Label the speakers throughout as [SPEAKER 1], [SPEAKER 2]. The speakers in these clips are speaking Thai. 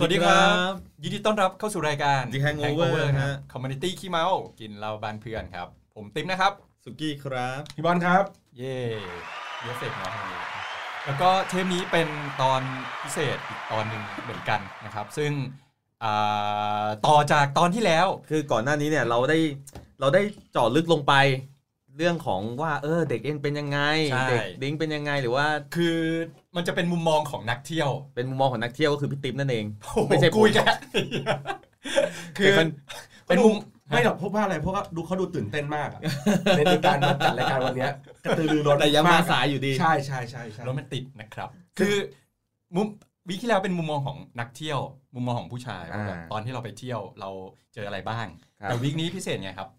[SPEAKER 1] สวัสดีครับ ยินดีต้อนรับเข้าสู่รายการ
[SPEAKER 2] The Hangover นะฮะ
[SPEAKER 1] คอมมูนิตี้ขี้เมา กินเหล้าบ้านเพื่อนครับ ผมติ๊มนะครับ
[SPEAKER 2] สุกี้ครับ
[SPEAKER 3] พี่บอลครับ
[SPEAKER 1] เย่เยอะเสร็จเนาะวันนี้แล้วก็เทปนี้เป็นตอนพิเศษอีกตอนหนึ่งเหมือนกันนะครับ ซึ่งอ่าต่อจากตอนที่แล้ว
[SPEAKER 2] คือก่อนหน้านี้เนี่ยเราได้เราได้เจาะลึกลงไป เรื่องของว่าเออเด็กเอ็นเป็นยังไง
[SPEAKER 1] ใช่
[SPEAKER 2] เด็กดิ้งเป็นยังไงหรือว่า
[SPEAKER 1] คือมันจะเป็นมุมมองของนักเที่ยว
[SPEAKER 2] เป็นมุมมองของนักเที่ยวก็คือพี่ติ๊มนั่นเอง
[SPEAKER 1] โอ้โห
[SPEAKER 2] ไม่ใช่ผม
[SPEAKER 1] กูอีกันคือ
[SPEAKER 2] แต่มัน
[SPEAKER 1] เป็นมุม
[SPEAKER 3] ไม่หรอกเพราะว่าอะไรเพราะว่าดูเขาดูตื่นเต้นมากอะ ในในการมาจัดรายการวันเนี้ยกระตือรือร้น
[SPEAKER 2] แต่ยังมา
[SPEAKER 3] อะ
[SPEAKER 2] สายอยู่ดี
[SPEAKER 3] ใช่ใช่ใช่ใช่
[SPEAKER 1] รถมันติดนะครับ คือมุมวิคที่แล้วเป็นมุมมองของนักเที่ยว มุมมองของผู้ชาย
[SPEAKER 2] อ่า
[SPEAKER 1] แบบตอนที่เราไปเที่ยวเราเจออะไรบ้าง
[SPEAKER 2] ครับ
[SPEAKER 1] แต่วิคนี้พิเศษไงครับ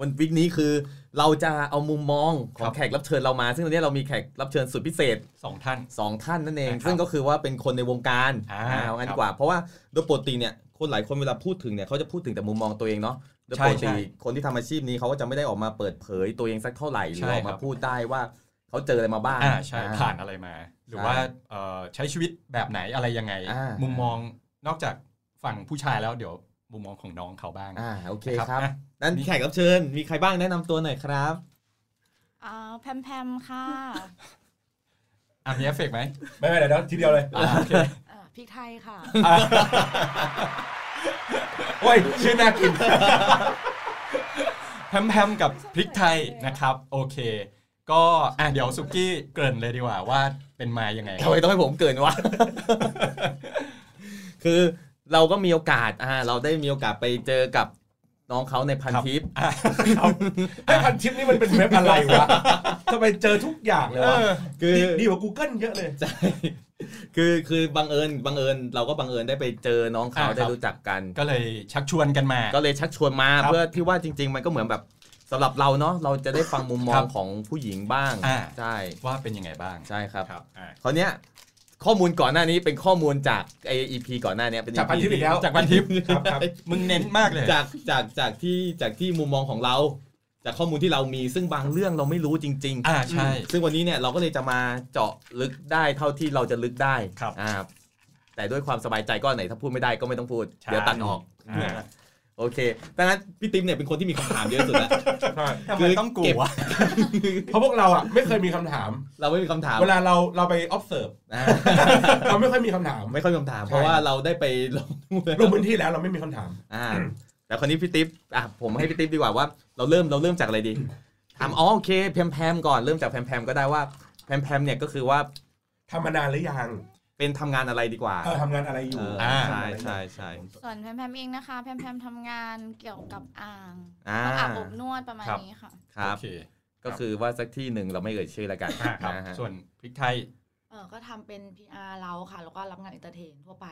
[SPEAKER 2] วันวิกนี้คือเราจะเอามุมมองขอ
[SPEAKER 1] ครั
[SPEAKER 2] ง
[SPEAKER 1] บ
[SPEAKER 2] แขกรับเชิญเรามา ซึ่งวันนี้เรามีแขกรับเชิญสุดพิเศษ
[SPEAKER 1] สองท่าน
[SPEAKER 2] 2 ท่านนั่นเอง
[SPEAKER 1] นะครับ
[SPEAKER 2] ซึ่งก็คือว่าเป็นคนในวงการ
[SPEAKER 1] อ่า
[SPEAKER 2] เงั้
[SPEAKER 1] ครั
[SPEAKER 2] น
[SPEAKER 1] บ
[SPEAKER 2] กว่า เพราะว่าโดยปกติเนี่ยคนหลายคนเวลาพูดถึงเนี่ยเขาจะพูดถึงแต่มุมมองตัวเองเนาะโดย
[SPEAKER 1] ใช่
[SPEAKER 2] ปกติ
[SPEAKER 1] ใช่
[SPEAKER 2] คนที่ทำอาชีพนี้เขาก็จะไม่ได้ออกมาเปิดเผยตัวเองสักเท่าไหร่หรือ
[SPEAKER 1] ใช่
[SPEAKER 2] ออก
[SPEAKER 1] ครั
[SPEAKER 2] มา
[SPEAKER 1] บ
[SPEAKER 2] พูดได้ว่าเขาเจออะไรมาบ้าง
[SPEAKER 1] อ่าใช่ผ่านอะไรมา หรือ
[SPEAKER 2] ใช่
[SPEAKER 1] ว่าเอ่อใช้ชีวิตแบบไหนอะไรยังไง
[SPEAKER 2] อ่ามุ
[SPEAKER 1] มุมมองนอกจากฝั่งผู้ชายแล้วเดี๋ยวมุมมองของน้องเขาบ้าง
[SPEAKER 2] อ่าโอเค
[SPEAKER 1] นะค
[SPEAKER 2] ค
[SPEAKER 1] รั
[SPEAKER 2] รั
[SPEAKER 1] บบ อ่ะ
[SPEAKER 2] นั้นแขกรับเชิญมีใครบ้างแนะนำตัวหน่อยครับ
[SPEAKER 4] อ่าแพมแพมค่ะ
[SPEAKER 1] อ่ะมีเอฟเฟกต์ไหม
[SPEAKER 3] ไม่ไม่เดี๋ยวนะทีเดียวเลย
[SPEAKER 1] อ่าโอเค
[SPEAKER 4] อ่าพริกไทยค่ะ
[SPEAKER 3] โอ้ยชื่อน่า กิน
[SPEAKER 1] แพมแพมกับพริกไทยนะครับ โอเค ก็อ่ะเดี๋ยวสุกี้เกริ่นเลยดีกว่าว่าเป็นมายังไง
[SPEAKER 2] ทำไมต้องให้ผมเกินวะ คือเราก็มีโอกาสอ่าเราได้มีโอกาสไปเจอกับน้องเขาในพันทิป
[SPEAKER 3] ไอ้พันทิปนี่มันเป็นเว็บอะไรวะทำไมเจอทุกอย่างเลยวะ
[SPEAKER 2] คือ
[SPEAKER 3] ดีดีกว่า Google เยอะเลย
[SPEAKER 2] คือคือบังเอิญบังเอิญเราก็บังเอิญได้ไปเจอน้องเขา
[SPEAKER 1] อ่าครับ
[SPEAKER 2] ได้รู้จักกัน
[SPEAKER 1] ก็เลยชักชวนกันมา
[SPEAKER 2] ก็เลยชักชวนมา
[SPEAKER 1] ครับ
[SPEAKER 2] เพื่อที่ว่าจริง ๆ มันก็เหมือนแบบสำหรับเราเนาะเราจะได้ฟังมุมมอ
[SPEAKER 1] ครั
[SPEAKER 2] ง
[SPEAKER 1] บ
[SPEAKER 2] ของผู้หญิงบ้าง
[SPEAKER 1] อ่า
[SPEAKER 2] ใช่
[SPEAKER 1] ว่าเป็นยังไงบ้าง
[SPEAKER 2] ใช่ครับ
[SPEAKER 1] ครับอ่า
[SPEAKER 2] คราวเนี้ยข้อมูลก่อนหน้านี้เป็นข้อมูลจากไอเอพีก่อนหน้าเนี้ยเป็น
[SPEAKER 3] จากพัน
[SPEAKER 2] EP
[SPEAKER 3] ทิปอีกแล้ว
[SPEAKER 1] จากวันทิพย์
[SPEAKER 3] ครับครับ
[SPEAKER 1] มึงเน้นมากเลย
[SPEAKER 2] จากจากจากที่จากที่มุมมองของเรา จากข้อมูลที่เรามีซึ่งบางเรื่องเราไม่รู้จริง ๆ
[SPEAKER 1] อ่าใช่
[SPEAKER 2] ซึ่งวันนี้เนี่ยเราก็เลยจะมาเจาะลึกได้เท่าที่เราจะลึกได้
[SPEAKER 1] ครับ
[SPEAKER 2] อ่าแต่ด้วยความสบายใจก็ไหนถ้าพูดไม่ได้ก็ไม่ต้องพูด
[SPEAKER 1] ใช่
[SPEAKER 2] เดี๋ยวตัดออก
[SPEAKER 1] อ่า
[SPEAKER 2] โอเคดังนั้นพี่ติ๊มเนี่ยเป็นคนที่มีคำถามเยอะสุดแล้ว
[SPEAKER 3] ใช่
[SPEAKER 1] ทำไมต้องกู
[SPEAKER 2] เก็บ
[SPEAKER 1] วะ
[SPEAKER 3] เพราะพวกเราอ่ะไม่เคยมีคำถาม
[SPEAKER 2] เราไม่มีคำถาม
[SPEAKER 3] เวลาเราเราไป observe
[SPEAKER 2] อ่า
[SPEAKER 3] เราไม่ค่อยมีคำถาม
[SPEAKER 2] ไม่ค่อยมีคำถาม
[SPEAKER 3] ใช่
[SPEAKER 2] เพราะว่าเราได้ไปลง
[SPEAKER 3] ลงพื้นที่แล้วเราไม่มีคำถาม
[SPEAKER 2] อ่าแต่คนนี้พี่ติ๊บอ่ะผมให้พี่ติ๊บดีกว่าว่า เราเริ่มเราเริ่มจากอะไรดีถามอ๋อโอเคแพมแพมก่อนเริ่มจากแพมแพมก็ได้ว่าแพมแพมเนี่ยก็คือว่า
[SPEAKER 3] ทำมานานหรือยัง
[SPEAKER 2] เป็นทำงานอะไรดีกว่า
[SPEAKER 3] เออทำงานอะไรอยู่
[SPEAKER 2] เออ
[SPEAKER 1] อ่า
[SPEAKER 2] ใช่ใช่ใช่
[SPEAKER 4] ส่วนแพมแพมเองนะคะ แพมแพมทำงานเกี่ยวกับอ่าง
[SPEAKER 2] อ่า
[SPEAKER 4] ต้องอาบอบนวดประมาณ
[SPEAKER 1] ครับ
[SPEAKER 4] นี้ค่ะ
[SPEAKER 2] ครับ
[SPEAKER 1] โอเค
[SPEAKER 2] ก็คือว่าสักที่หนึ่งเราไม่เอ่ยชื่อแล้วกัน
[SPEAKER 1] อ่าครับ
[SPEAKER 2] นะฮะ
[SPEAKER 1] ส่วนพริกไทย
[SPEAKER 4] เออก็ทำเป็น PR เราค่ะ แล้วก็รับงานอินเตอร์เทนทั่วไป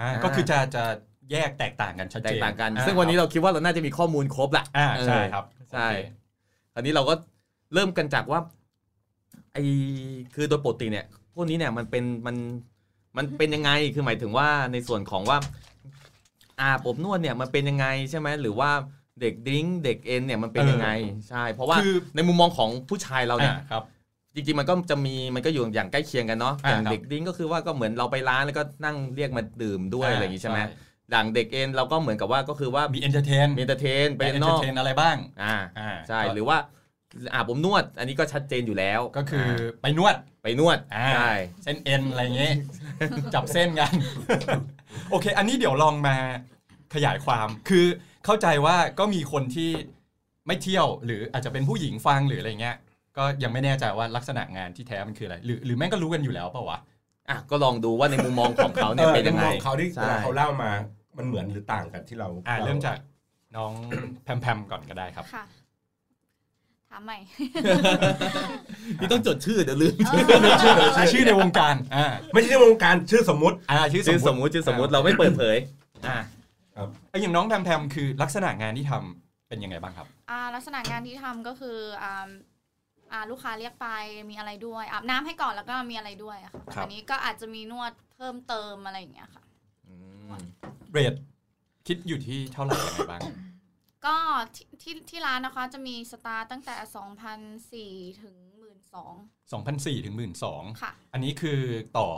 [SPEAKER 1] อ่าก็คือจะจะแยกแตกต่างกันชัด
[SPEAKER 2] แต
[SPEAKER 1] เจ
[SPEAKER 2] ก
[SPEAKER 1] น
[SPEAKER 2] ต่างกัน
[SPEAKER 1] อ่
[SPEAKER 2] ซึ่งวันนี้เราคิดว่าเราน่าจะมีข้อมูลครบละ
[SPEAKER 1] อ่าใช่
[SPEAKER 2] เออ
[SPEAKER 1] ครับ
[SPEAKER 2] ใช่
[SPEAKER 1] โอเค
[SPEAKER 2] คราวนี้เราก็เริ่มกันจากว่าไอคือโดยปกติเนี่ย พวกนี้เนี่ยมันเป็นมันมันเป็นยังไงคือหมายถึงว่าในส่วนของว่าอาบอบนวดเนี่ยมันเป็นยังไงใช่ไหมหรือว่าเด็กดริ้งก์เด็กเอ็นเนี่ยมันเป็นยังไงใช่ เพราะว่า
[SPEAKER 1] คือ
[SPEAKER 2] ในมุมมองของผู้ชายเราเนี่
[SPEAKER 1] อ่าย ครับ
[SPEAKER 2] จริงๆมันก็จะมีมันก็อยู่อย่างใกล้เคียงกันเนาะ
[SPEAKER 1] อ่า
[SPEAKER 2] อย่าง
[SPEAKER 1] ครับ
[SPEAKER 2] เด็กดริ้งก์ก็คือว่าก็เหมือนเราไปร้านแล้วก็นั่งเรียกมาดื่มด้วยอะไรอย่างงี้ใช่ไหม ดังเด็กเอ็นเราก็เหมือนกับว่าก็คือว่า
[SPEAKER 1] มีเอนเตอร์เทน
[SPEAKER 2] เอนเตอร์เทนไป
[SPEAKER 1] เอน
[SPEAKER 2] น
[SPEAKER 1] เตอ
[SPEAKER 2] อก
[SPEAKER 1] ร์เทนอะไรบ้าง
[SPEAKER 2] อ่า
[SPEAKER 1] อ่า
[SPEAKER 2] ใช่
[SPEAKER 1] ก็
[SPEAKER 2] หรือว่าอาบผมนวด อันนี้ก็ชัดเจนอยู่แล้ว
[SPEAKER 1] ก็คือไปนวด
[SPEAKER 2] าไปนวด
[SPEAKER 1] อ่า
[SPEAKER 2] ใช่
[SPEAKER 1] เส้นเอ็นอะไรเงี้ยจับเส้นกัน โอเค อันนี้เดี๋ยวลองมาขยายความคือเข้าใจว่าก็มีคนที่ไม่เที่ยวหรืออาจจะเป็นผู้หญิงฟังหรืออะไรเงี้ย ก็ยังไม่แน่ใจว่าลักษณะงานที่แท้มันคืออะไร หรือหรือแม่งก็รู้กันอยู่แล้วเปล่าวะ
[SPEAKER 2] อ่ะก็ลองดูว่าในมุมมองของเขาเนี่ยเป็นยังไง
[SPEAKER 3] ออมุมมอเขาที่
[SPEAKER 2] ใช่
[SPEAKER 3] เวลาเขาเล่ามา มันเหมือนหรือต่างกันที่เรา
[SPEAKER 1] อ่าเริ่มจากน้อง แพมแพมก่อนก็ได้ครับ
[SPEAKER 4] ค่ะ ถามใหม่
[SPEAKER 5] นี่ต้องจดชื่อเดี๋ยวลืม
[SPEAKER 1] ชื่อชื่อในวงการอ่า
[SPEAKER 3] ไม่ใช่ในวงการชื่อสมมุติ
[SPEAKER 1] อ่าชื่อ
[SPEAKER 5] ชื่อส
[SPEAKER 1] ส
[SPEAKER 5] ม
[SPEAKER 1] ม
[SPEAKER 5] มุ
[SPEAKER 1] มุ
[SPEAKER 5] ติ
[SPEAKER 1] ติ
[SPEAKER 5] ชื่อสมมุติเราไม่เปิดเผย อ่า
[SPEAKER 1] ไอ้อย่างน้องแทมแทมคือลักษณะงานที่ทำเป็นยังไงบ้างครับ
[SPEAKER 4] อ่าลักษณะงานที่ทำก็คืออ่าอ่าลูกค้าเรียกไปมีอะไรด้วยอาบน้ำให้ก่อนแล้วก็มีอะไรด้วยอะค่ะ
[SPEAKER 1] ครับ
[SPEAKER 4] อันี้ก็อาจจะมีนวดเพิ่มเติมอะไรอย่างเงี้ยค่ะ
[SPEAKER 1] เรทคิดอยู่ที่เท่าไหร่ยังไงบ้าง
[SPEAKER 4] ก็ที่ที่ที่ร้านนะคะจะมีสตาร์ตั้งแต่ 2,004ถึง12,000
[SPEAKER 1] 2,400ถึง12,000
[SPEAKER 4] ค่ะ
[SPEAKER 1] อันนี้คือต่อ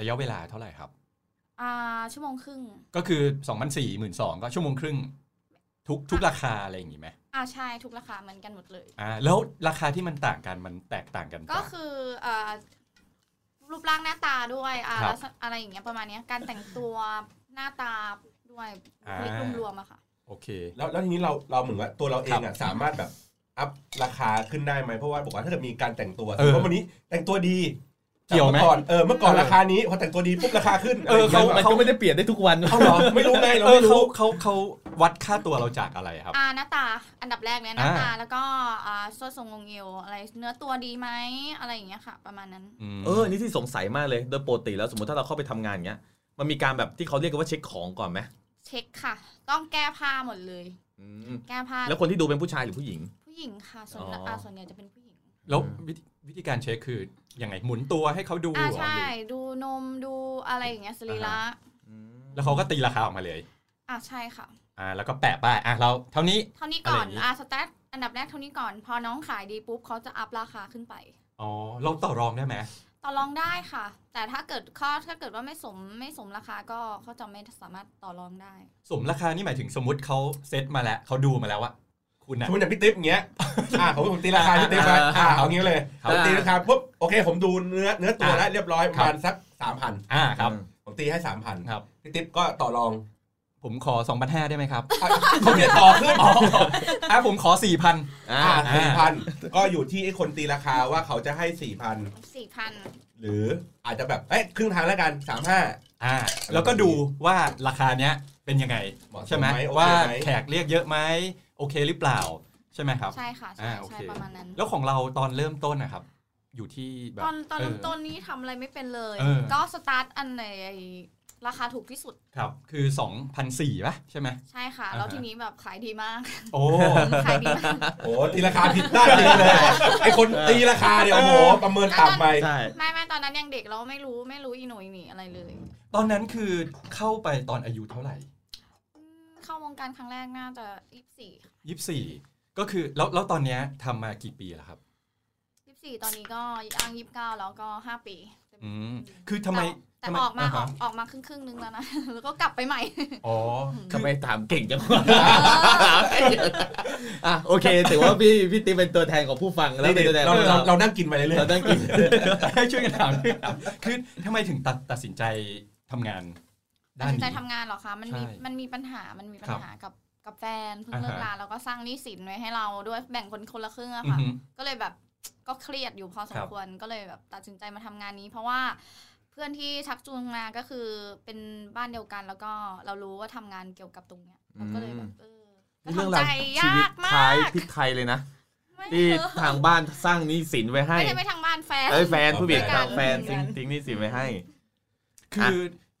[SPEAKER 1] ระยะเวลาเท่าไหร่ครับ
[SPEAKER 4] อ่าชั่วโมงครึ่ง
[SPEAKER 1] ก็คือ 2,400 12,000ก็ชั่วโมงครึ่ง ทุกทุกราคาอะไรอย่างงี้ไหม
[SPEAKER 4] อ่าใช่ทุกราคาเหมือนกันหมดเลย
[SPEAKER 1] อ่าแล้วราคาที่มันต่างกันมันแตกต่างกัน
[SPEAKER 4] ก็
[SPEAKER 1] จาก
[SPEAKER 4] คืออ่ารูปร่างหน้าตาด้วยอ่า
[SPEAKER 1] ครับ
[SPEAKER 4] ลักษณะอะไรอย่างเงี้ยประมาณเนี้ยการแต่งตัวหน้าตาด้วย
[SPEAKER 1] อ่า
[SPEAKER 4] บุคลิกรวมๆอะค่ะ
[SPEAKER 1] โอเค
[SPEAKER 3] แล้วแล้วทีนี้เราเราเหมือนว่าตัวเราเองอ่ะสามารถแบบอัพราคาขึ้นได้ไหมเพราะว่าบอกว่าถ้าเกิดมีการแต่งตัว
[SPEAKER 1] เอ
[SPEAKER 3] ส
[SPEAKER 1] อ
[SPEAKER 3] มมติว่าวันนี้แต่งตัวดี
[SPEAKER 1] เกี่ยวไหม
[SPEAKER 3] จากมื่อก่อนเออเมื่อก่อนราคานี้พอแต่งตัวดีปุ๊บราคาขึ้น
[SPEAKER 1] เออเขา
[SPEAKER 3] ะไรย่ง
[SPEAKER 5] มัน
[SPEAKER 3] งี้ย
[SPEAKER 5] ก็ไม่ได้เปลี่ยนได้ทุกวัน
[SPEAKER 3] เขาเหรอไม่รู้ไงเรา
[SPEAKER 1] เออ
[SPEAKER 3] ไม่
[SPEAKER 1] เขา
[SPEAKER 3] รู้
[SPEAKER 1] เขาเขาวัดค่าตัวเราจากอะไรครับ
[SPEAKER 4] อ่าหน้าตาอันดับแรกเลยหน้า
[SPEAKER 1] อ่า
[SPEAKER 4] ตาแล้วก็อ่าส่วนทรงงงเอวอะไรเนื้อตัวดีไหมอะไรอย่างเงี้ยค่ะ ประมาณนั้น
[SPEAKER 1] ม
[SPEAKER 5] เอออันนี่ที่สงสัยมากเลย โดยปกติแล้วสมมติถ้าเราเข้าไปทำงานอย่างเงี้ย มันมีการแบบที่เขาเรียกกันว่าเช็คของก่อนไหม
[SPEAKER 4] เช็คค่ะ ต้องแก้ผ้าหมดเลย
[SPEAKER 5] อืม
[SPEAKER 4] แก้ผ้า
[SPEAKER 5] แล้วคนที่ดูเป็นผู้ชายหรือผู้หญิง
[SPEAKER 4] ผู้หญิงค่ะส่วน
[SPEAKER 5] อ๋ออ่
[SPEAKER 4] าส่วนใหญ่จะเป็นผู้หญิง
[SPEAKER 1] แล้ว
[SPEAKER 5] อืม
[SPEAKER 1] วิธีวิธีการเช็คคือยังไงหมุนตัวให้เขาดู
[SPEAKER 4] อ่า
[SPEAKER 1] เหรอห
[SPEAKER 4] ใช่
[SPEAKER 1] รือ
[SPEAKER 4] ดูนมดูอะไรอย่างเงี้ยสรีระ
[SPEAKER 1] แล้วเขาก็ตีราคาออกมาเลย
[SPEAKER 4] อ่าใช่ค่ะ
[SPEAKER 1] อ่าแล้วก็แปะป้ายอ่ะเราเท่านี้
[SPEAKER 4] เท่านี้ก่อ
[SPEAKER 1] อะ
[SPEAKER 4] น
[SPEAKER 1] ไรอย่างงี้
[SPEAKER 4] อ่าสแตทอันดับแรกเท่านี้ก่อน พอน้องขายดีปุ๊บเขาจะอัพราคาขึ้นไป
[SPEAKER 1] อ๋อเราต่อรองได้ไหม
[SPEAKER 4] ต่อรองได้ค่ะ แต่ถ้าเกิดข้อถ้าเกิดว่าไม่สมไม่สมราคาก็เขาจะไม่สามารถต่อรองได้
[SPEAKER 1] สมราคานี่หมายถึงสมมติเขาเซ็ตมาแล้วเขาดูมาแล้วว่าคุณ
[SPEAKER 3] ส
[SPEAKER 1] อ่ะ
[SPEAKER 3] มมติอย่างพี่ติ๊บอย่างเงี้ย อ่าผมผมตีราคาพี่ติ๊บไว้อ่าเอางี้เลย
[SPEAKER 1] ครับ
[SPEAKER 3] ผมตีราคาปุ๊บโอเค ผมดูเนื้อเนื้อตัว
[SPEAKER 1] อ่า
[SPEAKER 3] แล้วเรียบร้อยป
[SPEAKER 1] ค
[SPEAKER 3] ระ
[SPEAKER 1] รับ
[SPEAKER 3] มาณสักสามพัน
[SPEAKER 1] อ่าครับ
[SPEAKER 3] ผมตีให้สามพัน
[SPEAKER 1] ครับ
[SPEAKER 3] พี่ติ๊บก็ต่อรอง
[SPEAKER 1] ผมขอ 2,500 ได้ไหมครับ
[SPEAKER 3] อ่ะเขาเนี่ยต่อขึ้น
[SPEAKER 1] อ๋ออ่ะผมขอ 4,000
[SPEAKER 5] อ่า
[SPEAKER 3] อ่าสี่พันก็อยู่ที่ไอ้คนตีราคาว่าเขาจะให้สี่พัน
[SPEAKER 4] สี่พัน
[SPEAKER 3] หรืออาจจะแบบเอ้ยครึ่งทางแล้วกันสามห้า
[SPEAKER 1] อ่าแล้วก็ดูว่าราคาเนี้ยเป็นยังไง
[SPEAKER 3] เหมาะสมไหม
[SPEAKER 1] ใช่ไหม
[SPEAKER 3] โอเคไหม
[SPEAKER 1] ว่าแขกเรียกเยอะไหมโอเคหรือเปล่าใช่ไหมครับ
[SPEAKER 4] ใช่ค่ะ ใช่
[SPEAKER 1] อ่าโอ
[SPEAKER 4] ใช่
[SPEAKER 1] เค
[SPEAKER 4] ประมาณนั้น
[SPEAKER 1] แล้วของเราตอนเริ่มต้นนะครับ อยู่ที่แบบ
[SPEAKER 4] ตอนตอนเริ่ม
[SPEAKER 1] เ
[SPEAKER 4] ต้นนี้ทำอะไรไม่เป็นเลย
[SPEAKER 1] เออ
[SPEAKER 4] ก็สตาร์ทอันไหนราคาถูกที่สุด
[SPEAKER 1] ครับคือ2,400ป่ะใช่ไหม
[SPEAKER 4] ใช่ค่ะ
[SPEAKER 1] อ่าฮะ
[SPEAKER 4] แล้วทีนี้แบบขายดีมาก
[SPEAKER 1] โอ้
[SPEAKER 4] ขายดีมาก
[SPEAKER 3] โอ้ตีราคาผิดด้านจริงเลยไอ้คนตีราคาเนี่ยโอ้โหประเมินต่ำไป
[SPEAKER 5] ใช่
[SPEAKER 4] ไม่ไม่ตอนนั้นยังเด็กเราไม่รู้ไม่รู้อีหนุ่ยหนีอะไรเลย
[SPEAKER 1] ตอนนั้นคือเข้าไปตอนอายุเท่าไหร่
[SPEAKER 4] อืมเข้าวงการครั้งแรกน่าจะยี่สี่
[SPEAKER 1] 24 ก็คือแล้วแล้วตอนเนี้ยทำมากี่ปีแล้วครับ
[SPEAKER 4] ยี่สี่ตอนนี้ก็ย่างยี่สิบเก้าแล้วก็ห้าปี
[SPEAKER 1] อืม คือทำไม
[SPEAKER 4] แต่
[SPEAKER 1] ทำไ
[SPEAKER 4] ออกมาอ
[SPEAKER 1] ฮะ
[SPEAKER 4] อกออกมาครึ่งครึ่งๆนึงแล้วนะ แล้วก็กลับไปใหม่
[SPEAKER 1] อ๋อ
[SPEAKER 5] ทำไมถามเก่งจังวะอ่ะโอเคถือว่าพี่พี่ติ๊กเป็นตัวแทนของผู้ฟังแล้วเป็นตัวแทนข
[SPEAKER 3] เรา
[SPEAKER 5] อง
[SPEAKER 3] เรา
[SPEAKER 5] เรา
[SPEAKER 3] เรานั่งกินไปเรื่อย
[SPEAKER 5] เราต้องกิน
[SPEAKER 1] ให้ช่วยกันถามช่วยกันถามคือทำไมถึงตัดตัดสินใจทำงาน
[SPEAKER 4] ตั
[SPEAKER 1] ด้า
[SPEAKER 4] ด
[SPEAKER 1] น
[SPEAKER 4] สินใจ
[SPEAKER 1] นี้
[SPEAKER 4] ทำงานเหรอคะมันมี
[SPEAKER 1] ใช่
[SPEAKER 4] มันมีปัญหามันมีปัญหากับกับแฟนเพิ่ง
[SPEAKER 1] อ่าฮะ
[SPEAKER 4] เลิกลาแล้วก็สร้างหนี้สินไว้ให้เราด้วยแบ่งคนคนละครึ่งอะ
[SPEAKER 1] อือ
[SPEAKER 4] ค่ะ
[SPEAKER 1] ฮึ
[SPEAKER 4] ก็เลยแบบก็เครียดอยู่พอส
[SPEAKER 1] ค
[SPEAKER 4] ม
[SPEAKER 1] รับ
[SPEAKER 4] ควรก็เลยแบบตัดสินใจมาทำงานนี้ เพราะว่าเพื่อนที่ชักจูงมาก็คือเป็นบ้านเดียวกันแล้วก็เรารู้ว่าทำงานเกี่ยวกับตรงเนี้ยเราก็เลยแบบเออก็ทำใจยาก
[SPEAKER 5] คล้าม
[SPEAKER 4] าย ก
[SPEAKER 5] พริกไทยเลยนะ
[SPEAKER 4] ไม่
[SPEAKER 5] ที่
[SPEAKER 4] เคย
[SPEAKER 5] ทางบ้านสร้างหนี้สินไว้ให้
[SPEAKER 4] ไม่ได้ไปทางบ้านแฟน
[SPEAKER 5] เอ้ยแฟนผู้บิด
[SPEAKER 4] เอาไป
[SPEAKER 5] แฟนทิ้งทิ้งหนี้สินไว้ให้
[SPEAKER 1] คือ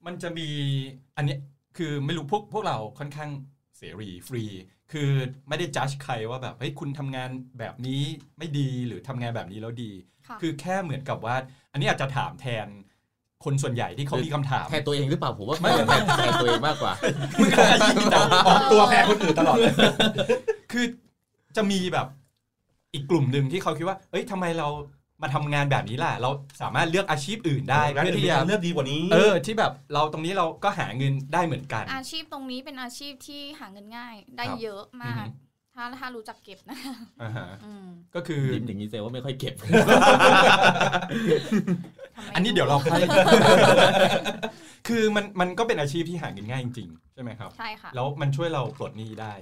[SPEAKER 1] มันจะมีอันเนี้ยคือไม่รู้พวกพวกเราค่อนข้างเสรีฟรี คือไม่ได้จัดใครว่าแบบเฮ้ยคุณทำงานแบบนี้ไม่ดีหรือทำงานแบบนี้แล้วดี
[SPEAKER 4] ค่ะ
[SPEAKER 1] คือแค่เหมือนกับว่า อันนี้อาจจะถามแทนคนส่วนใหญ่ที่เขามีคำถาม
[SPEAKER 5] แทนตัวเองหรือเปล่าผมว่าไม่แทนแทนตัวเองมากกว่า
[SPEAKER 3] ๆออกตัวแพ้คนอื่นตลอดเลย
[SPEAKER 1] คือจะมีแบบอีกกลุ่มหนึ่งที่เขาคิดว่า เอ้ยทำไมเรามาทำงานแบบนี้ล่ะ เราสามารถเลือกอาชีพอื่นได้
[SPEAKER 3] ร้าน
[SPEAKER 1] เพื่อ
[SPEAKER 3] อื่น
[SPEAKER 1] ที่
[SPEAKER 3] มี
[SPEAKER 1] จะ
[SPEAKER 3] ทางเลือกดีกว่านี้
[SPEAKER 1] เออที่แบบเราตรงนี้เราก็หาเงินได้เหมือนกัน
[SPEAKER 4] อาชีพตรงนี้เป็นอาชีพที่หาเงินง่าย ได้
[SPEAKER 1] ครับ
[SPEAKER 4] เยอะมา
[SPEAKER 1] อือ
[SPEAKER 4] ก
[SPEAKER 1] ฮึ
[SPEAKER 4] ถ้าถ้ารู้จักเก็บนะ
[SPEAKER 1] อ่าฮะ
[SPEAKER 4] อืม
[SPEAKER 1] ก็คือ
[SPEAKER 5] ยิ้มอย่างนี้แสดงว่าไม่ค่อยเก็บ
[SPEAKER 4] ทำไม
[SPEAKER 1] อันนี้เดี๋ยวเรา คือมันมันก็เป็นอาชีพที่หาเงินง่ายจริงๆ ใช่ไหมครับ
[SPEAKER 4] ใช่ค่ะ
[SPEAKER 1] แล้วมันช่วยเราปลดหนี้ได้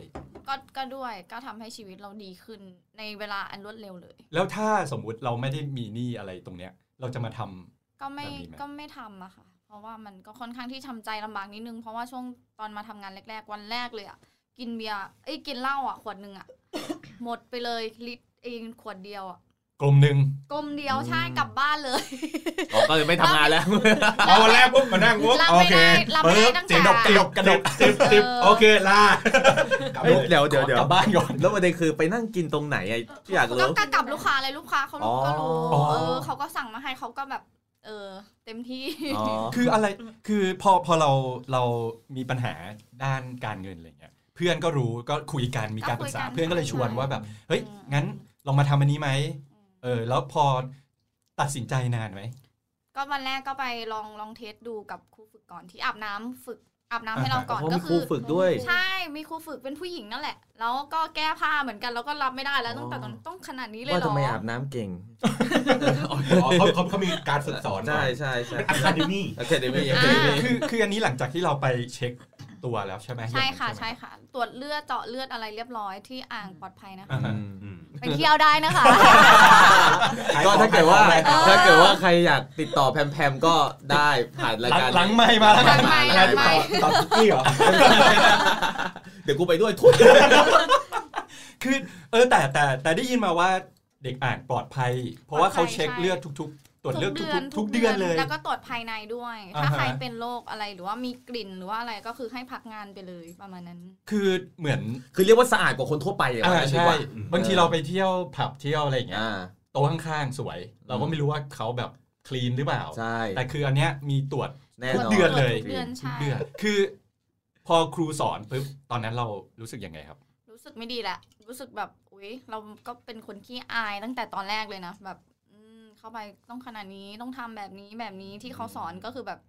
[SPEAKER 4] ก็ก็ด้วยก็ทำให้ชีวิตเราดีขึ้นในเวลาอันรวดเร็วเลย
[SPEAKER 1] แล้วถ้าสมมุติเราไม่ได้มีหนี้อะไรตรงเนี้ย เราจะมาทำ
[SPEAKER 4] ก็ไม่
[SPEAKER 1] แบบนี้ไหม
[SPEAKER 4] ก็ไม่ทำอะค่ะ เพราะว่ามันก็ค่อนข้างที่ทำใจลำบากนิดนึง เพราะว่าช่วงตอนมาทำงานแรก ๆ วันแรกเลยอะกินเบียร์เอ้ยกินเหล้าอะขวดหนึ่งอะ หมดไปเลยลิตรไอ เองขวดเดียวอะ
[SPEAKER 1] กลุ่มหนึ่ง
[SPEAKER 4] กลมเดียวใช่กลับบ้านเลย
[SPEAKER 2] อ๋อก็เลยไม่ทำงานแล้ว
[SPEAKER 3] เอาวันแรกปุ๊บมานั่งปุ๊บ
[SPEAKER 4] รับ
[SPEAKER 3] โอ
[SPEAKER 4] ไม่
[SPEAKER 3] เค
[SPEAKER 4] ได้รับไม่ได้
[SPEAKER 3] ปึ๊บ
[SPEAKER 4] ตั้ง
[SPEAKER 1] เสียงดอกก
[SPEAKER 4] แต่
[SPEAKER 1] ระดกกระดก
[SPEAKER 3] สิบสิบ
[SPEAKER 4] เออ
[SPEAKER 3] โอเคลา
[SPEAKER 2] เอ้ยเดี๋ยวเดี๋ยวเดี๋ย
[SPEAKER 1] ก
[SPEAKER 2] ว
[SPEAKER 1] ลับบ้านก่อน
[SPEAKER 2] แล้วประเด็นคือไปนั่งกินตรงไหนอะอยากรู้
[SPEAKER 4] ก็กลับลูกค้าเลยลูกค้าเขา
[SPEAKER 2] อ๋อ
[SPEAKER 4] ก็รู้
[SPEAKER 1] อ๋อ
[SPEAKER 4] เออเขาก็สั่งมาให้เขาก็แบบ เออ เต็มที่
[SPEAKER 2] อ๋อ
[SPEAKER 1] คืออะไร คือพอพอเราเรามีปัญหาด้านการเงินอะไรเงี้ย เพื่อนก็รู้ก็คุยกันมีการปรึกษา
[SPEAKER 4] ก็คุยกัน
[SPEAKER 1] เพื่อนก็เลยชวนว่าแบบ เฮ้ย
[SPEAKER 4] อืม
[SPEAKER 1] งั้นลองมาทำอันนี้ไหม
[SPEAKER 4] อืม
[SPEAKER 1] เออ แล้วพอตัดสินใจนานไหม
[SPEAKER 4] ก็วันแรกก็ไปลองลองเทสดูกับครูฝึกก่อนที่อาบน้ำฝึกอาบน้ำให้
[SPEAKER 1] อ่า
[SPEAKER 4] เราก่อน
[SPEAKER 2] อ๋อ
[SPEAKER 4] ก็
[SPEAKER 2] มีครูฝึกด้วย
[SPEAKER 4] ใช่ มีครูฝึกเป็นผู้หญิงนั่นแหละ แล้วก็แก้ผ้าเหมือนกันแล้วก็รับไม่ได้แล้วตั้งแต่ตอนต้องขนาดนี้เลย
[SPEAKER 2] ว่า
[SPEAKER 4] เหร
[SPEAKER 2] ทำ
[SPEAKER 4] อ
[SPEAKER 2] ไมอาบน้ำเก่ง
[SPEAKER 3] อ๋อเขาเขาเขามีการฝึกสอน
[SPEAKER 2] ใช่ใช่ใช่
[SPEAKER 3] อะคาเดมี่
[SPEAKER 2] โอเคเดมี่โอเคเดมี่
[SPEAKER 1] คือคืออันนี้หลังจากที่เราไปเช็คตัวแล้วใช่ไหม
[SPEAKER 4] ใช่ค่ะ
[SPEAKER 1] อย่างนั้น
[SPEAKER 4] ใช่ค่ะ ตรวจเลือดเจาะเลือดอะไรเรียบร้อยที่อ่างปลอดภัยนะคะ
[SPEAKER 1] อ่าฮะ
[SPEAKER 4] ไปเที่ยวได้นะคะ
[SPEAKER 2] ก็ถ้าเกิดว่า
[SPEAKER 4] เออ
[SPEAKER 2] ถ้าเกิดว่าใครอยากติดต่อแพมแพมก็ได้ผ่านรายการ
[SPEAKER 1] หลังไม่มาแล้ว
[SPEAKER 4] ห
[SPEAKER 1] กั
[SPEAKER 4] ลั
[SPEAKER 1] น
[SPEAKER 4] งไมค์หลังไมค์
[SPEAKER 3] ตอนนี้เหรอ
[SPEAKER 2] เดี๋ยวกูไปด้วยทุก
[SPEAKER 1] คือเออแต่แต่แต่ได้ยินมาว่าเด็กอ่านปลอดภัย เพราะว่าเขาเช็คเลือดทุก ๆ ตรวจเลือดทุกๆทุกเดือนเลย
[SPEAKER 4] แล้วก็ตรวจภายในด้วย
[SPEAKER 1] อ่าฮะ
[SPEAKER 4] ถ้าใครเป็นโรคอะไรหรือว่ามีกลิ่นหรือว่าอะไรก็คือให้พักงานไปเลยประมาณนั้น
[SPEAKER 1] คือเหมือน
[SPEAKER 2] คือเรียกว่าสะอาดกว่าคนทั่วไปอย่าง
[SPEAKER 1] อ่า
[SPEAKER 2] นั้นดี
[SPEAKER 1] ใช่
[SPEAKER 2] กว่า
[SPEAKER 3] อืม
[SPEAKER 1] บางทีเราไปเที่ยวผับเที่ยวอะไรอย่างเงี้ย
[SPEAKER 2] อ่า
[SPEAKER 1] โต๊ะข้างๆสวย เราก็ไม่รู้ว่าเขาแบบคลีนหรือเปล่า
[SPEAKER 2] ใช่
[SPEAKER 1] แต่คืออันเนี้ยมีตรวจ
[SPEAKER 2] แน่นอน
[SPEAKER 1] เดือนเลย
[SPEAKER 4] ทุกเดือนใช่
[SPEAKER 1] เดือนคือพอครูสอนปุ๊บตอนนั้นเรารู้สึกยังไงครับ
[SPEAKER 4] รู้สึกไม่ดีแหละ รู้สึกแบบอุ๊ยเราก็เป็นคนขี้อายตั้งแต่ตอนแรกเลยนะ แบบอืมเข้าไปต้องขนาดนี้ต้องทำแบบนี้แบบนี้ที่เขาสอนก็คือแบบ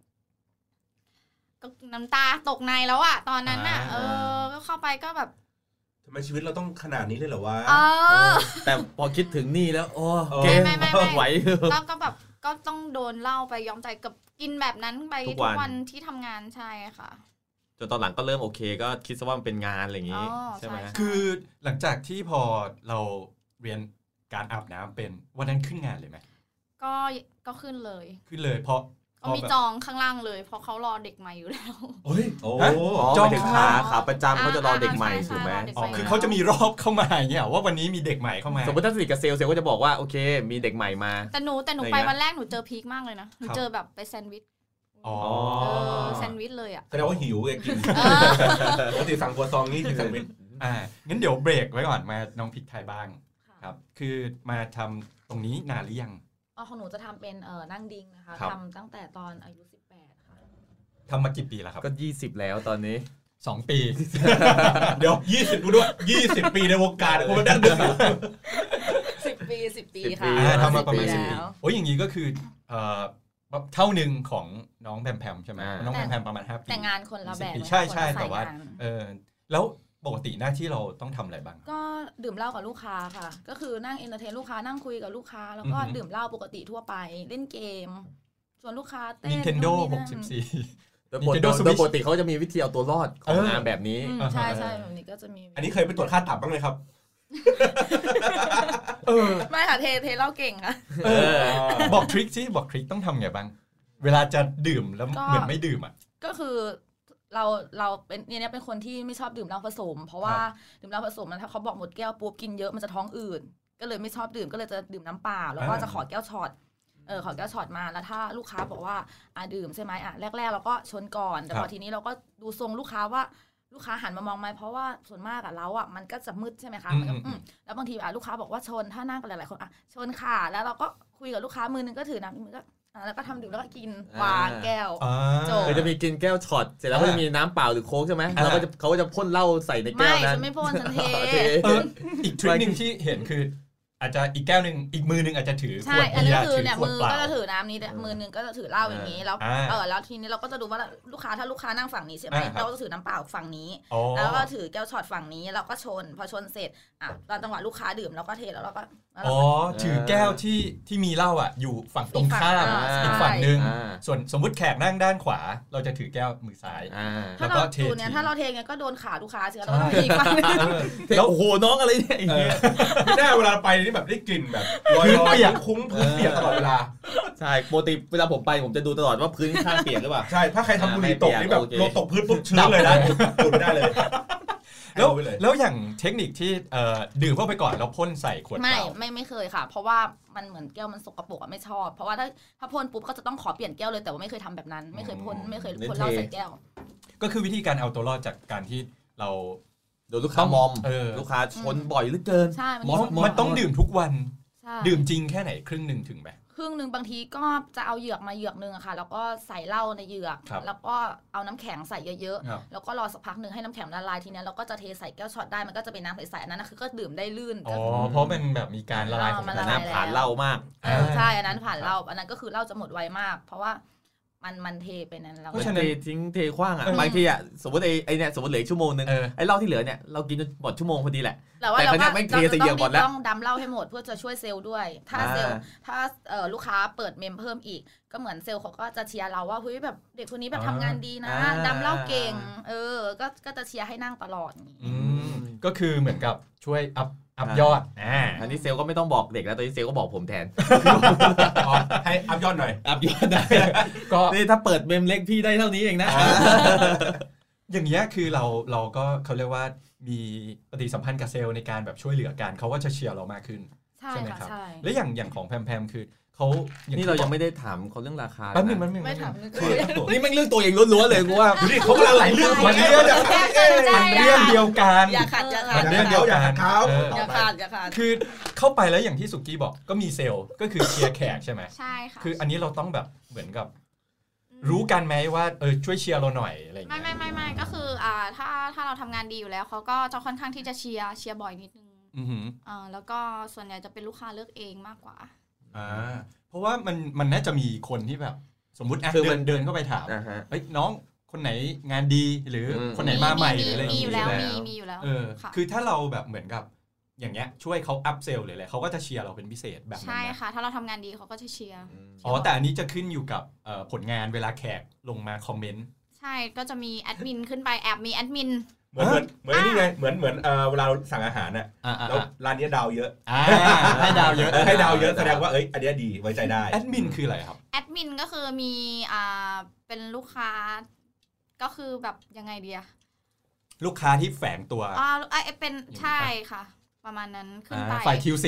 [SPEAKER 4] ก็น้ำตาตกในแล้วอะตอนนั้นน่ะ
[SPEAKER 1] อ่า
[SPEAKER 4] เออ ก็เข้าไปก็แบบ
[SPEAKER 3] ทำไมชีวิตเราต้องขนาดนี้เลยเหรอวะ
[SPEAKER 4] เออ
[SPEAKER 2] แต่พอคิดถึงนี่แล้ว โอ้
[SPEAKER 3] เออ
[SPEAKER 2] เก่ง
[SPEAKER 4] ไม่ไม่ไม่ไม่
[SPEAKER 2] ไหว
[SPEAKER 4] แล้วก็แบบก็ต้องโดนเหล่าไปยอมใจกับกินแบบนั้นไป
[SPEAKER 2] ทุ
[SPEAKER 4] ทุ
[SPEAKER 2] กวัน
[SPEAKER 4] กวันที่ทำงานใช่ค่ะ
[SPEAKER 2] จนตอนหลังก็เริ่มโอเค ก็คิดซะว่ามันเป็นงานอะไรอย่าง
[SPEAKER 4] อ๋
[SPEAKER 2] นี้
[SPEAKER 4] อ
[SPEAKER 2] ใช่ไหม
[SPEAKER 4] ใช่
[SPEAKER 1] คือหลังจากที่พอเราเรียนการอาบน้ำเป็นวันนั้นขึ้นงานเลยไหม
[SPEAKER 4] ก็ก็ขึ้นเลย
[SPEAKER 1] ขึ้นเลยเพราะ
[SPEAKER 4] ก็มีจองข้างล่างเลย เพราะเขารอเด็กใหม่อยู่แล้ว
[SPEAKER 1] เฮ้ย
[SPEAKER 3] โอ้
[SPEAKER 1] ฮะ
[SPEAKER 2] อ๋อ
[SPEAKER 1] จ้อง
[SPEAKER 2] หมายถึง
[SPEAKER 1] ข้า
[SPEAKER 2] ขาว ขาประจำเขาจะรอเด็กใหม่
[SPEAKER 4] อ่าใช่
[SPEAKER 2] ถูกไหม
[SPEAKER 4] รอเด็ก
[SPEAKER 1] อ๋
[SPEAKER 4] ให
[SPEAKER 1] อ
[SPEAKER 4] ม่
[SPEAKER 1] คือเขาจะมีรอบเข้ามาอย่างเงี้ยเหรอว่าวันนี้มีเด็กใหม่เข้ามา
[SPEAKER 2] สมมติถ้าสนิทกับเซลล์เซลล์ก็จะบอกว่า โอเค มีเด็กใหม่มา
[SPEAKER 4] แต่หนูแต่หนู
[SPEAKER 2] อะไร
[SPEAKER 4] ไป
[SPEAKER 2] เงี้ย
[SPEAKER 4] วันแรกหนูเจอพีคมากเลยนะหนู
[SPEAKER 1] ครับ
[SPEAKER 4] เจอแบบไปแซนด์วิช
[SPEAKER 1] อ๋อ
[SPEAKER 4] เออแซนด์วิช เลยอ่ะ
[SPEAKER 3] แสดงว่าหิวไงกิน
[SPEAKER 4] เออ
[SPEAKER 3] ปกติสั่งกัวซองนี่กินแซนด์วิช
[SPEAKER 1] อ่างั้นเดี๋ยวเบรกไว้ก่อนมาน้องพริกไทยบ้างครับ คือมาทำตรงนี้นานหรือยัง
[SPEAKER 6] อ๋อของหนูจะทำเป็นเออนั่งดิ้งนะคะ
[SPEAKER 1] ครับ
[SPEAKER 6] ทำตั้งแต่ตอนอายุ 18 ค่ะ
[SPEAKER 1] ทำมากี่ปีแล้วครับ
[SPEAKER 2] ก็ 20 แล้วตอนนี้
[SPEAKER 1] สองปี
[SPEAKER 3] เดี๋ยวยี่สิบกูด้วยยี่สิบปีในวงการกูมานั่งดู
[SPEAKER 6] 10 ปี 10 ปี
[SPEAKER 2] ปี
[SPEAKER 6] ค่ะ
[SPEAKER 1] อ่าทำมาประมาณ
[SPEAKER 2] 10
[SPEAKER 1] สิบปี
[SPEAKER 6] แล้ว
[SPEAKER 1] โอ้ยอย่างนี้ก็คือเอ่อเท่าหนึ่งของน้องแพมแพมใช่ไหม
[SPEAKER 2] อ่า
[SPEAKER 1] น้องแพมแพมประมาณห้าปี
[SPEAKER 6] แต่งานคนละแบบ
[SPEAKER 1] 10ปีใช่ใช่แต่ว่า
[SPEAKER 6] คนละสยงน
[SPEAKER 1] เออแล้วปกติหน้าที่เราต้องทำอะไรบ้าง
[SPEAKER 6] ก็ดื่มเหล้ากับลูกค้าค่ะ ก็คือนั่งเอนเตอร์เทนลูกค้านั่งคุยกับลูกค้า แล้วก็
[SPEAKER 1] อือหือ
[SPEAKER 6] ดื่มเหล้าปกติทั่วไป เล่นเกม ชวนลูกค้าเต้น
[SPEAKER 1] Nintendo
[SPEAKER 6] นู่นนี่นั่
[SPEAKER 2] โดย
[SPEAKER 1] 64
[SPEAKER 6] น
[SPEAKER 2] ปก
[SPEAKER 1] Nintendo
[SPEAKER 2] ติ
[SPEAKER 1] Switch
[SPEAKER 2] โดยปกติเขาจะมีวิธีเอาตัวรอดขอ
[SPEAKER 1] เอง อ
[SPEAKER 2] งานแบบนี้
[SPEAKER 6] อืมใช่ใช่แบบนี้ก็จะมี
[SPEAKER 3] อันนี้เคยไปตรวจค่าตับบ้างไหมครับ
[SPEAKER 1] เออ
[SPEAKER 6] ไม่ค่ะเทเทเหล้าเก่งค่ะ
[SPEAKER 1] เออ บอกทริคสิบอกทริคต้องทำไงบ้าง เวลาจะดื่มแล้ว
[SPEAKER 6] ก็
[SPEAKER 1] เหมือนไม่ดื่มอ่ะ
[SPEAKER 6] ก็คือเราเราเป็นเนี่ยเนี่ยเป็นคนที่ไม่ชอบดื่มเหล้าผสม เพราะว่าดื่มเหล้าผสมมันถ้าเขาบอกหมดแก้วปุ๊บกินเยอะมันจะท้องอืดก็เลยไม่ชอบดื่มก็เลยจะดื่มน้ำเปล่าแล้วก็
[SPEAKER 1] อ่า
[SPEAKER 6] จะขอแก้วช็อตเออขอแก้วช็อตมาแล้วถ้าลูกค้าบอกว่าอ่ะดื่มใช่ไหมอ่ะแรก ๆ เราก็ชนก่อนแต่พอทีนี้เราก็ดูทรงลูกค้าว่าลูกค้าหันมามองไหมเพราะว่าส่วนมากอะเราอะมันก็จะมืดใช่ไหมคะมันก็อืมแล้วบางทีอ่ะลูกค้าบอกว่าชนถ้านั่งกันหลายๆคนอ่ะชนค่ะ แล้วเราก็คุยกับลูกค้ามือนึงก็ถือน้ำอีกมือก็อ่ะแล้วก็ทำดื่มแล้วก็กินวางแก้ว
[SPEAKER 1] อ่า
[SPEAKER 6] จบ
[SPEAKER 2] คือจะมีกินแก้วช็อตเสร็จแล้วก็
[SPEAKER 1] อ่า
[SPEAKER 2] จะมีน้ำเปล่าหรือโค้กใช่ไหม
[SPEAKER 1] อ่า
[SPEAKER 2] แล้วก็จะเขาก็จะพ่นเหล้าใส่ในแก้
[SPEAKER 6] ไม่
[SPEAKER 2] วนั้น
[SPEAKER 6] ฉันไม่พ่นฉันเท
[SPEAKER 2] โอเค
[SPEAKER 1] เอออีกทริคหนึ่งที่เห็นคือ อาจจะอีกแก้วหนึ่งอีกมือหนึ่งอาจจะถือข
[SPEAKER 6] ใช่
[SPEAKER 1] วด
[SPEAKER 6] อัน
[SPEAKER 1] เบี
[SPEAKER 6] นี้
[SPEAKER 1] ย
[SPEAKER 6] ก็
[SPEAKER 1] ร์
[SPEAKER 6] คือ
[SPEAKER 1] ถือ
[SPEAKER 6] เนี่ย
[SPEAKER 1] ขวด
[SPEAKER 6] มือ
[SPEAKER 1] เปล่า
[SPEAKER 6] ก็จะถือน้ำนี้แต่
[SPEAKER 2] เออ
[SPEAKER 6] มือหนึงก็จะถือเหล้าอย่างนี้แล้ว
[SPEAKER 1] อ่า
[SPEAKER 6] เออแล้วทีนี้เราก็จะดูว่าลูกค้าถ้าลูกค้านั่งฝั่งนี้ใช่ไหม
[SPEAKER 1] อ่าครับ
[SPEAKER 6] เราก็จะถือน้ำเปล่าฝั่งนี้
[SPEAKER 1] อ๋อ
[SPEAKER 6] แล้วก็ถือแก้วช็อตฝั่งนี้เราก็ชน พอชนเสร็จอ่ะตอนจังหวะลูกค้าดื่มเราก็เทแล้วเราก็แล้วเรา
[SPEAKER 1] อ๋อ
[SPEAKER 6] ก็
[SPEAKER 1] ถือแก้วที่ที่มีเหล้าอ่ะ อยู่ฝั่งตรง
[SPEAKER 6] อีกฝั่ง
[SPEAKER 1] ข้าม
[SPEAKER 6] อ่า
[SPEAKER 1] อีกฝั่งหนึ่ง
[SPEAKER 2] อ่า
[SPEAKER 1] ส่วนสมมุติแขกนั่งด้านขวา เราจะถือแก้วมือซ้าย
[SPEAKER 2] อ่า
[SPEAKER 1] แล้
[SPEAKER 6] ถ้าว
[SPEAKER 1] ก็
[SPEAKER 6] เรา
[SPEAKER 1] เท
[SPEAKER 6] ดูเนี่ย
[SPEAKER 1] ทิ้ง
[SPEAKER 6] ถ้าเราเทไงก็โดนขาลูกค้าเสียแล้วก็ต้องอีกฝั่งหนึ ง
[SPEAKER 1] เออ
[SPEAKER 2] แล้วโอ้โหน้องอะไรเนี่ยอย่างเงี้ย
[SPEAKER 3] ไม่ได้เวลาไปนี่แบบได้กลิ่นแบบลอย
[SPEAKER 1] พื้น
[SPEAKER 3] ๆ
[SPEAKER 1] เปียก
[SPEAKER 3] คุ้งพื้นเปียกตลอดเวลา
[SPEAKER 2] ใช่ปกติเวลาผมไปผมจะดูตลอดว่าพื้นข้างเปียกหรือเปล่า
[SPEAKER 3] ใช่ ถ้าใครทำบุหรี่ตกนี่แบบ
[SPEAKER 2] โอเค
[SPEAKER 3] ลงตกพื้นปุ๊บชื้นเลยนะตุ่นได้เลย ให้
[SPEAKER 1] แล้ว
[SPEAKER 3] รู้ไปเลย
[SPEAKER 1] แล้วอย่างเทคนิคที่เอ่อดื่มเข้าไปก่อนแล้วพ่นใส่ขวดเป
[SPEAKER 6] ไม่
[SPEAKER 1] ล่า
[SPEAKER 6] ไม่ไม่เคยค่ะ เพราะว่ามันเหมือนแก้วมันสกปรกอะไม่ชอบ เพราะว่าถ้าถ้าพ่นปุ๊บก็จะต้องขอเปลี่ยนแก้วเลยแต่ว่าไม่เคยทำแบบนั้น ไม่เคยพ่น
[SPEAKER 1] อืม
[SPEAKER 6] ไม่เคย
[SPEAKER 2] เน้น
[SPEAKER 6] พ่นเหล้า
[SPEAKER 2] เท
[SPEAKER 6] ใส่แก้ว
[SPEAKER 1] ก็คือวิธีการเอาตัวรอดจากการที่เรา
[SPEAKER 2] โดนลูกค้ามอม
[SPEAKER 1] เออ
[SPEAKER 2] ลูกค้าชนบ่อยเหลือเกิน
[SPEAKER 6] ใช่มัน
[SPEAKER 1] มอม
[SPEAKER 6] สกปรก
[SPEAKER 1] มันต้องดื่มทุกวัน
[SPEAKER 6] ใช่
[SPEAKER 1] ดื่มจริงแค่ไหนครึ่งหนึ่งถึงไหม
[SPEAKER 6] ครึ่งหนึ่งบางทีก็จะเอาเหยือกมาเหยือกหนึ่งอะค่ะ แล้วก็ใส่เหล้าในเหยือก
[SPEAKER 1] ครับ
[SPEAKER 6] แล้วก็เอาน้ำแข็งใส่เยอะ
[SPEAKER 1] ครับ
[SPEAKER 6] ๆแล้วก็รอสักพักหนึ่งให้น้ำแข็งละลายทีเนี้ยเราก็จะเทใส่แก้วช็อตได้มันก็จะเป็นน้ำใสๆอันนั้นนะคือก็ดื่มได้ลื่น
[SPEAKER 1] อ๋
[SPEAKER 6] ก็
[SPEAKER 1] อ เพราะมันแบบมีการละลายของ
[SPEAKER 6] อ่ามัน
[SPEAKER 1] แต่
[SPEAKER 6] ละลย
[SPEAKER 1] น้
[SPEAKER 2] น้ำผ่านเหล้ามาก
[SPEAKER 1] อ่า
[SPEAKER 6] ใช่อันนั้นผ่านเหล้าอันนั้นก็คือเหล้าจะหมดไวมาก เพราะว่ามันมันเทไปนั้นแล้ว
[SPEAKER 1] เพราะ
[SPEAKER 6] ก็
[SPEAKER 1] ฉะนั้น
[SPEAKER 2] เททิ้งเทขว้างอ่ะ
[SPEAKER 1] เออ
[SPEAKER 2] บางทีอ่ะสมมติไอ้ไอ้เนี่ยสมมติเหลืออกชั่วโมงนึง
[SPEAKER 1] เออ
[SPEAKER 2] ไอ้เหล้าที่เหลือเนี่ยเรากินจนหมดชั่วโมงพอดีแหละ
[SPEAKER 6] แต่ว่า
[SPEAKER 2] แต่
[SPEAKER 6] เรา
[SPEAKER 2] คนเนี้ยไม่เค
[SPEAKER 6] ก็เรา
[SPEAKER 2] ลียร์
[SPEAKER 6] จะ
[SPEAKER 2] เสีย
[SPEAKER 6] ต้
[SPEAKER 2] เย
[SPEAKER 6] อ
[SPEAKER 2] อะ
[SPEAKER 6] ง
[SPEAKER 2] หมดแล้ว
[SPEAKER 6] ต้องดำเหล้าให้หมดเพื่อจะช่วยเซลล์ด้วย ถ้า
[SPEAKER 2] อ่า
[SPEAKER 6] เซลล์ถ้าเอ่อลูกค้าเปิดเมมเพิ่มอีก ก็เหมือนเซลล์เขาก็จะเชียร์เราว่าเฮ้ยแบบเด็กคนนี้แบบทำงานดีนะดำเหล้าเก่ง เออ ก็ก็จะเชียร์ให้นั่งตลอดอย่างงี้
[SPEAKER 1] อืมก็คือเหมือนกับช่วยอัพอัพยอดอ่า
[SPEAKER 2] อันนี้เซลล์ก็ไม่ต้องบอกเด็กแล้วตอนนี้เซลล์ก็บอกผมแทน
[SPEAKER 3] อ๋อให้อัพยอดหน่อย
[SPEAKER 2] อัพยอดได้
[SPEAKER 1] ก็
[SPEAKER 2] นี่ถ้าเปิดเมมเล็กพี่ได้เท่านี้เองนะ
[SPEAKER 1] อย่างเงี้ยคือเราเราก็เขาเรียกว่ามีปฏิสัมพันธ์กับเซลล์ในการแบบช่วยเหลือกันเขาก็จะเชียร์เรามากขึ้น
[SPEAKER 6] ใช่
[SPEAKER 1] ใช่ไหม
[SPEAKER 6] ค่ะ
[SPEAKER 1] ครับ
[SPEAKER 6] ใช่
[SPEAKER 1] และอย่างอย่างของแพมแพมคือเขาอย่
[SPEAKER 2] นี่
[SPEAKER 1] ที่
[SPEAKER 2] เรายังไม่ได้ถามเขาเรื่องราคา
[SPEAKER 1] แป๊บหนึงแป๊บหนึง
[SPEAKER 6] ไม่ถาม
[SPEAKER 1] แป๊บหนึ่ง
[SPEAKER 6] นึก
[SPEAKER 1] คือ
[SPEAKER 2] นี่มันเรื่องตัวเองล้วนๆเลยกูว่า
[SPEAKER 1] ดูดิเขากำลังไหลเรื่องมันเรื่องเดียว
[SPEAKER 6] แค่เกินใจ
[SPEAKER 1] มันเรื่องเดียวกัน
[SPEAKER 6] อย่าขัดอย่าขั
[SPEAKER 1] มั
[SPEAKER 6] ด
[SPEAKER 1] นเรื่องเดียว
[SPEAKER 3] อ
[SPEAKER 1] กั
[SPEAKER 3] ย่าขั
[SPEAKER 1] น
[SPEAKER 3] ดเขา
[SPEAKER 1] เออ
[SPEAKER 6] อย่าขาดอย่าขาด
[SPEAKER 1] คือเข้าไปแล้วอย่างที่สุกี้บอกก็มีเซลล์ก็คือเชียร์แขกใช่ไหม
[SPEAKER 4] ใช่ค่ะ
[SPEAKER 1] คืออันนี้เราต้องแบบเหมือนกับ
[SPEAKER 4] อืม
[SPEAKER 1] รู้กันไหมว่าเออช่วยเชียร์เราหน่อยอะไรอย่าง
[SPEAKER 4] ไม่
[SPEAKER 1] เงี้ย
[SPEAKER 4] ไม่ไม่ไม่ก็คืออ่าถ้าถ้าเราทำงานดีอยู่แล้วเขาก็จะค่อนข้างที่จะเชียร์เชียร์บ่อยนิดนึง
[SPEAKER 1] อือหือ
[SPEAKER 4] อ่าแล้วก็ส่วนใหญ่จะเป็นลูกค้าเลือกเองมากกว่า
[SPEAKER 1] อ่าเพราะว่ามันมันน่าจะมีคนที่แบบ สมมติอ่ะ
[SPEAKER 2] คือ
[SPEAKER 1] เดิ
[SPEAKER 2] มัน น
[SPEAKER 1] เดินเข้าไปถาม
[SPEAKER 2] อ่าฮะ
[SPEAKER 1] เฮ้ยน้องคนไหนงานดีหรืออ
[SPEAKER 2] ม
[SPEAKER 1] คนไหนมาใหม่ห
[SPEAKER 4] มี
[SPEAKER 1] รืออะไร
[SPEAKER 4] มีอยู่แล้ว
[SPEAKER 1] าง
[SPEAKER 4] มี
[SPEAKER 1] เงี้
[SPEAKER 4] มีอยู่แล้ว
[SPEAKER 1] เออ
[SPEAKER 4] ค่ะ
[SPEAKER 1] คือถ้าเราแบบเหมือนกับ อย่างเงี้ยช่วยเขาอัพเซลหรืออะไรเขาก็จะเชียร์เราเป็นพิเศษแบบนั้
[SPEAKER 4] ใช่
[SPEAKER 1] นนะ
[SPEAKER 4] ค่ะ ถ้าเราทำงานดีเขาก็จะเชียร์
[SPEAKER 1] อ๋อแต่อันนี้จะขึ้นอยู่กับเอ่อผลงานเวลาแขกลงมาคอมเมนต์
[SPEAKER 4] ใช่ก็จะมีแอดมินขึ้นไปแอบมีแอดมิน
[SPEAKER 3] เหมือนเหมือนเหมือน
[SPEAKER 4] อ่ะ
[SPEAKER 3] นี่ไงเหมือนเหมือนเอ่อเวลาเราสั่งอาหารน่ะ
[SPEAKER 1] อ่าอ่า
[SPEAKER 3] แล้วร้านเนี้ยดาวเยอะ
[SPEAKER 1] อ่าให้ดาวเยอะ
[SPEAKER 3] ให้ดาวเยอะแสดงว่าเอ้ยอันเนี้ยดีไว้ใจได้
[SPEAKER 1] แอดมินคืออะไรครับ
[SPEAKER 4] แอดมินก็คือมีอ่าเป็นลูกค้า ก็คือแบบยังไงดีอะ
[SPEAKER 1] ลูกค้าที่แฝงตัว
[SPEAKER 4] อ่าเอ้ยเป็น
[SPEAKER 1] อย่างนี้ปะ
[SPEAKER 4] ใช่ค่ะ ประมาณนั้นขึ้นไป
[SPEAKER 1] อ่าฝ่าย QC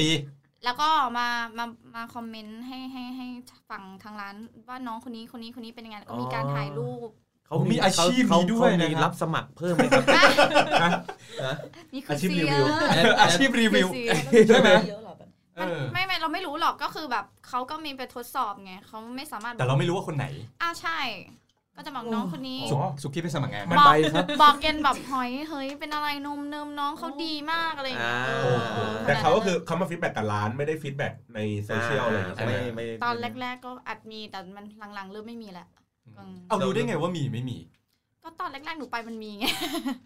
[SPEAKER 4] แล้วก็มา มา มาคอมเมนต์ให้ให้ให้ฝั่งทางร้าน ว่าน้องคนนี้คนนี้คนนี้เป็นยังไงแล้วก็มีการถ่ายรูป
[SPEAKER 2] เขา
[SPEAKER 1] มีอาชีพ
[SPEAKER 2] เขา
[SPEAKER 1] นี้ด้วย
[SPEAKER 2] เขา
[SPEAKER 1] นะ
[SPEAKER 2] มี
[SPEAKER 1] ครับ
[SPEAKER 2] รับสมัครเพิ่มไหมครับ
[SPEAKER 4] นี่คือ
[SPEAKER 3] อาชีพ
[SPEAKER 4] เซี
[SPEAKER 3] รี
[SPEAKER 4] ย
[SPEAKER 3] วิว
[SPEAKER 1] อาชีพรีวิว ใช่ไหม
[SPEAKER 6] เยอะหรอแบบ
[SPEAKER 1] เออ
[SPEAKER 4] ไม่ไม่เราไม่รู้หรอกก็คือแบบเขาก็มีไปทดสอบไงเขาไม่สามารถ
[SPEAKER 1] แต่เราไม่รู้ว่าคนไหน
[SPEAKER 4] อ้าวใช่ ก็จะบอกน้องคนนี้
[SPEAKER 1] สุสุกี้ไปสมัครงาน
[SPEAKER 4] มั
[SPEAKER 1] มา
[SPEAKER 4] น
[SPEAKER 2] ไปครับ
[SPEAKER 4] บอกเย็นแบบหอยเฮ้ยเป็นอะไรนมเนิมน้องเขาดีมากอะไรอย่างเงี้ย
[SPEAKER 2] อ่า
[SPEAKER 4] เออเออ
[SPEAKER 3] แต่เขาก็คือเขามาฟีดแบ็กกับร้านไม่ได้ฟีดแบ็กในโซเชียลอะไรอย่างเงี้ยใช่ไหม
[SPEAKER 2] ไม่ไม่
[SPEAKER 4] ตอนแรก ๆ ก็อัดมีแต่มันหลังๆเริ่มไม่มีแล้ว
[SPEAKER 1] เอารู้ได้ไงว่ามีไม่มี
[SPEAKER 4] ก็ตอนแรกๆหนูไปมัน มีไง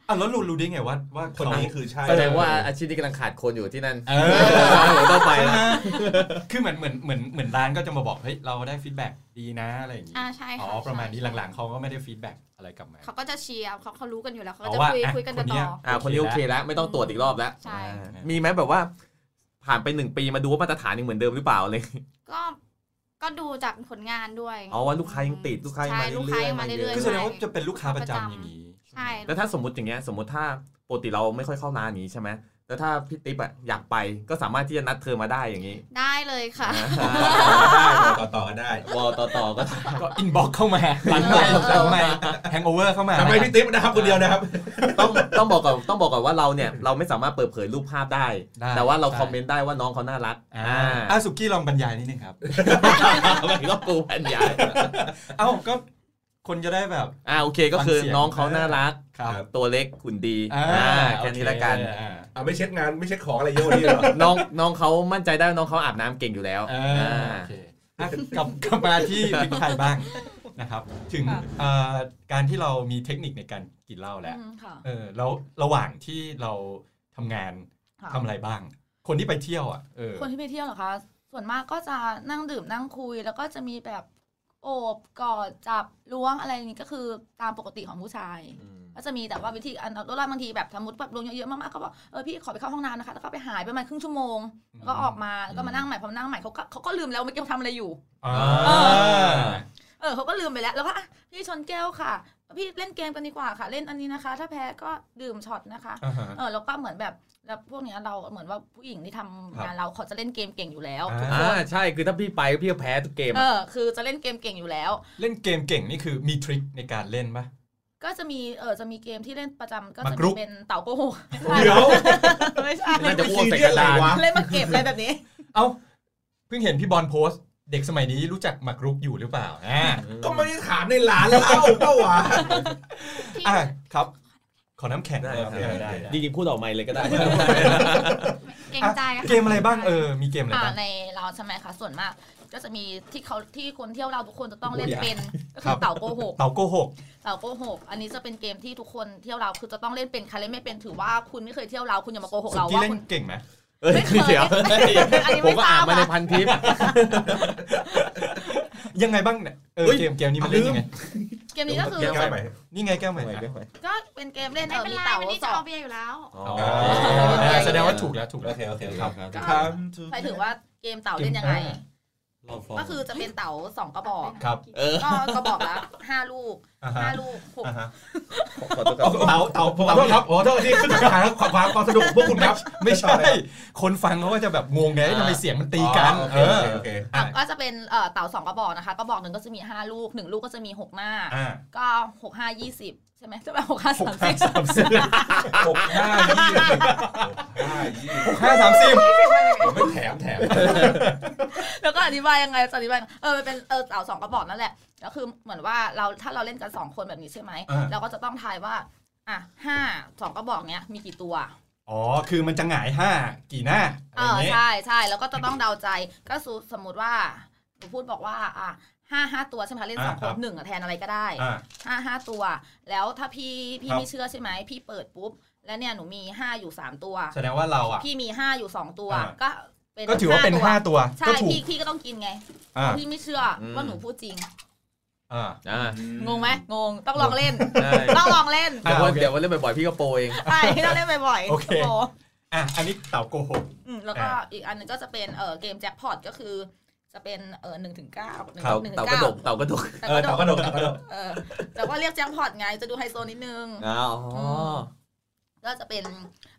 [SPEAKER 1] อ่ะแล้วรู้รู้ได้ไงว่าว่า
[SPEAKER 3] คน
[SPEAKER 1] เขา
[SPEAKER 3] นี้คือใช่
[SPEAKER 2] แสดงว่าอาชีพที่กำลังขาดคนอยู่ที่นั่น
[SPEAKER 1] เออ
[SPEAKER 2] ผมต้องไป
[SPEAKER 1] ใช่ไหม
[SPEAKER 2] ละ
[SPEAKER 1] คือเหมือนเหมือนเหมือนเหมือนร้านก็จะมาบอกเฮ้ยเราได้ฟีดแบ็กดีนะอะไรอย่างงี้
[SPEAKER 4] อ่าใช่
[SPEAKER 1] อ๋อ
[SPEAKER 4] ค่ะ
[SPEAKER 1] ประมาณนี้
[SPEAKER 4] ใช่
[SPEAKER 1] หลังๆเขาก็ไม่ได้ฟีดแบ็กอะไรกลับมา
[SPEAKER 4] เขาก็จะเชียร์เขาเขารู้กันอยู่แล้วเขาก็
[SPEAKER 1] เอา
[SPEAKER 4] จะ
[SPEAKER 1] ว่า
[SPEAKER 4] คุย
[SPEAKER 1] อ่ะ
[SPEAKER 4] คุยกัน
[SPEAKER 1] คนเนี้
[SPEAKER 4] ต่
[SPEAKER 1] ย
[SPEAKER 4] อ
[SPEAKER 2] อ่าคนนี้โอเคแล้ว ไม่ต้องตรวจอีกรอบแล้ว
[SPEAKER 4] ใช่
[SPEAKER 2] อ่ามีไหมแบบว่า ผ่านไปหนึ่งปีมาดูว่ามาตรฐานยังเหมือนเดิมหรือเปล่าเลย
[SPEAKER 4] ก็ก็ดูจากผลงานด้วย
[SPEAKER 2] อ๋อว่าลูกค้ายังติดลูกค้ายัง
[SPEAKER 4] ใช่
[SPEAKER 2] มาเรื่อยๆมาเยอะ
[SPEAKER 4] ลูกค้ายังมาเรื่อยๆ
[SPEAKER 1] คือแสดงว่าจะ
[SPEAKER 4] ใช่
[SPEAKER 1] เป็นลูกค้าประจำ
[SPEAKER 4] ประจำ
[SPEAKER 1] อย่างงี้
[SPEAKER 4] ใช่
[SPEAKER 2] แล้วถ้าสมมติอย่างเงี้ยสมมติถ้าปกติเราไม่ค่อยเข้าร้านอย่างนี้ใช่ไหมแล้วถ้าพี่ติ๊บอะอยากไปก็สามารถที่จะนัดเธอมาได้อย่าง นี้
[SPEAKER 4] ได้เลยค่ะ
[SPEAKER 3] ต่อต่อต่อกันได้
[SPEAKER 2] วอลต่อต่อก็
[SPEAKER 1] ก็อินบ็อกเข้ามาหลังใหม่หลังใหม่แฮงโอเวอร์เข้ามา
[SPEAKER 3] แต่ไม่พี่ติ๊บนะครับคนเดียวนะครับ
[SPEAKER 2] ต้องต้องบอกก่อนต้องบอกก่อนว่าเราเนี่ยเราไม่สามารถเปิดเผยรูปภาพได้
[SPEAKER 1] ได้
[SPEAKER 2] แต่ว่าเรา
[SPEAKER 1] ได้
[SPEAKER 2] คอมเมนต์ได้ว่าน้องเขาน่า รัก
[SPEAKER 1] อ่าอ่ะสุกี้ลองบรรยายนิดนึงครับ
[SPEAKER 2] มันก็ปูแผ่นใหญ่
[SPEAKER 1] เอ้าก็คนจะได้แบบ
[SPEAKER 2] อ่าโอเคก็คือ
[SPEAKER 1] ฟังเสียง
[SPEAKER 2] น้องเขาน่ารัก
[SPEAKER 1] ครับ
[SPEAKER 2] ตัวเล็กหุ่นดีอ่าแค่นี้ละกัน
[SPEAKER 3] อ่ะไม่เช็คงานไม่เช็คของอะไรเยอะกว่านี่หรอ
[SPEAKER 2] น้องน้องเขามั่นใจได้ว่าน้องเขาอาบน้ำเก่งอยู่แล้ว
[SPEAKER 1] เออ
[SPEAKER 2] อ่า
[SPEAKER 1] โอเคอ่ะกลับกลับมาที่พริกไทยบ้างนะครับ ถึง
[SPEAKER 6] ค่ะ
[SPEAKER 1] เอ่อการที่เรามีเทคนิคในการกินเหล้าแล้ว
[SPEAKER 6] อืมค่ะ
[SPEAKER 1] เออแล้วระหว่างที่เราทำงาน
[SPEAKER 6] ค่ะ
[SPEAKER 1] ทำอะไรบ้าง คนที่ไปเที่ยวอ่ะเออ
[SPEAKER 6] คนที่ไปเที่ยวเหรอคะ ส่วนมากก็จะนั่งดื่มนั่งคุย แล้วก็จะมีแบบโอบกอดจับล้วงอะไรอย่างนี้ก็คือตามปกติของผู้ชาย ก็จะมีแต่ว่าวิธีอันเอาตัวรอดบางทีแบบสมมติแบบลงเยอะๆมากๆก็บอกเออพี่ขอไปเข้าห้องน้ำนะคะแล้วก็ไปหายไปประมาณครึ่งชั่วโมงแล้วก็ออกมาแล้วก็มานั่งใหม่พอมานั่งใหม่เขาก็เขาก็ลืมแล้วเมื่อกี้เขาทำอะไรอยู่
[SPEAKER 1] อ่า
[SPEAKER 6] เออเขาก็ลืมไปแล้วแล้วก็อ่ะพี่ชนแก้วค่ะเอ พี่เล่นเกมกันดีกว่าค่ะ เล่นอันนี้นะคะ ถ้าแพ้ก็ดื่มช็อตนะคะ
[SPEAKER 1] อ่าฮะ
[SPEAKER 6] เออแล้วก็เหมือนแบบแล้วพวกเนี้ยเราเหมือนว่าผู้หญิงที่ทำงานเราเขาจะเล่นเกมเก่งอยู่แล้ว
[SPEAKER 1] อ่า
[SPEAKER 5] อ่าใช่คือถ้าพี่ไปพี่ก็แพ้ทุกเกม
[SPEAKER 6] เอ
[SPEAKER 5] อะ
[SPEAKER 6] อคือจะเล่นเกมเก่งอยู่แล้ว
[SPEAKER 1] เล่นเกมเก่งนี่คือมีทริคในการเล่นปะ
[SPEAKER 6] ก็จะมีเออจะมีเกมที่เล่นประจำก็จะ
[SPEAKER 1] มากรุก
[SPEAKER 6] เป็นเต่าโกหก
[SPEAKER 1] เดี๋ยว
[SPEAKER 6] ไม่ใช่
[SPEAKER 5] น่าจะอ้วกใส่กระดาน
[SPEAKER 6] เล่นมาเก็บอะไรแบบนี้
[SPEAKER 1] เอ้า เพิ่งเห็นพี่บอลโพสต์ เด็กสมัยนี้รู้จักหมากรุกอยู่หรือเปล่าอ่า
[SPEAKER 3] ก็ไม่ได้ถามในร้านเล่าเปล่าวะ
[SPEAKER 4] ที่
[SPEAKER 1] อ่ะครับ ขอน้ำแข็ง
[SPEAKER 5] ได้
[SPEAKER 1] นะครับ โอเค
[SPEAKER 5] ได้จริงๆพูดออกไมค์เลยก็ได้
[SPEAKER 4] เกรงใจค่
[SPEAKER 1] เกมอะไรบ้างเออ มีเกมอะไร
[SPEAKER 6] อ่า
[SPEAKER 1] บ้าง
[SPEAKER 6] ในเราใช่ไหมคะส่วนมาก ก็จะมีที่เขาที่คนเที่ยวเราทุกคนจะต้องเล่น
[SPEAKER 5] โอ้ย
[SPEAKER 6] เป็นก็
[SPEAKER 1] ครั
[SPEAKER 6] คือบ เต่าโกหก
[SPEAKER 1] เต่าโกหก
[SPEAKER 6] เต่าโกหกอันนี้จะเป็นเกมที่ทุกคนเที่ยวเราคือจะต้องเล่นเป็นใครเล่นไม่เป็นถือว่าคุณไม่เคยเที่ยวเราคุณอย่ามาโกหก
[SPEAKER 1] สุ
[SPEAKER 6] เรา
[SPEAKER 1] กี้
[SPEAKER 6] ว่า
[SPEAKER 1] เล่น
[SPEAKER 6] คุณ
[SPEAKER 1] เก่งไหม
[SPEAKER 5] เอ้ย
[SPEAKER 6] ไม่เคย
[SPEAKER 5] เดี๋ยว
[SPEAKER 6] อันนี้
[SPEAKER 5] ผ
[SPEAKER 6] ไม่
[SPEAKER 5] มก็อ่าน
[SPEAKER 6] ทราบ
[SPEAKER 5] มา
[SPEAKER 6] อะ
[SPEAKER 5] ในพันทิป
[SPEAKER 1] ยังไงบ้างเนี่ยเออ
[SPEAKER 5] เฮ้ย
[SPEAKER 1] เกมเกมนี้มันเล่นยังไง
[SPEAKER 6] เกมนี้ก็คือ
[SPEAKER 5] แก้วใหม่
[SPEAKER 1] นี่ไงแก้วใหม่นะ
[SPEAKER 6] ก็เป็นเกมเล่น
[SPEAKER 4] ไม่
[SPEAKER 6] เออ
[SPEAKER 4] เป็น
[SPEAKER 6] มี
[SPEAKER 4] ไร
[SPEAKER 6] เต่า
[SPEAKER 4] วันนี้
[SPEAKER 6] ส
[SPEAKER 4] จะ
[SPEAKER 6] อ
[SPEAKER 4] เอา
[SPEAKER 6] ง
[SPEAKER 4] เบียร์อยู่แล้ว
[SPEAKER 5] อ๋อ
[SPEAKER 1] อ๋อ
[SPEAKER 6] เออ
[SPEAKER 1] แสดงว่าถูกแล้วถูก
[SPEAKER 3] โอ
[SPEAKER 1] แล้ว
[SPEAKER 3] เค โอเค
[SPEAKER 5] ค
[SPEAKER 3] ค
[SPEAKER 5] รั
[SPEAKER 3] รั
[SPEAKER 5] บบ ครับ
[SPEAKER 6] ก็
[SPEAKER 3] ำทุก
[SPEAKER 6] ไปถึงว่าเกมเต่าเล่นยังไง
[SPEAKER 5] รอบฟอง
[SPEAKER 6] ก็คือจะเป็นเต่าสองกระบอก
[SPEAKER 1] ครับ
[SPEAKER 5] เออ
[SPEAKER 6] ก็กระบอกละห้าลูก
[SPEAKER 1] อ่าฮะ
[SPEAKER 6] ห้าลูกหก
[SPEAKER 1] อ่าฮะ
[SPEAKER 5] ขอโทษครับ
[SPEAKER 3] เต่าเต่าผมขอโทษครับขอโทษที่ขึ้นทางขอความความสะดวกของพวกคุณครับ
[SPEAKER 1] ไม่ใช่ คนฟังเขาก็จะแบบงงไง
[SPEAKER 5] อ่า
[SPEAKER 1] ทำไมเสียงมันตีกัน
[SPEAKER 3] อ๋อ
[SPEAKER 1] เออ
[SPEAKER 3] โอเค
[SPEAKER 1] อ่ะ
[SPEAKER 6] ก็จะเป็นเอ่อเต่าสองกระบอกนะคะกระบอกหนึ่งก็จะมีห้าลูกหนึ่งลูกก็จะมีหกหน้า
[SPEAKER 1] อ่า
[SPEAKER 6] ก็หกห้ายี่สิบใช่ไหมจะไปหกห้า
[SPEAKER 1] ห
[SPEAKER 6] สาม
[SPEAKER 1] ก
[SPEAKER 6] สิ
[SPEAKER 1] ห้า
[SPEAKER 6] บ
[SPEAKER 1] สามสิบ
[SPEAKER 3] หกห้ายี่สิบห้ายี่
[SPEAKER 1] หกห้าสามสิบ
[SPEAKER 3] ผมไม่แถมแถม
[SPEAKER 6] แล้วก็อธิบายยังไงจะอธิบายยังไงเออมันเป็นเออเต่าสองกระบอกนั่นแหละก็คือเหมือนว่าเราถ้าเราเล่นกันสองคนแบบนี้ใช่ไหมเราก็จะต้องทายว่าอ่ะห้าสองกระบอกเนี้ยมีกี่ตัว
[SPEAKER 1] อ๋อคือมันจะหงายห้ากี่หน้าอะ
[SPEAKER 6] เอ
[SPEAKER 1] ไร
[SPEAKER 6] อ
[SPEAKER 1] เงี้ย
[SPEAKER 6] ใช่ใช่แล้วก็จะต้องเดาใจก็สูสมมติว่าหนูพูดบอกว่าอ่ะห้าห้าตัวใช่ไหมคะเล่นสอง
[SPEAKER 1] อ่า
[SPEAKER 6] ค
[SPEAKER 1] ครั
[SPEAKER 6] น
[SPEAKER 1] บ
[SPEAKER 6] หนึ่งอะแทนอะไรก็ได้
[SPEAKER 1] อ่า
[SPEAKER 6] ห้าห้าตัว แล้วถ้าพี่พี่
[SPEAKER 1] ครับ
[SPEAKER 6] ไม่เชื่อใช่ไหมพี่เปิดปุ๊บ แล้วเนี่ยหนูมีห้าอยู่สามตัว
[SPEAKER 1] แสดงว่าเราอ่ะ
[SPEAKER 6] พี่มีห้าอยู่สองตัว
[SPEAKER 1] อ่า
[SPEAKER 6] ก็เป็น
[SPEAKER 1] ก็ถือว่าเป็นห้า
[SPEAKER 6] ตัว
[SPEAKER 1] ตัว
[SPEAKER 6] ใช่
[SPEAKER 1] ก็ถูก
[SPEAKER 6] พี่พี่ก็ต้องกินไง
[SPEAKER 1] อ่า
[SPEAKER 6] พี่ไม่เชื่ออ
[SPEAKER 5] ม
[SPEAKER 6] ว่าหนูพูดจริง
[SPEAKER 1] อ่า
[SPEAKER 5] อ่าง
[SPEAKER 6] งไหมงงต้องลองเล่น
[SPEAKER 5] ได้
[SPEAKER 6] ต้องลองเล่น
[SPEAKER 1] อ่ะ
[SPEAKER 5] เดี๋ยววัน
[SPEAKER 1] โอเค
[SPEAKER 5] เดี๋ยววันเล่นบ่อยๆพี่ก็โปรเอง
[SPEAKER 6] ใช่ต้องเล่นบ่อยๆ
[SPEAKER 1] โอเค
[SPEAKER 6] ห
[SPEAKER 1] อ่ะอันนี้เต่าโกหก
[SPEAKER 6] อืมแล้วก็
[SPEAKER 1] อ่า
[SPEAKER 6] อีกอันหนึงก็จะเป็นเอ่อเกมแจ็คพอตก็คือ จะเป็นเอ่อหนึ่งถึงเก้าหนึ่ง
[SPEAKER 1] ครับ
[SPEAKER 6] หนึ่ง
[SPEAKER 5] เต่า
[SPEAKER 6] ถึง
[SPEAKER 5] กระ
[SPEAKER 6] เก้า
[SPEAKER 5] ดกเต่ากระดก
[SPEAKER 6] แต่
[SPEAKER 3] เออเต่ากระโดดเต่ากระโดด
[SPEAKER 6] เออแต่ว่าเรียกแจ็คพอตไงจะดูไฮโซนิดนึง
[SPEAKER 5] อ๋อ
[SPEAKER 6] ก็จะเป็น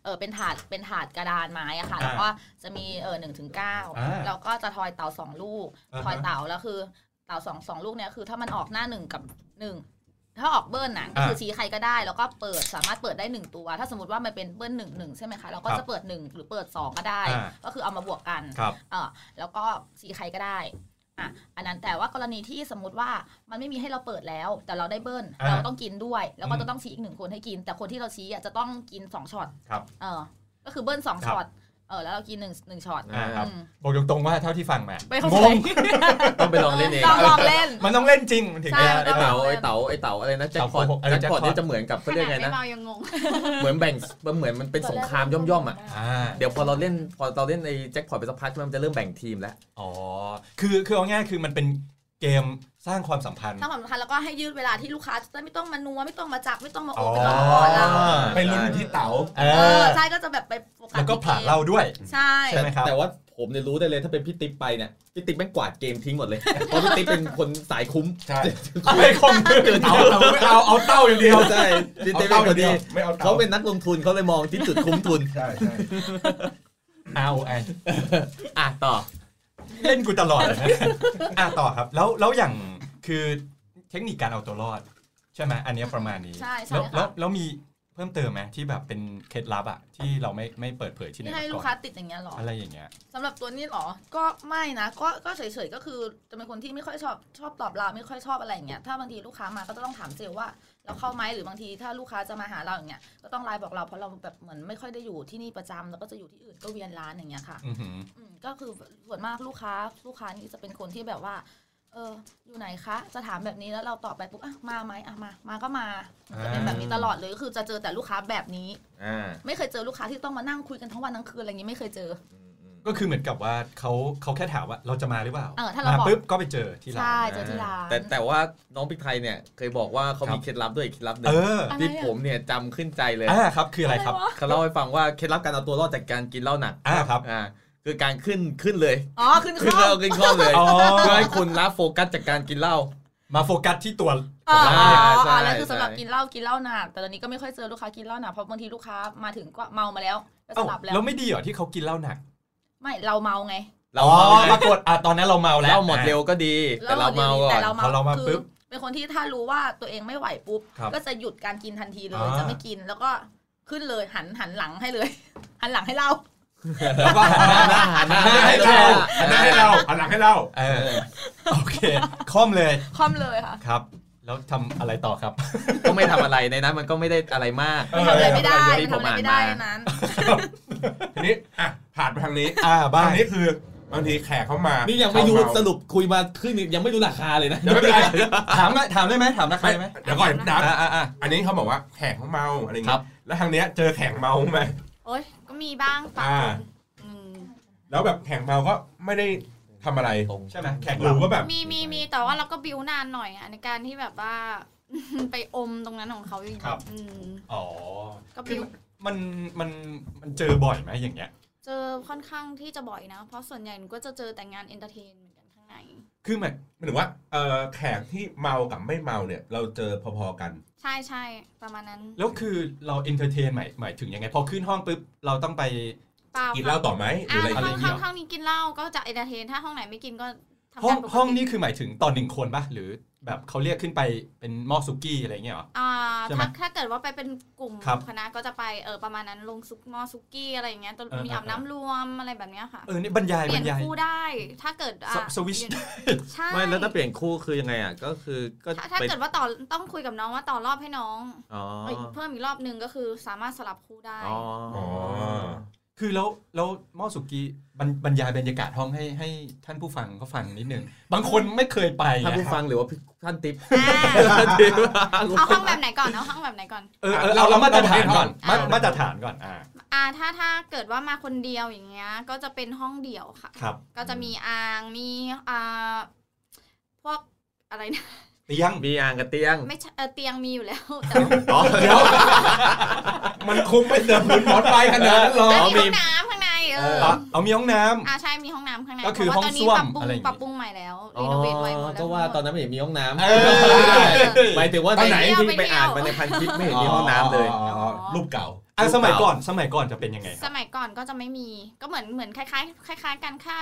[SPEAKER 6] เออเป็นถาดเป็นถาดกระดานไม้อะค่ะ แล้วก็จะมีเออหนึ่งถึงเก้า
[SPEAKER 1] อ่า
[SPEAKER 6] แล้วก็จะทอยเต่าสองลูก
[SPEAKER 1] อ่าฮะ
[SPEAKER 6] ทอยเต่าแล้วคือเต่าสองสองลูกเนี่ยคือถ้ามันออกหน้าหนึ่งกับหนึ่งถ้าออกเบิ้ลน่ะก็คือชี้ใครก็ได้แล้วก็เปิดสามารถเปิดได้หนึ่งตัว ถ้าสมมติว่ามันเป็นเบิ้ลหนึ่งหนึ่งใช่ไหมคะเราก็จะเปิดหนึ่งหรือเปิดสองก็ได้
[SPEAKER 1] อ่า
[SPEAKER 6] ก็คือเอามาบวกกัน
[SPEAKER 1] ครับ
[SPEAKER 6] เออแล้วก็สีใครก็ได้อ่ะอันนั้นแต่ว่ากรณีที่สมมติว่ามันไม่มีให้เราเปิดแล้ว แต่เราได้เบิ้ล
[SPEAKER 1] อ่า
[SPEAKER 6] เราต้องกินด้วย แล้วก็
[SPEAKER 1] อืม
[SPEAKER 6] จะต้องชี้อีกหนึ่งคนให้กิน แต่คนที่เราชี้อ่ะจะต้องกินสองช็อต
[SPEAKER 1] ครับ
[SPEAKER 6] เออก็คือเบิ้ลสอง
[SPEAKER 1] ครับ
[SPEAKER 6] ช็อตเออแล้วเรากินหนึ่งหนึ่งช็อต
[SPEAKER 1] อ่าครับ
[SPEAKER 6] อืม
[SPEAKER 1] บอกตรงๆว่าเท่าที่ฟังมา
[SPEAKER 6] ไม่เข้าง ใจ
[SPEAKER 1] ง
[SPEAKER 5] ต้องไปลองเล่นเอง
[SPEAKER 6] ลองลองเล่น
[SPEAKER 1] มันต้องเล่นจริงมันถึง
[SPEAKER 6] ใช่
[SPEAKER 1] จะ
[SPEAKER 5] ไอเต่าไอเต่าไอเต่าอะไรนะแจ็คพอต
[SPEAKER 1] เต่าโกหกอะไร
[SPEAKER 5] แจ็คพอต
[SPEAKER 1] jackpot
[SPEAKER 5] เนี่ยจะเหมือนกับ
[SPEAKER 4] ข
[SPEAKER 5] เขาเรี
[SPEAKER 4] นาย
[SPEAKER 5] ก
[SPEAKER 4] ด
[SPEAKER 5] ไง
[SPEAKER 4] ไม่
[SPEAKER 5] นะ
[SPEAKER 4] เมายังงง
[SPEAKER 5] เหมือนแบ่งมันเหมือนมันเป็นสงครามย่อมๆอ่ะ
[SPEAKER 1] อ่า
[SPEAKER 5] เดี๋ยวพอเราเล่นพอเราเล่นไอแจ็คพอตไปสักพักมันจะเริ่มแบ่งทีมแล้ว
[SPEAKER 1] อ๋อคือคือเอาง่ายคือมันเป็นเกมสร้างความสัมพันธ์
[SPEAKER 6] สำหรับสำคัญแล้วก็ให้ยืดเวลาที่ลูกค้าจะได้ไม่ต้องมานัวไม่ต้องมาจับไม่ต้องมา
[SPEAKER 1] อ๋อ
[SPEAKER 6] โอ้ไม่ต้องมาอ่อนเรา
[SPEAKER 3] ไปลุ้นอยู่ที่เต๋า
[SPEAKER 1] เอ
[SPEAKER 6] เอ
[SPEAKER 1] อ
[SPEAKER 6] อใช่ก็จะแบบไปโฟกัส
[SPEAKER 1] แล้วก็
[SPEAKER 6] ที่
[SPEAKER 1] ผ่าเราด้วย
[SPEAKER 6] ใช่
[SPEAKER 1] ใช่ไหมครับ
[SPEAKER 5] แต่ว่าผมเนี่ยรู้ได้เลยถ้าเป็นพี่ติ๊บไปเนี่ยพี่ติ๊บแม่งกวาดเกมทิ้งหมดเลย เพราะพี่ติ๊บเป็นคนสายคุ้ม
[SPEAKER 3] ใช่
[SPEAKER 1] ไปคอมพิวเตอร์
[SPEAKER 3] เอาเอาไม่เอาเอาเต้าอย่างเดียว
[SPEAKER 5] ใช่พี่
[SPEAKER 3] เอา
[SPEAKER 5] ติ๊บเป็
[SPEAKER 3] เต้าน อ
[SPEAKER 5] ค
[SPEAKER 3] ย่าน งเดี
[SPEAKER 5] ดี
[SPEAKER 3] ยวไม่เอาเต้า
[SPEAKER 5] เขาเป็นนักลงทุนเขาเลยมองที่จุดคุ้มทุน
[SPEAKER 3] ใช่ใช่
[SPEAKER 1] เอาไอ
[SPEAKER 5] อ่ะต่อ
[SPEAKER 1] เล่นกูตลอดเลยนะอ่ะต่อครับแล้วแล้วอย่างคือเทคนิคการเอาตัวรอด ใช่ไหมอันเนี้ยประมาณนี้
[SPEAKER 6] ใช่ใช่
[SPEAKER 1] แล้ว
[SPEAKER 6] ค่ะ
[SPEAKER 1] แล้วแล้วมีเพิ่มเติมไหมที่แบบเป็นเคล็ดลับอะที่เราไม่ไม่เปิดเผยที่ไหน
[SPEAKER 6] ที่
[SPEAKER 1] มา
[SPEAKER 6] ให้ลู
[SPEAKER 1] ก่
[SPEAKER 6] ก
[SPEAKER 1] อน
[SPEAKER 6] ค้าติดอย่างเงี้ยเหรอ
[SPEAKER 1] อะไรอย่างเงี้ย
[SPEAKER 6] สำหรับตัวนี้เหรอ ก็ไม่นะ ก็ก็เฉยๆ ก็คือจะเป็นคนที่ไม่ค่อยชอบชอบตอบเราไม่ค่อยชอบอะไรอย่างเงี้ย ถ้าบางทีลูกค้ามาก็จะต้องถามเซลล์ว่าเราเข้าไหมหรือบางทีถ้าลูกค้าจะมาหาเราอย่างเงี้ย ก็ต้องไลน์บอกเราเพราะเราแบบเหมือนไม่ค่อยได้อยู่ที่นี่ประจำแล้วก็จะอยู่ที่อื่นก็เวียนร้านอย่างเงี้ยค่ะ
[SPEAKER 1] อือหือ
[SPEAKER 6] อืมก็คือส่วนมากลูกค้าลูกค้านี่จะเป็นคนที่แบบว่า เอออยู่ไหนคะ จะถามแบบนี้แล้วเราตอบไปปุ๊บอ่ะมาไหมอ่ะมา มาก็มาจะเป็นแบบนี้ตลอดเลยก็คือจะเจอแต่ลูกค้าแบบนี้
[SPEAKER 5] อ่า
[SPEAKER 6] ไม่เคยเจอลูกค้าที่ต้องมานั่งคุยกันทั้งวันทั้งคืนอะไรอย่างงี้ไม่เคยเจอ
[SPEAKER 1] ก็คือเหมือนกับว่าเขาเขาแค่ถามว่าเราจะมาหรือเปล่า
[SPEAKER 6] เออถ้าเราบอก
[SPEAKER 1] ปุ๊บก็ไปเจอที่ร้าน
[SPEAKER 6] ใช่เจอที่ร้าน
[SPEAKER 5] แต่แต่ว่าน้องพริกไทยเนี่ยเคยบอกว่าเขามีเคล็ดลับด้วยอีกเคล็ดลับหนึ่
[SPEAKER 1] เอง อ
[SPEAKER 6] อะไร
[SPEAKER 5] ที่
[SPEAKER 6] อะ
[SPEAKER 5] ผมเนี่ยจำขึ้นใจเลย
[SPEAKER 1] อ่าครับคืออะไรครับ
[SPEAKER 5] เขาเล่าให้ฟังว่าเคล็ดลับการเอาตัวรอดจากการกินเหล้าหนัก
[SPEAKER 1] อ่าครับ
[SPEAKER 5] อ่าคือการขึ้นขึ้นเลย
[SPEAKER 6] อ๋อขึ้น
[SPEAKER 5] ขึ้น
[SPEAKER 6] ข้อ
[SPEAKER 5] เหล้าขึ้นข้อเลย
[SPEAKER 1] อ๋อ
[SPEAKER 5] เพื่อให้คุณละโฟกัสจากการกินเหล้า
[SPEAKER 1] มาโฟกัสที่ตัว
[SPEAKER 6] อ๋ออ๋อ
[SPEAKER 5] ใช่
[SPEAKER 6] อ๋อแล้วคือ
[SPEAKER 5] ใช่
[SPEAKER 6] สำหรับกินเหล้ากินเหล้าหนักแต่ตอนนี้ก็ไม่ค่อยเจอลูกค้ากินเหล้าหนักเพราะบางทีลูกค้ามาถึงก็เมามาแล้วก็ส
[SPEAKER 1] เอ้า
[SPEAKER 6] ลับแล้ว
[SPEAKER 1] แล้วไม่ดีเหรอที่เขากินเหล้าหนัก
[SPEAKER 6] ไม่เราเมาไง
[SPEAKER 5] เรา
[SPEAKER 1] อ๋อ
[SPEAKER 5] เมา
[SPEAKER 1] ปรากฏอ่ะตอนนั้นเราเมาแล้ว
[SPEAKER 5] เราหมดเร็วก็ดี แต่เราเมาก่
[SPEAKER 6] แต่
[SPEAKER 5] อน
[SPEAKER 6] เรา
[SPEAKER 1] พอเรา
[SPEAKER 6] เมา
[SPEAKER 1] มา
[SPEAKER 6] คื
[SPEAKER 1] ปุ๊
[SPEAKER 6] อบ เป็นคนที่ถ้ารู้ว่าตัวเองไม่ไหวปุ๊บ
[SPEAKER 1] ครับ
[SPEAKER 6] ก็จะหยุดการกินทันทีเลย
[SPEAKER 1] อ่า
[SPEAKER 6] จะไม่กินแล้วก็ขึ้นเลยหันหันหลังให้เลย หันหลังให้เรา
[SPEAKER 1] แล้วก็หันหน้า
[SPEAKER 5] หันหน้า
[SPEAKER 1] หันหน้าให้เราหันหน้าให้เรา
[SPEAKER 3] หันหลังให้เรา
[SPEAKER 1] เออโอเคคล่อมเลย
[SPEAKER 6] คล่อมเลยค่ะ
[SPEAKER 1] ครับ แล้วทำอะไรต่อครับ
[SPEAKER 5] ก็ไม่ทำอะไรในนั้นมันก็ไม่ได้อะไรมาก
[SPEAKER 1] เอ
[SPEAKER 6] มันทำอะไรไม่ได้
[SPEAKER 5] ที่
[SPEAKER 6] มัน
[SPEAKER 5] ผ
[SPEAKER 6] ทำ
[SPEAKER 5] ม
[SPEAKER 6] อะไร
[SPEAKER 5] อ่าน
[SPEAKER 6] ไม่ได้
[SPEAKER 5] มา
[SPEAKER 6] นั้น
[SPEAKER 3] ทีนี้อ่ะผ่านไปทางนี้
[SPEAKER 1] อ่าบ้าง
[SPEAKER 3] ทางนี้คือบางทีแขกเขามานี่
[SPEAKER 2] นี่ยังไม่รู้สรุปคุยมาครึ่งหนึงยังไม่รู้ราคาเลยนะ
[SPEAKER 3] เดี๋ยวไม่เป็นไร
[SPEAKER 1] ถามไหมถามได้ไหมถามราคาได้ไหม
[SPEAKER 3] เดี๋ยวก่อนนะ
[SPEAKER 1] อ่าอ่าอ่า
[SPEAKER 3] อันนี้เขาบอกว่าแขกเขาเมาอะไร
[SPEAKER 1] ครั
[SPEAKER 3] เงี้
[SPEAKER 1] บ
[SPEAKER 3] ยแล้วทางเนี้ยเจอแขกเมาไหม
[SPEAKER 4] โอ๊ยก็มีบ้างปะ
[SPEAKER 3] อ่า
[SPEAKER 4] อืม
[SPEAKER 3] แล้วแบบแขกเมาก็ไม่ได้ทำอะไร
[SPEAKER 1] ใช่ไหมแขก
[SPEAKER 3] หรื
[SPEAKER 1] เรา
[SPEAKER 3] อว่าแบบ
[SPEAKER 4] มีมีมีแต่ว่าเราก็บิวนานหน่อยอะในการที่แบบว่า ไปอมตรงนั้นของเขาอยู่
[SPEAKER 1] ครับ
[SPEAKER 4] อืม
[SPEAKER 1] อ๋อ
[SPEAKER 4] ก็บิว
[SPEAKER 1] มันมันมันเจอบ่อยไหมอย่างเงี้ย
[SPEAKER 4] เจอค่อนข้างที่จะบ่อยนะ เพราะส่วนใหญ่หนูก็จะเจอแต่งานเอนเตอร์เทนเหมือนกันข้างใน
[SPEAKER 1] คือแบบ
[SPEAKER 3] หมายถึงว่าเออแขกที่เมากับไม่เมาเนี่ย เราเจอพอๆกัน
[SPEAKER 4] ใช่ใช่ประมาณนั้น
[SPEAKER 1] แล้วคือเราเอนเตอร์เทนหมายหมายถึงยังไง พอขึ้นห้องปุ๊บ เราต้องไป
[SPEAKER 4] เปล่า
[SPEAKER 3] กินเห
[SPEAKER 4] ค่ะ
[SPEAKER 3] ล้าต่อไหมหรือ
[SPEAKER 4] อ่า
[SPEAKER 3] อะไรอ
[SPEAKER 4] ถ้า
[SPEAKER 3] ย่างเงี้ย
[SPEAKER 4] ห้องห้องห้องนี้กินเหล้าก็จะเอนเตอร์เทน ถ้าห้องไหนไม่กินก็ทำ
[SPEAKER 1] ห้อง
[SPEAKER 4] าง นปกติ
[SPEAKER 1] ห้องนี้คือหมายถึงตอนหนึ่งคนปะหรือแบบเขาเรียกขึ้นไปเป็นหม้อซุกี้อะไรเงี้ยเหรอ
[SPEAKER 4] อ่า
[SPEAKER 1] ใช่ไหม
[SPEAKER 4] ถ้าถ้าเกิดว่าไปเป็นกลุ่ม
[SPEAKER 1] ครับ
[SPEAKER 4] คณะก็จะไปเออประมาณนั้นลงซุกหม้อซุกี้อะไรอย่างเงี้ยตัว
[SPEAKER 1] เออ
[SPEAKER 4] มี
[SPEAKER 1] เออ
[SPEAKER 4] อาบ
[SPEAKER 1] เออ
[SPEAKER 4] น้ำรวมอะไรแบบเนี้ยค่ะ
[SPEAKER 1] เออนี่บรรยาย
[SPEAKER 4] เป
[SPEAKER 1] บ
[SPEAKER 4] ลี่
[SPEAKER 1] ร
[SPEAKER 4] ยน
[SPEAKER 1] รยาย
[SPEAKER 4] คู่ได้ ถ้าเกิดอ่ะ
[SPEAKER 1] สสวิช
[SPEAKER 4] ใช่
[SPEAKER 5] ไม่แล้วถ้าเปลี่ยนคู่คือยังไงอ่ะก็คือก็
[SPEAKER 4] ถ้าถ้า
[SPEAKER 5] เป็น
[SPEAKER 4] เกิดว่าต่อต้องคุยกับน้องว่าต่อรอบให้น้อง
[SPEAKER 5] อ๋อ
[SPEAKER 4] เอ้ยเพิ่มอีกรอบหนึ่งก็คือสามารถสลับคู่ได้
[SPEAKER 5] อ๋อ
[SPEAKER 3] อ๋อ
[SPEAKER 1] คือแล้วแล้วหม้อสุกี้บรรบรรยายบรรยากาศห้องให้ให้ท่านผู้ฟังเขาฟังนิดนึง บางคนไม่เคยไป
[SPEAKER 5] ท่าน
[SPEAKER 1] ไง
[SPEAKER 5] ผู้ฟังหรือว่าท่านติ๊บ
[SPEAKER 4] อ่า
[SPEAKER 5] ท่านติ๊บ
[SPEAKER 4] เอาห้องแบบไหนก่อนเอาห้องแบบไหนก่อน
[SPEAKER 1] เออเออเราเรามาตรฐานก่อนมามาตรฐานก่อนอ่า
[SPEAKER 4] อ่าถ้าถ้าเกิดว่ามาคนเดียวอย่างเงี้ย ก็จะเป็นห้องเดี่ยวค่ะ
[SPEAKER 1] ครับ
[SPEAKER 4] ก็จะมีอ่างมีอ่าพวกอะไร นะ
[SPEAKER 1] เตียง
[SPEAKER 5] มีอ่างกับเตียง
[SPEAKER 4] ไม่ใช่เอ่อเตียงมีอยู่แล้วแต่ว่า
[SPEAKER 5] อ๋อเดี๋ยว
[SPEAKER 3] มันคุ้มไม่เติมพื้นหมอนไปขนาดนั้นหรอ
[SPEAKER 4] แต่
[SPEAKER 3] ก
[SPEAKER 4] มีห้องน้ำข้างในเออ
[SPEAKER 1] เอาเอามีห้องน้ำ
[SPEAKER 4] อ่าใช่มีห้องน้ำข้างใน
[SPEAKER 1] ก็คือ
[SPEAKER 4] เพราะว่าตอนนี้
[SPEAKER 1] ห้องส้วม
[SPEAKER 4] ปรับ
[SPEAKER 1] อะไร
[SPEAKER 4] ปรุง
[SPEAKER 1] อย่างงี้
[SPEAKER 4] ปรับปรุงใหม่แล้วรีโนเวทไว้หมดแล้ว
[SPEAKER 2] ก็ว่าตอนนั้นไม่เห็นมีห้องน้ำ
[SPEAKER 1] เออ
[SPEAKER 2] หมายถึงว่า
[SPEAKER 5] ตอนไหน
[SPEAKER 2] ใน
[SPEAKER 5] ที่ไปอ่านมาในพันทิปไม่เห็นมีห้องน้ำเลย
[SPEAKER 3] อ๋อรูปเก่า
[SPEAKER 1] อ่ะสมัยก่อนสมัยก่อนจะเป็นยังไงค
[SPEAKER 4] ส
[SPEAKER 1] รับ
[SPEAKER 4] มัยก่อนก็จะไม่มีก็เหมือนเหมือนคล้ายๆคล้าย ๆกันค่า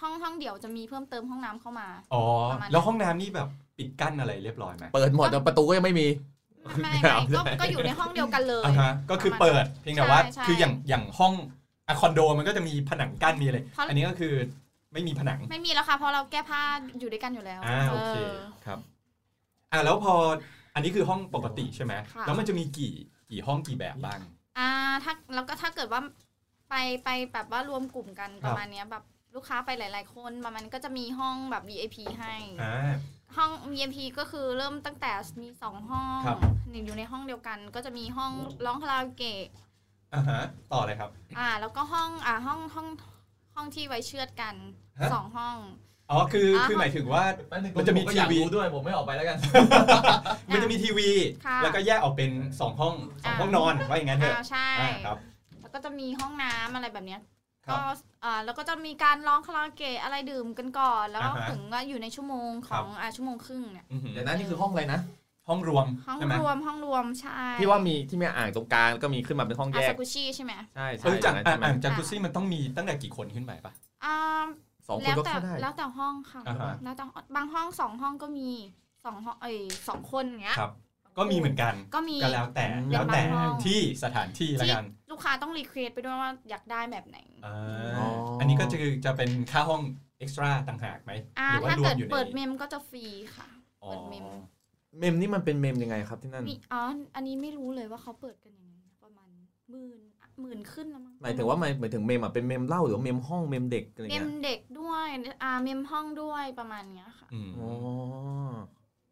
[SPEAKER 4] ห้องห้องเดี่ยวจะมีเพิ่มเติมห้องน้ำเข้ามา
[SPEAKER 1] อ๋อ
[SPEAKER 4] ประมาณ
[SPEAKER 1] แล้วห้องน้ำนี่แบบปิดกั้นอะไรเรียบร้อยไหม
[SPEAKER 5] เปิดหมดแต่ประตูก็ยังไม่มี
[SPEAKER 4] ไม่ ไม่ไม่ก็ก็อยู่ในห้องเดียวกันเลย
[SPEAKER 1] อ่ะฮะก็คือเปิดเพียงแต่ว่า
[SPEAKER 4] ใช่ใช่
[SPEAKER 1] คืออย่างอย่างห้องอะคอนโดมันก็จะมีผนังกั้นมีอะไร
[SPEAKER 4] เพราะ
[SPEAKER 1] อันนี้ก็คือไม่มีผนัง
[SPEAKER 4] ไม่มีแล้วค่ะเพราะเราแก้ผ้าอยู่ด้วยกันอยู่แล้ว
[SPEAKER 1] อ่าโอเค
[SPEAKER 4] อ
[SPEAKER 1] ครับอ่ะแล้วพออันนี้คือห้องปกติใช่ไหม
[SPEAKER 4] ค่ะ
[SPEAKER 1] แล้วมันจะมีกี่กี่ห้องกี่แบบบ้าง
[SPEAKER 4] อ่าถ้าแล้วก็ถ้าเกิดว่าไปไปแบบว่ารวมกลุ่มกัน
[SPEAKER 1] ค
[SPEAKER 4] ป
[SPEAKER 1] รับ
[SPEAKER 4] ระมาณเนี้ยแบบลูกค้าไปหลาย ๆ คนประมาณนี้ก็จะมีห้องแบบ VIP ให้
[SPEAKER 1] อ่า
[SPEAKER 4] ห้อง VIP ก็คือเริ่มตั้งแต่มีสองห้อง
[SPEAKER 1] ครับ
[SPEAKER 4] เนี่ยอยู่ในห้องเดียวกัน ก็จะมีห้องร้องคาราโอเกะ
[SPEAKER 1] อ่าฮะต่อเลยครับ
[SPEAKER 4] อ่า แล้วก็ห้องอ่าห้องห้องห้องที่ไว้เชือดกัน
[SPEAKER 1] ฮะ
[SPEAKER 4] สองห้อง
[SPEAKER 1] อ๋อคือ
[SPEAKER 4] อ่า
[SPEAKER 1] คือหมายถึงว่า
[SPEAKER 2] มันจะมีทีวีด้วยผมไม่ออกไปแล้วกัน
[SPEAKER 1] มันจะมีทีวี
[SPEAKER 4] ค่ะ
[SPEAKER 1] แล้วก็แยกออกเป็นสองห้องสองห้อง
[SPEAKER 4] อ่าน น
[SPEAKER 1] อนว่าอย่างนั้นเถอะ
[SPEAKER 4] อ่าใช่
[SPEAKER 1] อ่าครับ
[SPEAKER 4] แล้วก็จะมีห้องน้ำอะไรแบบเนี้ย
[SPEAKER 1] ครั
[SPEAKER 4] ก็
[SPEAKER 1] บ
[SPEAKER 4] อ่าแล้วก็จะมีการร้องคาราโอเกะอะไรดื่มกันก่อน แล้วก็
[SPEAKER 1] อ่าฮะ
[SPEAKER 4] ถึงก็อยู่ในชั่วโมง
[SPEAKER 1] ค
[SPEAKER 4] ข
[SPEAKER 1] รับ
[SPEAKER 4] องอ่าชั่วโมงครึ่งเนี่ย
[SPEAKER 1] อือหือ
[SPEAKER 2] เดี๋ยวนะนี่คือห้องอะไรนะ
[SPEAKER 1] ห้องรวม
[SPEAKER 4] ห้อง
[SPEAKER 1] ใช่ไหม
[SPEAKER 4] รวมห้องรวมใช่
[SPEAKER 5] ที่ว่ามีที่มีอ่างตรงกลางแล้วก็มีขึ้นมาเป็นห้องแย
[SPEAKER 4] อาก ซากุชิใช่ไหม
[SPEAKER 5] ใช่ใช่
[SPEAKER 1] เออจาก
[SPEAKER 5] ใช่ไหม
[SPEAKER 1] อ่างจากุซี่มันต้องมีตั้งแต่กี่คนขึ้นไปปะ
[SPEAKER 4] อ่า
[SPEAKER 5] สองคน
[SPEAKER 4] แล้ว
[SPEAKER 5] ก็
[SPEAKER 4] แต่
[SPEAKER 5] เข้าได้
[SPEAKER 4] แล้วแต่ห้องค่ะ
[SPEAKER 1] อ่าฮะ
[SPEAKER 4] แล้วแต่ห้องบางห้องสองห้องก็มีสองห้องเอ้ยสองคนอย่างเงี้ย
[SPEAKER 1] ครับ ก็มีเหมือนกัน
[SPEAKER 4] ก็มี
[SPEAKER 1] ก็แล้วแต่
[SPEAKER 4] เป็น
[SPEAKER 1] แล้วแต่
[SPEAKER 4] บางห้อง
[SPEAKER 1] ที่สถานที่ละ
[SPEAKER 4] ที่
[SPEAKER 1] กัน
[SPEAKER 4] ลูกค้าต้องรีเควสไปด้วยว่าอยากได้แบบไหน
[SPEAKER 1] อ่
[SPEAKER 5] อ๋อ
[SPEAKER 1] า
[SPEAKER 5] อั
[SPEAKER 1] อันนี้ก็จะคือจะเป็นค่าห้องเอ็กซ์ตร้าต่างหากไหม
[SPEAKER 4] อ่า
[SPEAKER 1] หรือว่า
[SPEAKER 4] ถ้าร
[SPEAKER 1] ว
[SPEAKER 4] เกิ
[SPEAKER 1] ม
[SPEAKER 4] ด
[SPEAKER 1] อยู่ใน
[SPEAKER 4] เปิดเมมก็จะฟรีค่ะ
[SPEAKER 1] อ๋อ
[SPEAKER 4] เปิดเมม
[SPEAKER 5] เมมนี่มันเป็นเมมยังไงครับที่นั่น
[SPEAKER 4] มีอ๋ออันนี้ไม่รู้เลยว่าเขาเปิดกันยังไงประมาณหมื่นอ่ะหมื่นขึ้นแล้วมั้ง
[SPEAKER 5] หมายถึงว่าหมายหมายถึงเมมอ่ะเป็นเมมเหล้าหรือว่าเมมห้องเมมเด็กอะไร
[SPEAKER 4] เมม
[SPEAKER 5] เงี้ย
[SPEAKER 4] เด็กด้วยอ่าเมมห้องด้วยประมาณเนี้ยค่ะ
[SPEAKER 1] อืม
[SPEAKER 5] อ๋อ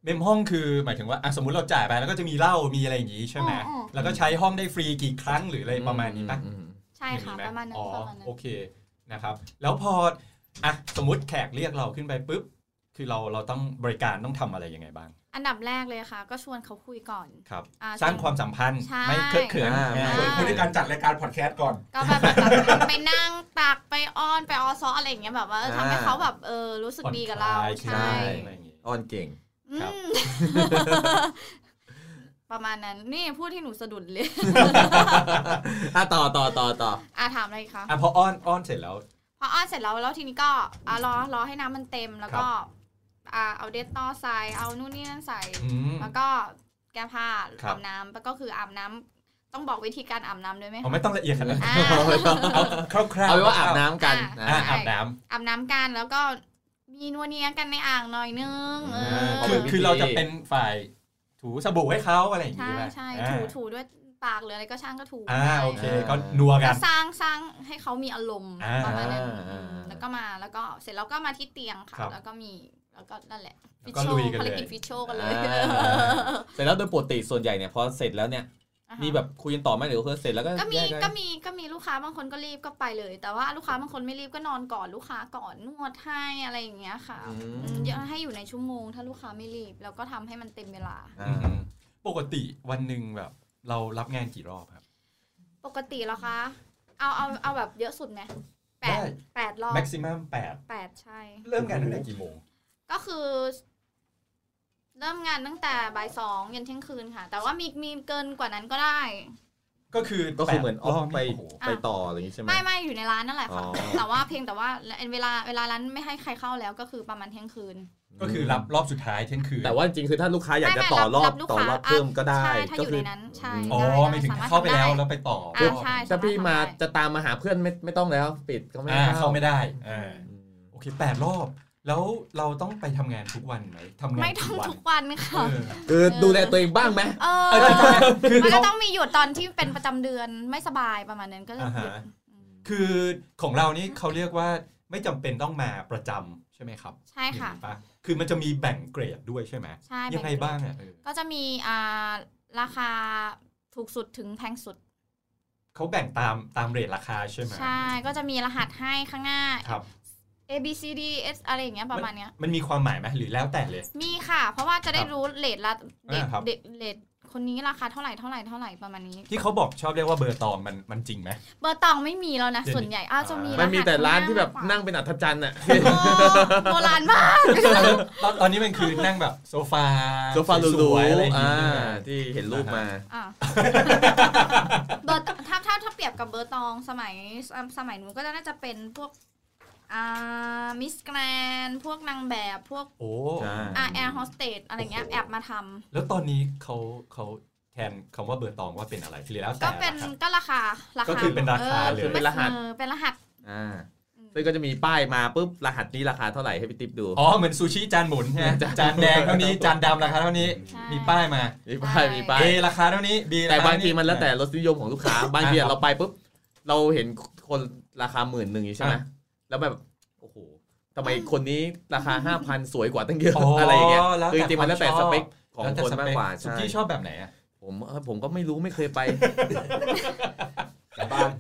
[SPEAKER 1] เมมห้องคือหมายถึงว่าอ่ะสมมติเราจ่ายไปแล้วก็จะมีเหล้ามีอะไรอย่างงี้ใช่ไหม
[SPEAKER 4] อ๋ออ๋อ
[SPEAKER 1] แล้วก็ใช้ห้องได้ฟรีกี่ครั้งหรืออะไรประมาณนี้ปะ
[SPEAKER 5] อืม
[SPEAKER 4] ใช่ค่ะ
[SPEAKER 1] อย่ง
[SPEAKER 4] ประ
[SPEAKER 1] ไห
[SPEAKER 4] มาณนั้น
[SPEAKER 1] อ๋อ
[SPEAKER 4] ประมาณนั้น
[SPEAKER 1] โอเคนะครับ แล้วพออ่ะสมมติแขกเรียกเราขึ้นไปปุ๊บ คือเราเราต้องบริการต้องทำอะไรยังไงบ้าง
[SPEAKER 4] อันดับแรกเลยค่ะ ก็ชวนเขาคุยก่อน
[SPEAKER 1] ครับ
[SPEAKER 4] อ่
[SPEAKER 1] สร้าง
[SPEAKER 4] ชน
[SPEAKER 1] ความสัมพันธ์
[SPEAKER 4] ใช่
[SPEAKER 1] ไม่เคอะเขิน
[SPEAKER 5] อ่า
[SPEAKER 1] อ่า
[SPEAKER 4] ใช่
[SPEAKER 3] คุยในการจัดรายการพอดแคสต์ก่อน
[SPEAKER 4] ก็แบบแบบไปนั่งตักไปอ้อนไปออซออะไรอย่างเงี้ยแบบว่าเออทำให้เขาแบบเออรู้สึก
[SPEAKER 1] ผ่อน
[SPEAKER 4] ดีกับเรา
[SPEAKER 1] คลย
[SPEAKER 4] ใช่
[SPEAKER 1] อะไรอย่างงี้
[SPEAKER 5] อ้อนเก่ง
[SPEAKER 4] อื
[SPEAKER 1] ครับ
[SPEAKER 4] ม ประมาณนั้น นี่พูดที่หนูสะดุดเลย
[SPEAKER 5] อ่ะต่อต่อต่อต่อ
[SPEAKER 4] อ่ะถามอะไรอีกคะ
[SPEAKER 1] อ่ะพออ้อนอ้อนเสร็จแล้ว
[SPEAKER 4] พออ้อนเสร็จแล้วแล้วทีนี้ก็อ่ะรอรอให้น้ำมันเต็มแล้วก็อ่ะเอาเดตตอใส่เอานู่นนี่นั่นใส่
[SPEAKER 1] อืม
[SPEAKER 4] แล้วก็แก้ผ้า
[SPEAKER 1] ครับ
[SPEAKER 4] อาบน้ำแล้วก็คืออาบน้ำต้องบอกวิธีการอาบน้ำด้วยไหม
[SPEAKER 1] เอาไม่ต้องละเอียดข นาดนั้น
[SPEAKER 4] อ่า
[SPEAKER 1] เอาคร่าวๆ
[SPEAKER 5] เอาไว้ว่าอาบน้ำกัน
[SPEAKER 4] อ่ะ
[SPEAKER 1] อ่ะ
[SPEAKER 5] นะ
[SPEAKER 1] อาบน้ำ
[SPEAKER 4] อาบน้ำกันแล้วก็มีนัวเนียกันในอ่างหน่อยนึงเอ
[SPEAKER 5] อ่า
[SPEAKER 4] อ
[SPEAKER 1] คือคือเราจะเป็นฝ่ายถูสบู่ให้เขาอะไรอย่าง
[SPEAKER 4] ใช่
[SPEAKER 1] งี้ไหม
[SPEAKER 4] ใช่
[SPEAKER 1] อ่า
[SPEAKER 4] ถูถูด้วยปากหรืออะไรก็ช่างก็ถู
[SPEAKER 1] อ่าโอเค
[SPEAKER 4] ไป
[SPEAKER 1] ก็นัวกั
[SPEAKER 4] ก็
[SPEAKER 1] น
[SPEAKER 4] สร้างสร้างให้เขามีอารมณ์
[SPEAKER 1] อ่า
[SPEAKER 4] ประมาณนั้น
[SPEAKER 5] อ่าอ่าอ่า
[SPEAKER 4] แล้วก็มาแล้วก็เสร็จแล้วก็มาที่เตียงค่ะ
[SPEAKER 1] ครับ
[SPEAKER 4] แล้วก็มีแล้วก็นั่นแหละ
[SPEAKER 1] แล้ว
[SPEAKER 4] ฟิช
[SPEAKER 1] ก็
[SPEAKER 4] โช
[SPEAKER 1] ลุย
[SPEAKER 4] ว์
[SPEAKER 1] กัน
[SPEAKER 4] ภาร
[SPEAKER 1] เลย
[SPEAKER 4] กิจฟิชโชว์กันเลย
[SPEAKER 5] อ่า เสร็จแล้วโดยปกติส่วนใหญ่เนี่ยพอเสร็จแล้วเนี่ย
[SPEAKER 4] อ่าฮะ
[SPEAKER 5] มีแบบคุยกันต่อไหมหรือว่าเสร็จแล้วก็
[SPEAKER 4] ก็มี
[SPEAKER 5] แยย้าย
[SPEAKER 4] ก็มีก็มีลูกค้าบางคนก็รีบก็ไปเลย แต่ว่าลูกค้าบางคนไม่รีบก็นอนก่อนลูกค้าก่อนนวดให้อะไรอย่างเงี้ยค่ะ
[SPEAKER 5] อืม
[SPEAKER 4] อืมเดี๋ยวให้อยู่ในชั่วโมง ถ้าลูกค้าไม่รีบแล้วก็ทำให้มันเต็มเวลา
[SPEAKER 5] อ่า
[SPEAKER 1] อืมปกติวันหนึ่งแบบ เรารับงานกี่รอบครับ
[SPEAKER 4] ปกติเหรอคะเอาเอาเอาแบบเยอะสุดไหมแปด
[SPEAKER 1] ได้
[SPEAKER 4] แปดรอบ
[SPEAKER 1] แม็กซิมัมแปด
[SPEAKER 4] แปดใช่
[SPEAKER 1] เริ่มงานตั้งแต่กี่โมง
[SPEAKER 4] ก็คือ เริ่มงานตั้งแต่บ่ายสองยันเที่ยงคืนค่ะ แต่ว่ามีมีเกินกว่านั้นก็ได้
[SPEAKER 1] ก็คือ
[SPEAKER 5] ก็คือเหมือนอ
[SPEAKER 1] แป
[SPEAKER 5] อ
[SPEAKER 1] ดร
[SPEAKER 5] ฟไป
[SPEAKER 1] นี่โโห
[SPEAKER 5] ไปต่ออะไรอย่างนี้ใช่ไหม
[SPEAKER 4] ไม่ไม่อยู่ในร้านนั่นแหละค่ะ
[SPEAKER 5] อ๋อ
[SPEAKER 4] แต่ว่าเพียงแต่ว่าเวลาเวลาร้านไม่ให้ใครเข้าแล้วก็คือประมาณเที่ยงคืน
[SPEAKER 1] ก็คือรับรอบสุดท้ายเที่ยงคืน
[SPEAKER 5] แต่ว่าจริงๆคือถ้าลูกค้าอยากจะ
[SPEAKER 4] ไม่
[SPEAKER 5] ต่อรอบ
[SPEAKER 4] ไม่รับลูก
[SPEAKER 5] ต่อ
[SPEAKER 4] ค้าร
[SPEAKER 5] อบ
[SPEAKER 4] อ่ะ
[SPEAKER 5] เพิ่มก็ได้
[SPEAKER 4] ใช่ ถ้า
[SPEAKER 5] ก็
[SPEAKER 4] อยู่
[SPEAKER 5] คื
[SPEAKER 4] ใน
[SPEAKER 5] อ
[SPEAKER 4] นั้น ใช่
[SPEAKER 1] อ๋อ
[SPEAKER 4] ด้
[SPEAKER 1] ไม่ถึง
[SPEAKER 4] สรถ
[SPEAKER 1] เข้าไปแล้ว
[SPEAKER 4] ทำด้
[SPEAKER 1] แล้วไปต่ออ
[SPEAKER 4] อ่าใช่
[SPEAKER 5] ถ้าพี่มา
[SPEAKER 4] สรถทำได้
[SPEAKER 5] จะตามมาหาเพื่อนไม่ไม่ต้องแล้วปิดเขาไม่
[SPEAKER 1] อ่า
[SPEAKER 5] ให้
[SPEAKER 1] เข้าไม่ได้อ่า
[SPEAKER 5] อืม
[SPEAKER 1] โอเคแปดรอบ แล้วเราต้องไปทำงานทุกวันไหมทำงาน
[SPEAKER 4] ไม่ต้อง
[SPEAKER 1] กี่วัน
[SPEAKER 4] ทุกวันค่ะ
[SPEAKER 1] เออ
[SPEAKER 5] คือดูแลตัวเองบ้างไหม
[SPEAKER 4] เอ
[SPEAKER 1] เออ
[SPEAKER 4] อ
[SPEAKER 1] ใช่ๆคือ
[SPEAKER 4] มันก็
[SPEAKER 1] เขา
[SPEAKER 4] ต้องมีหยุดตอนที่เป็นประจำเดือนไม่สบายประมาณนั้นก็จะ
[SPEAKER 1] อ่า
[SPEAKER 4] หยุด
[SPEAKER 1] ฮะคือของเรานี่เขาเรียกว่าไม่จำเป็นต้องมาประจำใช่ไหมครับ
[SPEAKER 4] ใช่ค่ะ
[SPEAKER 1] มีปคือมันจะมีแบ่งเกรดด้วยใช่ไหม
[SPEAKER 4] ใช่
[SPEAKER 1] ยังไง
[SPEAKER 4] แเกรด
[SPEAKER 1] บ้างอ่ะเออ
[SPEAKER 4] ก็จะมีอ่าราคาถูกสุดถึงแพงสุด
[SPEAKER 1] เขาแบ่งตามตามเรทราคาใช่ไหม
[SPEAKER 4] ใช่ก็จะมีรหัสให้ข้างหน้า
[SPEAKER 1] ครับ
[SPEAKER 4] A B C D S อะไรอย่างเงี้ยประมาณเนี้ย
[SPEAKER 1] มันมีความหมายไหมหรือแล้วแต่เลย
[SPEAKER 4] มีค่ะ เพราะว่าจะได้รู้เลทละเด็ก
[SPEAKER 1] อ่าครับ
[SPEAKER 4] เด็กเลทคนนี้ราคาเท่าไหร่เท่าไหร่เท่าไหร่ประมาณนี้
[SPEAKER 1] ที่เขาบอกชอบเรียกว่าเบอร์ตอมมันมันจริง ไหม
[SPEAKER 4] เบอร์ตองไม่มีแล้วนะ
[SPEAKER 1] เดี๋ยวนี้
[SPEAKER 4] ส่วนใหญ่อ้าวจะมี
[SPEAKER 5] มันมีแต่ร้านที่แบบ
[SPEAKER 4] นั่
[SPEAKER 5] นั่
[SPEAKER 4] ง
[SPEAKER 5] งเป็นอัศจรรย์ น่ะ
[SPEAKER 4] โบราณมาก
[SPEAKER 1] ตอนตอนนี้มันคือนั่งแบบโซฟา
[SPEAKER 5] โซฟาหรู
[SPEAKER 1] สวยๆอะไรอย่าง
[SPEAKER 5] ๆ
[SPEAKER 1] งี้
[SPEAKER 5] อ่า
[SPEAKER 1] ใช่ไหม
[SPEAKER 5] ที่เห็นรูปมา
[SPEAKER 4] อ่ะเบอร์ถ้าถ้าถ้าเปรียบกับเบอร์ตองสมัยสมัยนู้นก็น่าจะเป็นพวกอ่ามิสแกรนพวกนางแบบพวก
[SPEAKER 1] โอ้
[SPEAKER 5] ใช่
[SPEAKER 4] อ่าแอร์โฮสเตสอะไรเงี้ยแอบมาทำ
[SPEAKER 1] แล้วตอนนี้เขาเขาแทนคำว่าเบอร์ตองว่าเป็นอะไรหรือแล้วแต่
[SPEAKER 4] ก็เป็น
[SPEAKER 1] นะครับ
[SPEAKER 4] ก็ราคาราคา
[SPEAKER 1] ก็คือเป็นราคาเลย
[SPEAKER 4] ออ
[SPEAKER 5] เป็นรหัส
[SPEAKER 4] ออเป็นรหัส
[SPEAKER 5] อ่า
[SPEAKER 4] อืม
[SPEAKER 5] ซึ่งก็จะมีป้ายมาปุ๊บรหัสนี้ราคาเท่าไหร่ให้พี่ติ๊บดู
[SPEAKER 1] อ๋อเหมือนซูชิจานหมุนใช่ไหมจานแดงเท่านี้จานดำราคาเท่านี้
[SPEAKER 4] ใช่
[SPEAKER 1] มีป้ายมา
[SPEAKER 5] มีป้ายมีป้าย
[SPEAKER 1] A ราคาเท่านี้ B
[SPEAKER 5] แต่
[SPEAKER 1] รค
[SPEAKER 5] บาง
[SPEAKER 1] เท่
[SPEAKER 5] ทีมันแล้วแต่รสนิยมของลูกค้า บางทีอะเราไปปุ๊บเราเห็นคนราคาหมื่นหนึ่งอย่างนี้ใช่ไหมแล้วแบบโอ้โหทำไมคนนี้ราคาห้าพันสวยกว่าตั้งเยอะอะไรอย่างเงี้ย
[SPEAKER 1] แล้ว
[SPEAKER 5] คือจริงๆมันแล้วแต่สเปคของ
[SPEAKER 1] แล้วแต่
[SPEAKER 5] คน
[SPEAKER 1] ส
[SPEAKER 5] มา
[SPEAKER 1] เป
[SPEAKER 5] ก
[SPEAKER 1] ค
[SPEAKER 5] กว่า
[SPEAKER 1] ซู
[SPEAKER 5] ใช่
[SPEAKER 1] ชิชอบแบบไหนอ่ะ
[SPEAKER 5] ผมเออผมก็ไม่รู้ไม่เคยไป
[SPEAKER 3] กลับบ้าน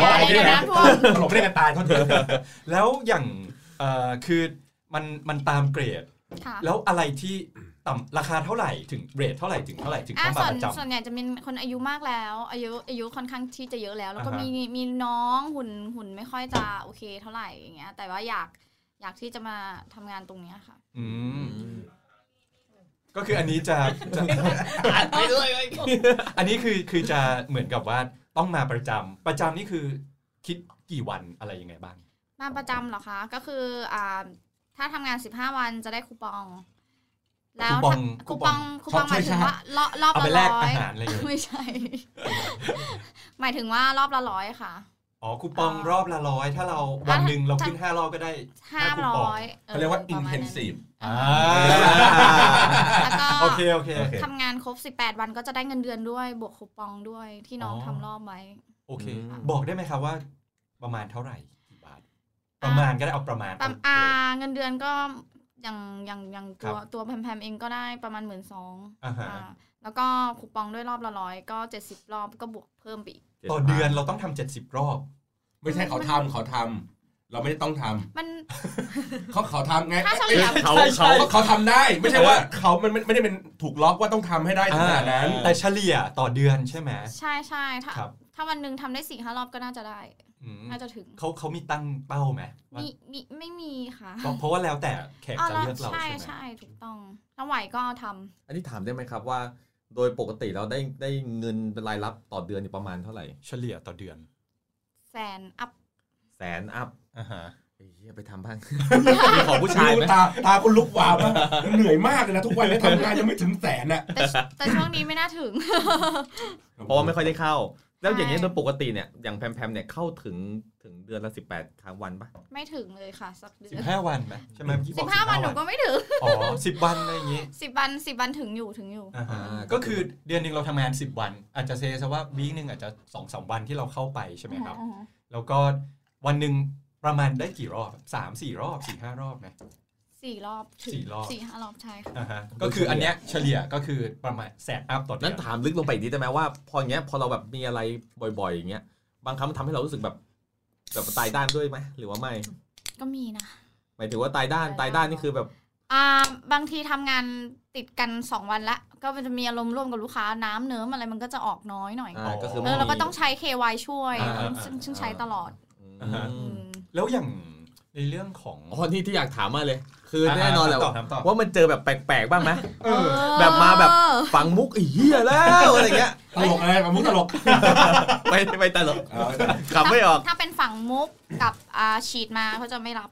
[SPEAKER 4] อย่าเลยนะพวก
[SPEAKER 3] ตลบเล่นกันตายเท่าเดิม
[SPEAKER 1] แล้วอย่างเอ่อคือมันมันตามเกรด
[SPEAKER 4] ค่ะ
[SPEAKER 1] แล้วอะไรที่ต่ำราคาเท่าไหร่ถึงเรทเท่าไหร่ถึงเท่าไหร่ถึง
[SPEAKER 4] อ่ะ
[SPEAKER 1] ต้องมา
[SPEAKER 4] ส่ว
[SPEAKER 1] ป
[SPEAKER 4] น
[SPEAKER 1] ระจำ
[SPEAKER 4] ส่วนใหญ่จะเป็นคนอายุมากแล้ว อายุอายุค่อนข้างที่จะเยอะแล้ว แล้วก็
[SPEAKER 1] อ่าฮะ
[SPEAKER 4] มีมีน้องหุ่นหุ่นไม่ค่อยจะโอเคเท่าไหร่อย่างเงี้ย แต่ว่าอยากอยากที่จะมาทำงานตรงเนี้ยค่ะ
[SPEAKER 1] อืมก็คืออันนี้จะจะ
[SPEAKER 6] ไปด้วย
[SPEAKER 1] อันนี้คือคือจะเหมือนกับว่าต้องมาประจำประจำนี่คือคิดกี่วันอะไรยังไงบ้าง
[SPEAKER 4] มาประจำเหรอคะ ก็คืออ่าถ้าทำงาน 15 วันจะได้คูปอง แล้ว
[SPEAKER 1] คูปอง
[SPEAKER 4] ถ้าคูปอง
[SPEAKER 1] คู
[SPEAKER 4] คู
[SPEAKER 1] ป
[SPEAKER 4] ป
[SPEAKER 1] อ
[SPEAKER 4] อง งหมายถึงว่า รอบรอบ
[SPEAKER 1] เอาไป
[SPEAKER 4] ละ
[SPEAKER 1] แลก
[SPEAKER 4] ร้อ
[SPEAKER 1] อาย หารอะไรอย่างเงี้ย
[SPEAKER 4] ไม่ใช่ หมายถึงว่ารอบละร้อยค่ะ
[SPEAKER 1] อ๋อคูปอง
[SPEAKER 4] อ่าร
[SPEAKER 1] อบละร้อยถ้าเราวันหนึ่งเราขึ้นห้ารอบก็ได้
[SPEAKER 4] ห้า
[SPEAKER 1] คูป
[SPEAKER 4] ร้
[SPEAKER 1] อง
[SPEAKER 4] อย
[SPEAKER 3] เขาเรียกว่า
[SPEAKER 4] ประมณ
[SPEAKER 3] intensive
[SPEAKER 1] อ่า
[SPEAKER 4] แล้วก็
[SPEAKER 1] โอเคโอเค
[SPEAKER 3] โอเค
[SPEAKER 4] ทำงานครบ 18 วันก็จะได้เงินเดือนด้วย บวกคูปองด้วยที่น้องทำรอบไว้
[SPEAKER 1] โอเค
[SPEAKER 5] อืม
[SPEAKER 1] บอกได้ไหมครับว่า ประมาณเท่าไหร่กี่บาท ประมาณก็ได้เอาประมาณ
[SPEAKER 4] ตามอาเงินเดือนก็อย่างอย่างอย่างตัวตัวแพมๆเองก็ได้ประมาณหมื่นสอง
[SPEAKER 1] อ่าฮะ
[SPEAKER 4] แล้วก็คูปองด้วยรอบละร้อยก็ 70 รอบก็บวกเพิ่มไปอีก
[SPEAKER 1] ต่อเดือนเราต้องทำเจ็ดสิบรอบ
[SPEAKER 3] ไม่ใช่เขาทำเขาทำเราไม่ได้ต้องทำ
[SPEAKER 4] มัน
[SPEAKER 3] เขาเขาทำไง
[SPEAKER 4] ค่าเฉ
[SPEAKER 5] คือ
[SPEAKER 4] ลี่ย
[SPEAKER 5] เขา
[SPEAKER 1] ใช่ใช่
[SPEAKER 5] เขา
[SPEAKER 3] เขาเขาทำได้ไม่ใช่ว่าเขามันมันไม่ได้เป็นถูกล็อกว่าต้องทำให้ได้ขนาดนั้น
[SPEAKER 1] แต่เฉลี่ยต่อเดือนใช่ไหม
[SPEAKER 4] ใช่ใช่ถ้า
[SPEAKER 1] ครับ
[SPEAKER 4] ถ้าวันหนึ่งทำได้สี่ห้ารอบก็น่าจะได้
[SPEAKER 1] อืม
[SPEAKER 4] น่าจะถึง
[SPEAKER 1] เขาเขามีตั้งเป้าไหมว่า
[SPEAKER 4] มีมีไม่มีค่ะ
[SPEAKER 1] เพราะเพราะว่าแล้วแต่แขก
[SPEAKER 4] อ๋อ
[SPEAKER 1] จะ
[SPEAKER 4] แล้ว
[SPEAKER 1] เลือกเรา
[SPEAKER 4] ใช่
[SPEAKER 1] ใช่ไหม
[SPEAKER 4] ใช่ถูกต้องถ้าไหวก็ทำ
[SPEAKER 2] อันนี้ถามได้ไหมครับว่า โดยปกติเราได้ได้เงินเป็นรายรับต่อเดือนเนี่ยประมาณเท่าไหร่
[SPEAKER 1] เฉลี่ยต่อเดือน
[SPEAKER 4] แซนอั พ
[SPEAKER 2] แสนอัพ
[SPEAKER 1] อ่าฮะ
[SPEAKER 2] ไอ้เหี้ยไปทำบ้าง
[SPEAKER 5] มีของผู้ชายไหม
[SPEAKER 3] ตาตาคุณลุกวาวมากเหนื่อยมากเลยนะทุกวันนี้ทำงานยังไม่ถึงแสนอ่ะ
[SPEAKER 4] แต่ แต่ช่วงนี้ไม่น่าถึง
[SPEAKER 2] เพ
[SPEAKER 5] เพ
[SPEAKER 2] ราะ
[SPEAKER 5] ราะ
[SPEAKER 2] ว่า
[SPEAKER 5] ว่า
[SPEAKER 2] ไม่
[SPEAKER 5] ไม่
[SPEAKER 2] ค่
[SPEAKER 5] ค่
[SPEAKER 2] อ
[SPEAKER 5] อย ยได้เข้า
[SPEAKER 2] ได้เข้าแล้วอย่างนี้
[SPEAKER 4] ใช่
[SPEAKER 2] โดยปกติเนี่ยอย่างแพมแพมเนี่ยเข้าถึงถึงเดือนละ18 ครั้งวันปะ
[SPEAKER 4] ไม่ถึงเลยค่ะ สักเดือ
[SPEAKER 1] สิ
[SPEAKER 4] น
[SPEAKER 1] บห้าวันไหมใช่ไหมเมื่อกี้บ
[SPEAKER 4] สิ
[SPEAKER 1] อก
[SPEAKER 4] บห้าวันหนูก็ไม่ถึง
[SPEAKER 1] อ๋อสิบวันอะไรอย่างงี้
[SPEAKER 4] สิบวันสิบวันถึงอยู่ถึงอยู่
[SPEAKER 1] อ่าฮะก็คือเดือนหนึ่งเราทำงาน 10 วัน อาจจะเซซะว่าวีคหนึ่งอาจจะสองสามวันที่เราเข้าไปใช่ไหมครับ แล้วก็วันหนึ่งประมาณได้กี่รอบสามสี่รอบสี่ห้ารอบไหม
[SPEAKER 4] สี่รอบถึง
[SPEAKER 1] สี่รอบ
[SPEAKER 4] สี่ห้ารอบใช่ค่ะ
[SPEAKER 1] อ่าฮะก็คืออันเนี้ยเฉลี่ยก็คือประมาณแสนอัพต่อเดื
[SPEAKER 2] นั้น
[SPEAKER 1] อน
[SPEAKER 2] ถามลึกลงไปอีกนิดได้ไหมว่าพออย่างเงี้ยพอเราแบบมีอะไรบ่อยๆอย่างเงี้ยบางครั้งมันทำให้เรารู้สึกแบบแบบตายด้านด้วยไหมหรือว่าไม่
[SPEAKER 4] ก็มีนะ
[SPEAKER 2] หมายถึงว่าตายด้านตายด้านนี่คือแบบ
[SPEAKER 4] อ่าบางทีทำงานติดกันสองวันละ ก็จะมีอารมณ์ร่วมกับลูกค้าน้ำเนื้อมอะไรมันก็จะออกน้อยหน่อย
[SPEAKER 2] อ่าก็คือ
[SPEAKER 4] เอ
[SPEAKER 2] ไม่
[SPEAKER 4] อ
[SPEAKER 2] มี
[SPEAKER 4] เราก็ต้องใช้ KY ช่วย
[SPEAKER 2] อ่า
[SPEAKER 4] ซึ่งซึ่งใช้ตลอด
[SPEAKER 2] อืม
[SPEAKER 4] อืม
[SPEAKER 1] แล้วอย่างในเรื่องของ
[SPEAKER 2] อ๋อนี่ที่อยากถามมาเลย คือแน่นอนแหละ
[SPEAKER 1] ต่
[SPEAKER 2] ว่า
[SPEAKER 1] ถามต่อ
[SPEAKER 2] ว่ามันเจอแบบแปลกๆบ้างไหม
[SPEAKER 1] เออ
[SPEAKER 2] แบบมาแบบ ฝังมุกไอ้เหี้ยแล้วอะไรเงี้ย
[SPEAKER 3] ตลกอะไรกับมุกตลก
[SPEAKER 2] ไม่ไม่ต ลก
[SPEAKER 3] เอา
[SPEAKER 2] ขำไม่ออก
[SPEAKER 4] ถ้าเป็นฝั่งมุกกับอ่าฉีดมาเขาจะไม่รับ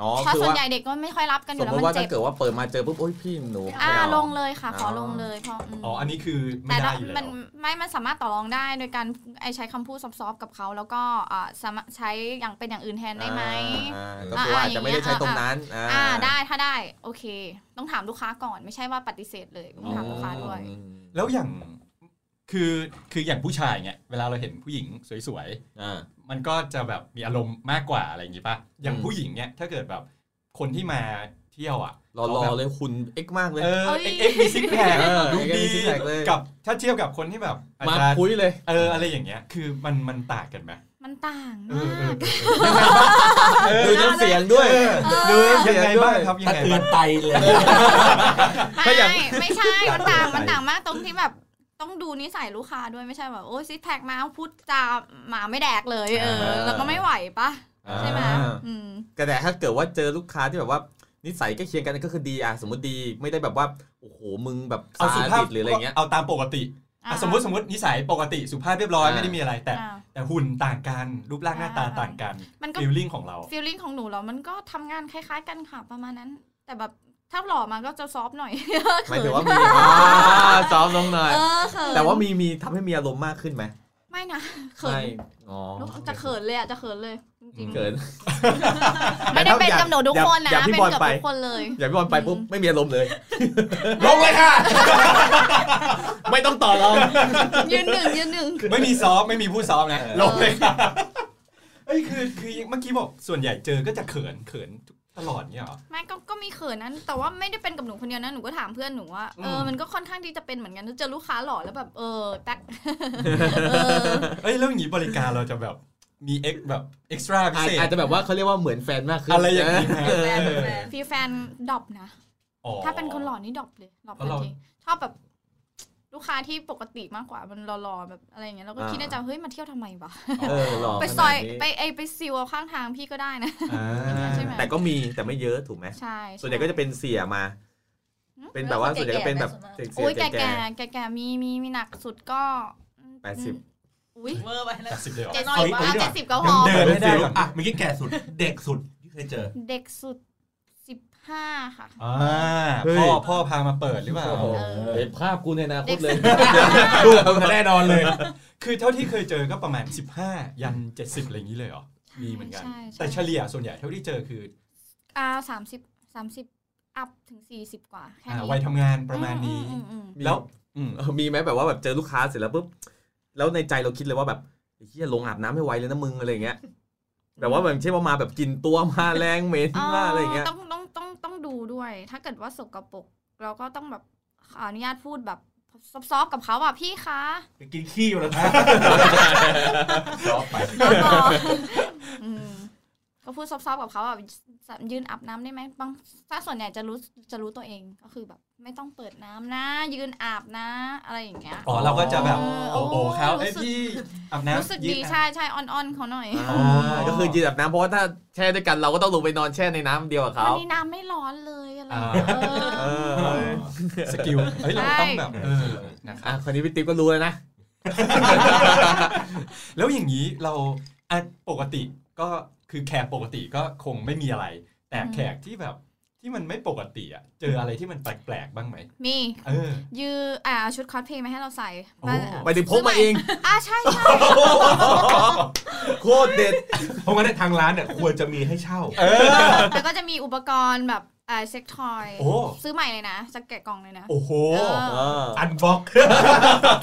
[SPEAKER 2] อ๋อ
[SPEAKER 4] เพราะ
[SPEAKER 2] คือ
[SPEAKER 4] ส่วน
[SPEAKER 2] ว่า
[SPEAKER 4] ใหญ่เด็กก็ไม่ค่อยรับกันอ
[SPEAKER 2] สม
[SPEAKER 4] ยู่แล้
[SPEAKER 2] ม
[SPEAKER 4] ว
[SPEAKER 2] ติ
[SPEAKER 4] มั
[SPEAKER 2] ว่าน ถ้า
[SPEAKER 4] เจ็บ
[SPEAKER 2] เกิดว่าเปิดมาเจอปุ๊บโอ้ยพี่หนู
[SPEAKER 4] อ่า
[SPEAKER 2] ไม่เ
[SPEAKER 4] ลงเลยค่ะ ขอ
[SPEAKER 2] เอา
[SPEAKER 4] ลงเลยเพราะม
[SPEAKER 1] อ๋ออันนี้คือไม่
[SPEAKER 4] แต่
[SPEAKER 1] ได้
[SPEAKER 4] เรา
[SPEAKER 1] อยู่
[SPEAKER 4] มั
[SPEAKER 1] แล้
[SPEAKER 4] น
[SPEAKER 1] ว
[SPEAKER 4] ไม่มันสามารถต่อรองได้โดยการไอใช้คำพูดซอฟๆกับเขา แล้วก็อ่าสามารถใช้อย่างเป็นอย่างอื่นแทนได้ไหม
[SPEAKER 2] อ่าก็คือว่าอาจจะไม่ได้ใช้ตรงนั้น
[SPEAKER 4] อ่าได้ถ้าได้โอเค ต้องถามลูกค้าก่อนไม่ใช่ว่าปฏิเสธเลยต้องถามลูกค้าด้วย
[SPEAKER 2] อืม
[SPEAKER 1] แล้วอย่างคือคืออย่างผู้ชายเนี่ยเวลาเราเห็นผู้หญิงสวย
[SPEAKER 2] อ่า
[SPEAKER 1] ๆ มันก็จะแบบมีอารมณ์มากกว่าอะไรอย่างงี้ป่ะอย่าง
[SPEAKER 2] อืม
[SPEAKER 1] ผู้หญิงเนี่ยถ้าเกิดแบบคนที่มาเที่ยวอ่ะ
[SPEAKER 2] รอรอเลยคุณเอ็กมากเลย
[SPEAKER 1] เออ
[SPEAKER 4] เอ้ย
[SPEAKER 1] เอ็กเอ็กมีซิกแพค
[SPEAKER 2] เออ
[SPEAKER 1] ดู
[SPEAKER 2] เอ็กมี
[SPEAKER 1] ดี
[SPEAKER 2] ซิกแพคเลย
[SPEAKER 1] กับถ้าเทียบกับคนที่แบบอาจ
[SPEAKER 2] มา
[SPEAKER 1] จะ
[SPEAKER 2] คุยเลย
[SPEAKER 1] เอออะไรอย่างเงี้ย คือมันมันต่างกันไหม
[SPEAKER 4] มันต่าง
[SPEAKER 1] เอ
[SPEAKER 4] มา
[SPEAKER 1] อเออก เออ
[SPEAKER 2] ดูน้ำเสียงด้วย
[SPEAKER 1] เออยังไงบ้างครับยัง
[SPEAKER 3] ตะ
[SPEAKER 1] ไง
[SPEAKER 3] เตือ
[SPEAKER 1] บ้าน ง
[SPEAKER 3] ไตเลย
[SPEAKER 4] ไม่ไม่ใช่มันต่างมันต่างมากตรงที่แบบต้องดูนิสัยลูกค้าด้วยไม่ใช่แบบโอ้ยซิกแพคมาพูดจาหมาไม่แดกเลยเออแล้วก็ไม่ไหวปะใช่ไหม
[SPEAKER 2] อ่า
[SPEAKER 4] อืม
[SPEAKER 2] ก็แต่ถ้าเกิดว่าเจอลูกค้าที่แบบว่านิสัยใกล้เคียงกันก็คือดีอ่ะสมมติดีไม่ได้แบบว่าโอ้โหมึงแบบ
[SPEAKER 1] เอาสุ
[SPEAKER 2] ซา
[SPEAKER 1] ภา
[SPEAKER 2] ดิ
[SPEAKER 1] พ
[SPEAKER 2] สหรืออะไรเงี้ย
[SPEAKER 1] เอาตามปกติอ่ะสมมติสมมตินิสัยปกติสุภาพเรียบร้อย
[SPEAKER 2] อ่า
[SPEAKER 1] ไม่ได้มีอะไร แต่
[SPEAKER 4] อ่า
[SPEAKER 1] แต่หุ่นต่างกันรูปร่างหน้าตา
[SPEAKER 4] อ่า
[SPEAKER 1] ต่างกัน
[SPEAKER 4] มันก็
[SPEAKER 1] ฟิลลิ่งของเรา
[SPEAKER 4] ฟีลลิ่งของหนูแล้วมันก็ทำงานคล้ายๆกันค่ะประมาณนั้น แต่แบบถ้าหล่อมาก็จะซอฟต์หน่อย
[SPEAKER 2] หมายถึง ว่ามีอ่าซ้อมลงหน่อย
[SPEAKER 4] เออเขิน
[SPEAKER 2] แต่ว่ามีมีทำให้มีอารมณ์มากขึ้นไหม
[SPEAKER 4] ไม่นะเขิน
[SPEAKER 2] ใช่อ๋อ
[SPEAKER 4] จะเขินเลยอ่ะจะเขินเลยจริง
[SPEAKER 2] เขิน
[SPEAKER 4] ๆไม่ได้เป็นกับหนูทุกคนนะ
[SPEAKER 2] อย่าพี่
[SPEAKER 4] เป็น
[SPEAKER 2] บอล
[SPEAKER 4] กับ
[SPEAKER 2] ไป
[SPEAKER 4] ทุกคนเลย
[SPEAKER 2] อย่าพี่บอลไปปุ๊บไม่มีอารมณ์เลย
[SPEAKER 3] ลงเลยค่ะ
[SPEAKER 2] ไม่ต้องต่อรอง
[SPEAKER 4] ยืนหนึ่งยืนหนึ่ง
[SPEAKER 1] ไม่มีซ้อมไม่มีผู้ซ้อมนะ
[SPEAKER 2] เออ
[SPEAKER 1] ลงเลยครับเอ้ยคือคือเมื่อกี้บอกส่วนใหญ่เจอก็จะเขินเขินตลอดเนี่ยเหรอ
[SPEAKER 4] ไม่ก็ก็มีเขินนั้น แต่ว่าไม่ได้เป็นกับหนูคนเดียวนะหนูก็ถามเพื่อนหนูว่าเออ
[SPEAKER 1] อืม
[SPEAKER 4] มันก็ค่อนข้างที่จะเป็นเหมือนกันถ้าเจอลูกค้าหล่อแล้วแบบเออแป๊ก เออ
[SPEAKER 1] เอ้ยแล้วอย่างนี้บริการเราจะแบบมีเอ็กแบบเอ็กซ์ตร้าพิ
[SPEAKER 2] อาจ
[SPEAKER 1] เศษ
[SPEAKER 2] อาจจะแบบว่าเขาเรียกว่าเหมือนแฟนมากขึ้น
[SPEAKER 1] อะไรอย่างนี้
[SPEAKER 2] เออ
[SPEAKER 4] ฟีแฟนดรอปนะ
[SPEAKER 1] อ๋อ
[SPEAKER 4] ถ้าเป็นคนหล่อนี่ดรอปเลยดรอป
[SPEAKER 1] แล้วเรา
[SPEAKER 4] จริงชอบแบบ ลูกค้าที่ปกติมากกว่ามันหล่อๆแบบอะไรอย่างเงี้ยเราก็
[SPEAKER 2] อ่า
[SPEAKER 4] คิดในใจเฮ้ยมาเที่ยวทำไมวะ
[SPEAKER 2] เออหล่อ
[SPEAKER 4] ไปซอย
[SPEAKER 2] ขนาดนี้
[SPEAKER 4] ไปไอไปซิวเอาข้างทางพี่ก็ได้นะ
[SPEAKER 1] อ่า
[SPEAKER 4] ใช่ไหม
[SPEAKER 2] แต่ก็มีแต่ไม่เยอะถูกไหม
[SPEAKER 4] ใช่
[SPEAKER 2] ส่วนใหญ่ก็จะเป็นเสียมา
[SPEAKER 4] อืม
[SPEAKER 2] เป็นแบบว่าส่วนใหญ่ก็เป็นแบบเสี
[SPEAKER 4] โอ้ย
[SPEAKER 2] ย
[SPEAKER 4] แก่
[SPEAKER 2] แก่
[SPEAKER 4] ๆแก่ๆมีมีมีหนักสุดก็
[SPEAKER 2] แปดสิบ
[SPEAKER 4] อุ้ย
[SPEAKER 6] เวอร์ไปนะ
[SPEAKER 1] แปดสิบเลยเหรอ
[SPEAKER 4] เจ็ด
[SPEAKER 6] น้ย
[SPEAKER 4] สิบ
[SPEAKER 6] กว่า
[SPEAKER 4] เอาเจ็ดสิบก็พ
[SPEAKER 1] ยัง
[SPEAKER 4] อ
[SPEAKER 1] เดินไม่ได้ก่อน
[SPEAKER 3] อ่ะเมื่อกี้แก่สุด เด็กสุดที่เคยเจอ
[SPEAKER 4] เด็กสุดสิบห้าค่ะ
[SPEAKER 1] อ่า
[SPEAKER 2] เฮ้ย
[SPEAKER 1] พ่อพ่อพามาเปิดหรือเปล่า
[SPEAKER 2] โอ้โหเห็นภาพกูในอนาคตเลย
[SPEAKER 1] ลูกแน่นอนเลย คือเท่าที่เคยเจอก็ประมาณ 15 ยัน 70อะไรอย่างนี้เลยเหรอมีเหมือนกัน
[SPEAKER 4] ใช่ใช่
[SPEAKER 1] แต่เฉลี่ยส่วนใหญ่เท่าที่เจอคือ
[SPEAKER 4] อ่าสามสิบสามสิบอัพถึงสี่สิบกว่าแค่
[SPEAKER 1] อ่า
[SPEAKER 4] นี้
[SPEAKER 1] วัยทำงานประมาณนี้
[SPEAKER 4] อืมอืมอืม
[SPEAKER 2] มี
[SPEAKER 1] แล้วอืม
[SPEAKER 2] เออมีไหมแบบว่าแบบเจอลูกค้าเสร็จแล้วปุ๊บแล้วในใจเราคิดเลยว่าแบบไอ้เฮียลงอาบน้ำให้ไวเลยนะมึงอะไรอย่างเงี้ยแบบว่าแบบเช่นว่ามาแบบกลินตัวมาแรงเหม็นมาอะไรอย่างเงี้ย
[SPEAKER 4] ต้องต้องต้องต้องดูด้วย ถ้าเกิดว่าสกปรกเราก็ต้องแบบขออนุญาตพูดแบบซอฟๆกับเขาอ่ะพี่ คะ
[SPEAKER 3] ไปกินขี้มาแล้วนะ
[SPEAKER 4] แล้วก็อืม ก็พูดซอฟๆกับเขาแบบยืนอาบน้ำได้ไหมบางถ้าส่วนใหญ่จะรู้จะรู้ตัวเองก็คือแบบ ไม่ต้องเปิดน้ำนะ ยืนอาบนะ อะไรอย่างเงี้ย
[SPEAKER 1] อ๋อเราก็จะแบบ
[SPEAKER 4] เอ
[SPEAKER 1] โอ้
[SPEAKER 4] อ
[SPEAKER 1] โหเขาเอ้ย
[SPEAKER 4] รู้สึก
[SPEAKER 1] พี่อาบน้ำ
[SPEAKER 4] รู้สึก
[SPEAKER 1] ยื
[SPEAKER 4] ดี
[SPEAKER 1] นะ
[SPEAKER 4] ใช่ใช่อ่อนๆเขาหน่อย
[SPEAKER 1] อ๋อ
[SPEAKER 2] ก็คือยืนอาบน้ำเพราะว่าถ้าแช่ด้วยกันเราก็ต้องลงไปนอนแช่ในน้ำเดียวกับ
[SPEAKER 4] วั
[SPEAKER 2] เขา
[SPEAKER 4] นนี้น้ำไม่ร้อนเลยอะไรอย่างเงี้ยเอ
[SPEAKER 2] เอ
[SPEAKER 4] อ
[SPEAKER 2] อ
[SPEAKER 1] สกิลเฮ้ยเราต้องแบบเออนะครั
[SPEAKER 2] อ่ะ
[SPEAKER 1] บ
[SPEAKER 2] คนนี้พี่ติ๊บก็รู้แล้วนะ
[SPEAKER 1] แล้วอย่างนี้เราอ่ะปกติก็คือแขกปกติก็คงไม่มีอะไร แต่
[SPEAKER 4] อืม
[SPEAKER 1] แขกที่แบบที่มันไม่ปกติอ่ะเจออะไรที่มันแปลกๆบ้างไหม
[SPEAKER 4] มี
[SPEAKER 1] เออ
[SPEAKER 4] ยืออ่าชุดคอสเพลย์มาให้เราใส่
[SPEAKER 1] โอ้
[SPEAKER 4] มา
[SPEAKER 2] ไปถึงพกมาเอง
[SPEAKER 4] อ่าใช่ใช่
[SPEAKER 2] โคตรเด็ด
[SPEAKER 3] เพราะงั้นเนยทางร้านเนี่ยควรจะมีให้เช่า
[SPEAKER 1] เออ
[SPEAKER 4] แล้วก็จะมีอุปกรณ์แบบอ่าเซ็กทอย
[SPEAKER 1] โอ้
[SPEAKER 4] ซื้อใหม่เลยนะจะแกะกล่องเลยนะ
[SPEAKER 1] โอ้โห
[SPEAKER 4] เออ
[SPEAKER 3] อันบล็อก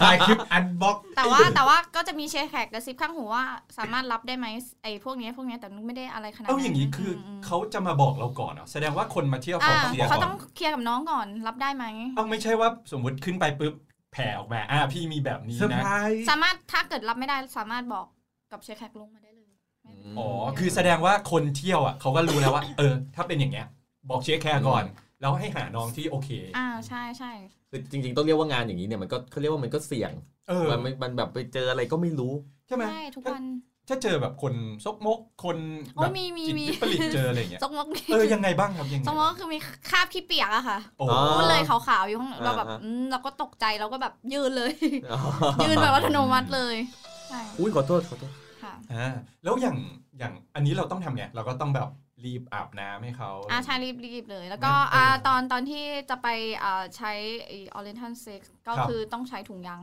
[SPEAKER 3] ถ่ายคลิปอันบล็อก
[SPEAKER 4] แต่ว่าแต่ว่าก็จะมีเชียร์แขกกระซิบข้างหูว่าสามารถรับได้ไหมไอ้พวกเนี้ยพวกเนี้ยแต่ไม่ได้อะไรขนาด
[SPEAKER 1] เอาอย่างนี้คือ
[SPEAKER 4] ม
[SPEAKER 1] เขาจะมาบอกเราก่อนเหรอแสดงว่าคนมาเที่ยว
[SPEAKER 4] อ่า
[SPEAKER 1] เขาต้องเคลียร์ก่อ
[SPEAKER 4] เขาต้อน งเคลียร์กับน้องก่อนรับได้ไหม
[SPEAKER 1] เอาไม่ใช่ว่าสมมติขึ้นไปปุ๊บแผ่ออกมาอ่าพี่มีแบบนี้
[SPEAKER 3] เซอร์
[SPEAKER 1] นะ
[SPEAKER 3] ไพรส์
[SPEAKER 4] สามารถถ้าเกิดรับไม่ได้สามารถบอกกับเชียร์แขกลงมาได้เลยไม่เป็นไร
[SPEAKER 1] อ๋อคือแสดงว่าคนเที่ยวอ่ะเขาก็รู้แล้วว่า เออ ถ้าเป็นอย่างเงี้ย บอกเช็คแคร์ก่อน แล้วให้หาน้องที่โอเค
[SPEAKER 4] อ่าใช่ใช่
[SPEAKER 2] คือจริงๆ ต้องเรียกว่างานอย่างนี้เนี่ยมันก็เขาเรียกว่ามันก็เสี่ยง
[SPEAKER 1] เออ
[SPEAKER 2] มันมันมันแบบไปเจออะไรก็ไม่รู้
[SPEAKER 1] ใช่ไหม
[SPEAKER 4] ใช่ทุกวัน
[SPEAKER 1] ถ้าเจอแบบคนซกมกคน
[SPEAKER 4] โอ้
[SPEAKER 1] แบ
[SPEAKER 4] ย
[SPEAKER 1] บ
[SPEAKER 4] มีมี
[SPEAKER 1] จิต
[SPEAKER 4] มี
[SPEAKER 1] วิปริตเจออะไรอย่างเงี้ย
[SPEAKER 4] ซกมก
[SPEAKER 1] เออยังไงบ้างครับยังไง
[SPEAKER 4] ซกมกก็คือมีคราบขี้เปียกอะค่ะ
[SPEAKER 1] โอ้
[SPEAKER 2] อ๋อ
[SPEAKER 4] พูดเลยขาวๆอยู่ข้างเราแบบ
[SPEAKER 2] อ่าฮะ
[SPEAKER 4] อืมเราก็ตกใจเราก็แบบยืนเลย ยืนแบบอัตโนมัติเลยใช่
[SPEAKER 2] อุ้ยขอโทษขอโทษ
[SPEAKER 4] ค่ะ
[SPEAKER 1] อ่าแล้วอย่างอย่างอันนี้เราต้องทำไงเราก็ต้องแบบรีบอาบน้ำให้เขา
[SPEAKER 4] อาใชารีบรีบๆเลย แล้วก็
[SPEAKER 1] เอออ่
[SPEAKER 4] อ่าตอนตอนที่จะไปอ่าใช้ไอออเรนทันเซ็กก็
[SPEAKER 1] ครับ
[SPEAKER 4] คือต้องใช้ถุงยาง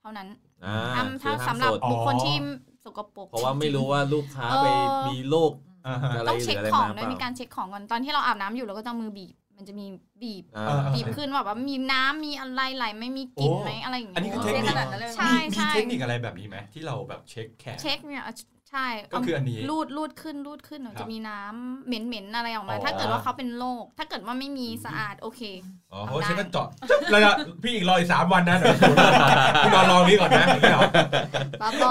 [SPEAKER 4] เท่านั้น
[SPEAKER 2] อ่า
[SPEAKER 4] ห้ามถ้าสำหรับ
[SPEAKER 2] คือห้ามสด
[SPEAKER 4] บุคคลที่สกปรก
[SPEAKER 2] เพราะว่าไม่รู้ว่าลูกค้าไป
[SPEAKER 4] เออ
[SPEAKER 2] มีโรค
[SPEAKER 1] อ่าฮะ
[SPEAKER 2] อะไร
[SPEAKER 4] ต้อง
[SPEAKER 2] ห
[SPEAKER 4] เช็
[SPEAKER 2] รืออะไร
[SPEAKER 4] คของ
[SPEAKER 2] มา
[SPEAKER 4] ด้วย
[SPEAKER 2] เป
[SPEAKER 4] มี
[SPEAKER 2] ล่า
[SPEAKER 4] การเช็คของก่อนตอนที่เราอาบน้ำอยู่เราก็จะเอามือบีบ มันจะมีบีบ
[SPEAKER 2] อ่า
[SPEAKER 1] เออเออ
[SPEAKER 4] บีบขึ้นว่าแบบมีน้ำมีอะไรไหลไหม่มีกลิ่นไหมอะไรอย่าง
[SPEAKER 1] อัน
[SPEAKER 4] เงี้
[SPEAKER 1] นี้
[SPEAKER 4] ย
[SPEAKER 1] คือเทคนิค
[SPEAKER 6] ขนาดนั้นเลยเหรอ
[SPEAKER 4] ใช่
[SPEAKER 1] มีมีเทคนิคอะไรแบบนี้ไหมที่เราแบบเช็คแขน
[SPEAKER 4] เช็คเนี่ยใช่
[SPEAKER 1] ก็คืออันนี้
[SPEAKER 4] รูดรูดขึ้นรูดขึ้นเดี๋ย
[SPEAKER 1] ค
[SPEAKER 4] ว
[SPEAKER 1] รับ
[SPEAKER 4] จะมีน้ำเหม็นๆอะไรออกมา
[SPEAKER 1] อ๋อ
[SPEAKER 4] ถ้าเกิดว่าเขาเป็นโรคถ้าเกิดว่าไม่มีสะอาดโอเค
[SPEAKER 3] อ๋อเพราะว่าฉันก็เจาะ แล้วนะพี่อีกรออีกสามวัน นะเดี๋ยวพี่นอนรอนี้ก่อนนะอย่างเงี้ยเหรอ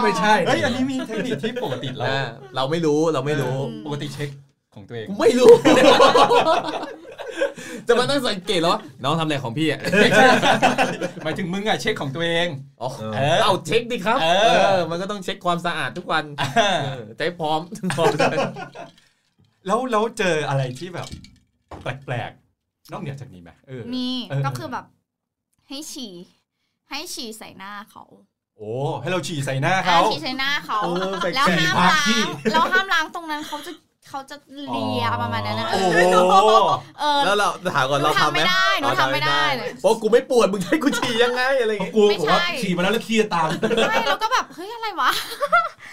[SPEAKER 3] ไม่ใช่
[SPEAKER 1] เฮ้ยอันนี้มีเทคนิคที่ปกติเรา
[SPEAKER 2] อ่าเราไม่รู้เราไม่รู้
[SPEAKER 4] อืม
[SPEAKER 1] ปกติเช็คของตัวเอง
[SPEAKER 2] ไม่ รู้ จะมานั่งสังเกตแล้วว่าน้องทำอะไรของพี่อ่ะ
[SPEAKER 1] หมายถึงมึงอะเช็คของตัวเอง
[SPEAKER 2] อ๋อ
[SPEAKER 1] เออ
[SPEAKER 2] เอาเช็คดิครับ
[SPEAKER 1] เออ
[SPEAKER 2] เออ มันก็ต้องเช็คความสะอาดทุกวันเออใจพร้อมพร้อม
[SPEAKER 1] แล้วแล้วเจออะไรที่แบบแปลกๆนอกเหนือจากนี้ไหมเออ
[SPEAKER 4] มี
[SPEAKER 1] เออ
[SPEAKER 4] ก็คือแบบ ให้ฉี่ให้ฉี่ใส่หน้าเขา
[SPEAKER 1] โอ้ให้เราฉี่ใส่หน้าเขา
[SPEAKER 4] อ่าฉี่ใส่หน้าเขา
[SPEAKER 1] เออแปลกๆ
[SPEAKER 4] แล้วห้ามล้า
[SPEAKER 3] ขี้
[SPEAKER 4] งแล้วห้ามล้างตรงนั้นเขาจะเขาจะเลียประมาณนั้นนะ
[SPEAKER 1] โอ้โห
[SPEAKER 4] เออ
[SPEAKER 2] แล้วเราถามก่อน
[SPEAKER 4] หนู
[SPEAKER 2] เรา
[SPEAKER 4] ทำ
[SPEAKER 2] ทำไหม
[SPEAKER 4] ไม่ได้หนูทำไม่ได้เลย
[SPEAKER 2] เพราะกูไม่ปวดมึงให้กูฉี่ยังไงอะไรอย่าง
[SPEAKER 3] เพราะ
[SPEAKER 2] เงี้ย
[SPEAKER 3] กลัวผมว่า
[SPEAKER 4] ไม่ใช่
[SPEAKER 3] ฉี่มาแล้วแล้วขี้จะตาม
[SPEAKER 4] ใช่แล้วก็แบบเฮ้ยอะไรวะ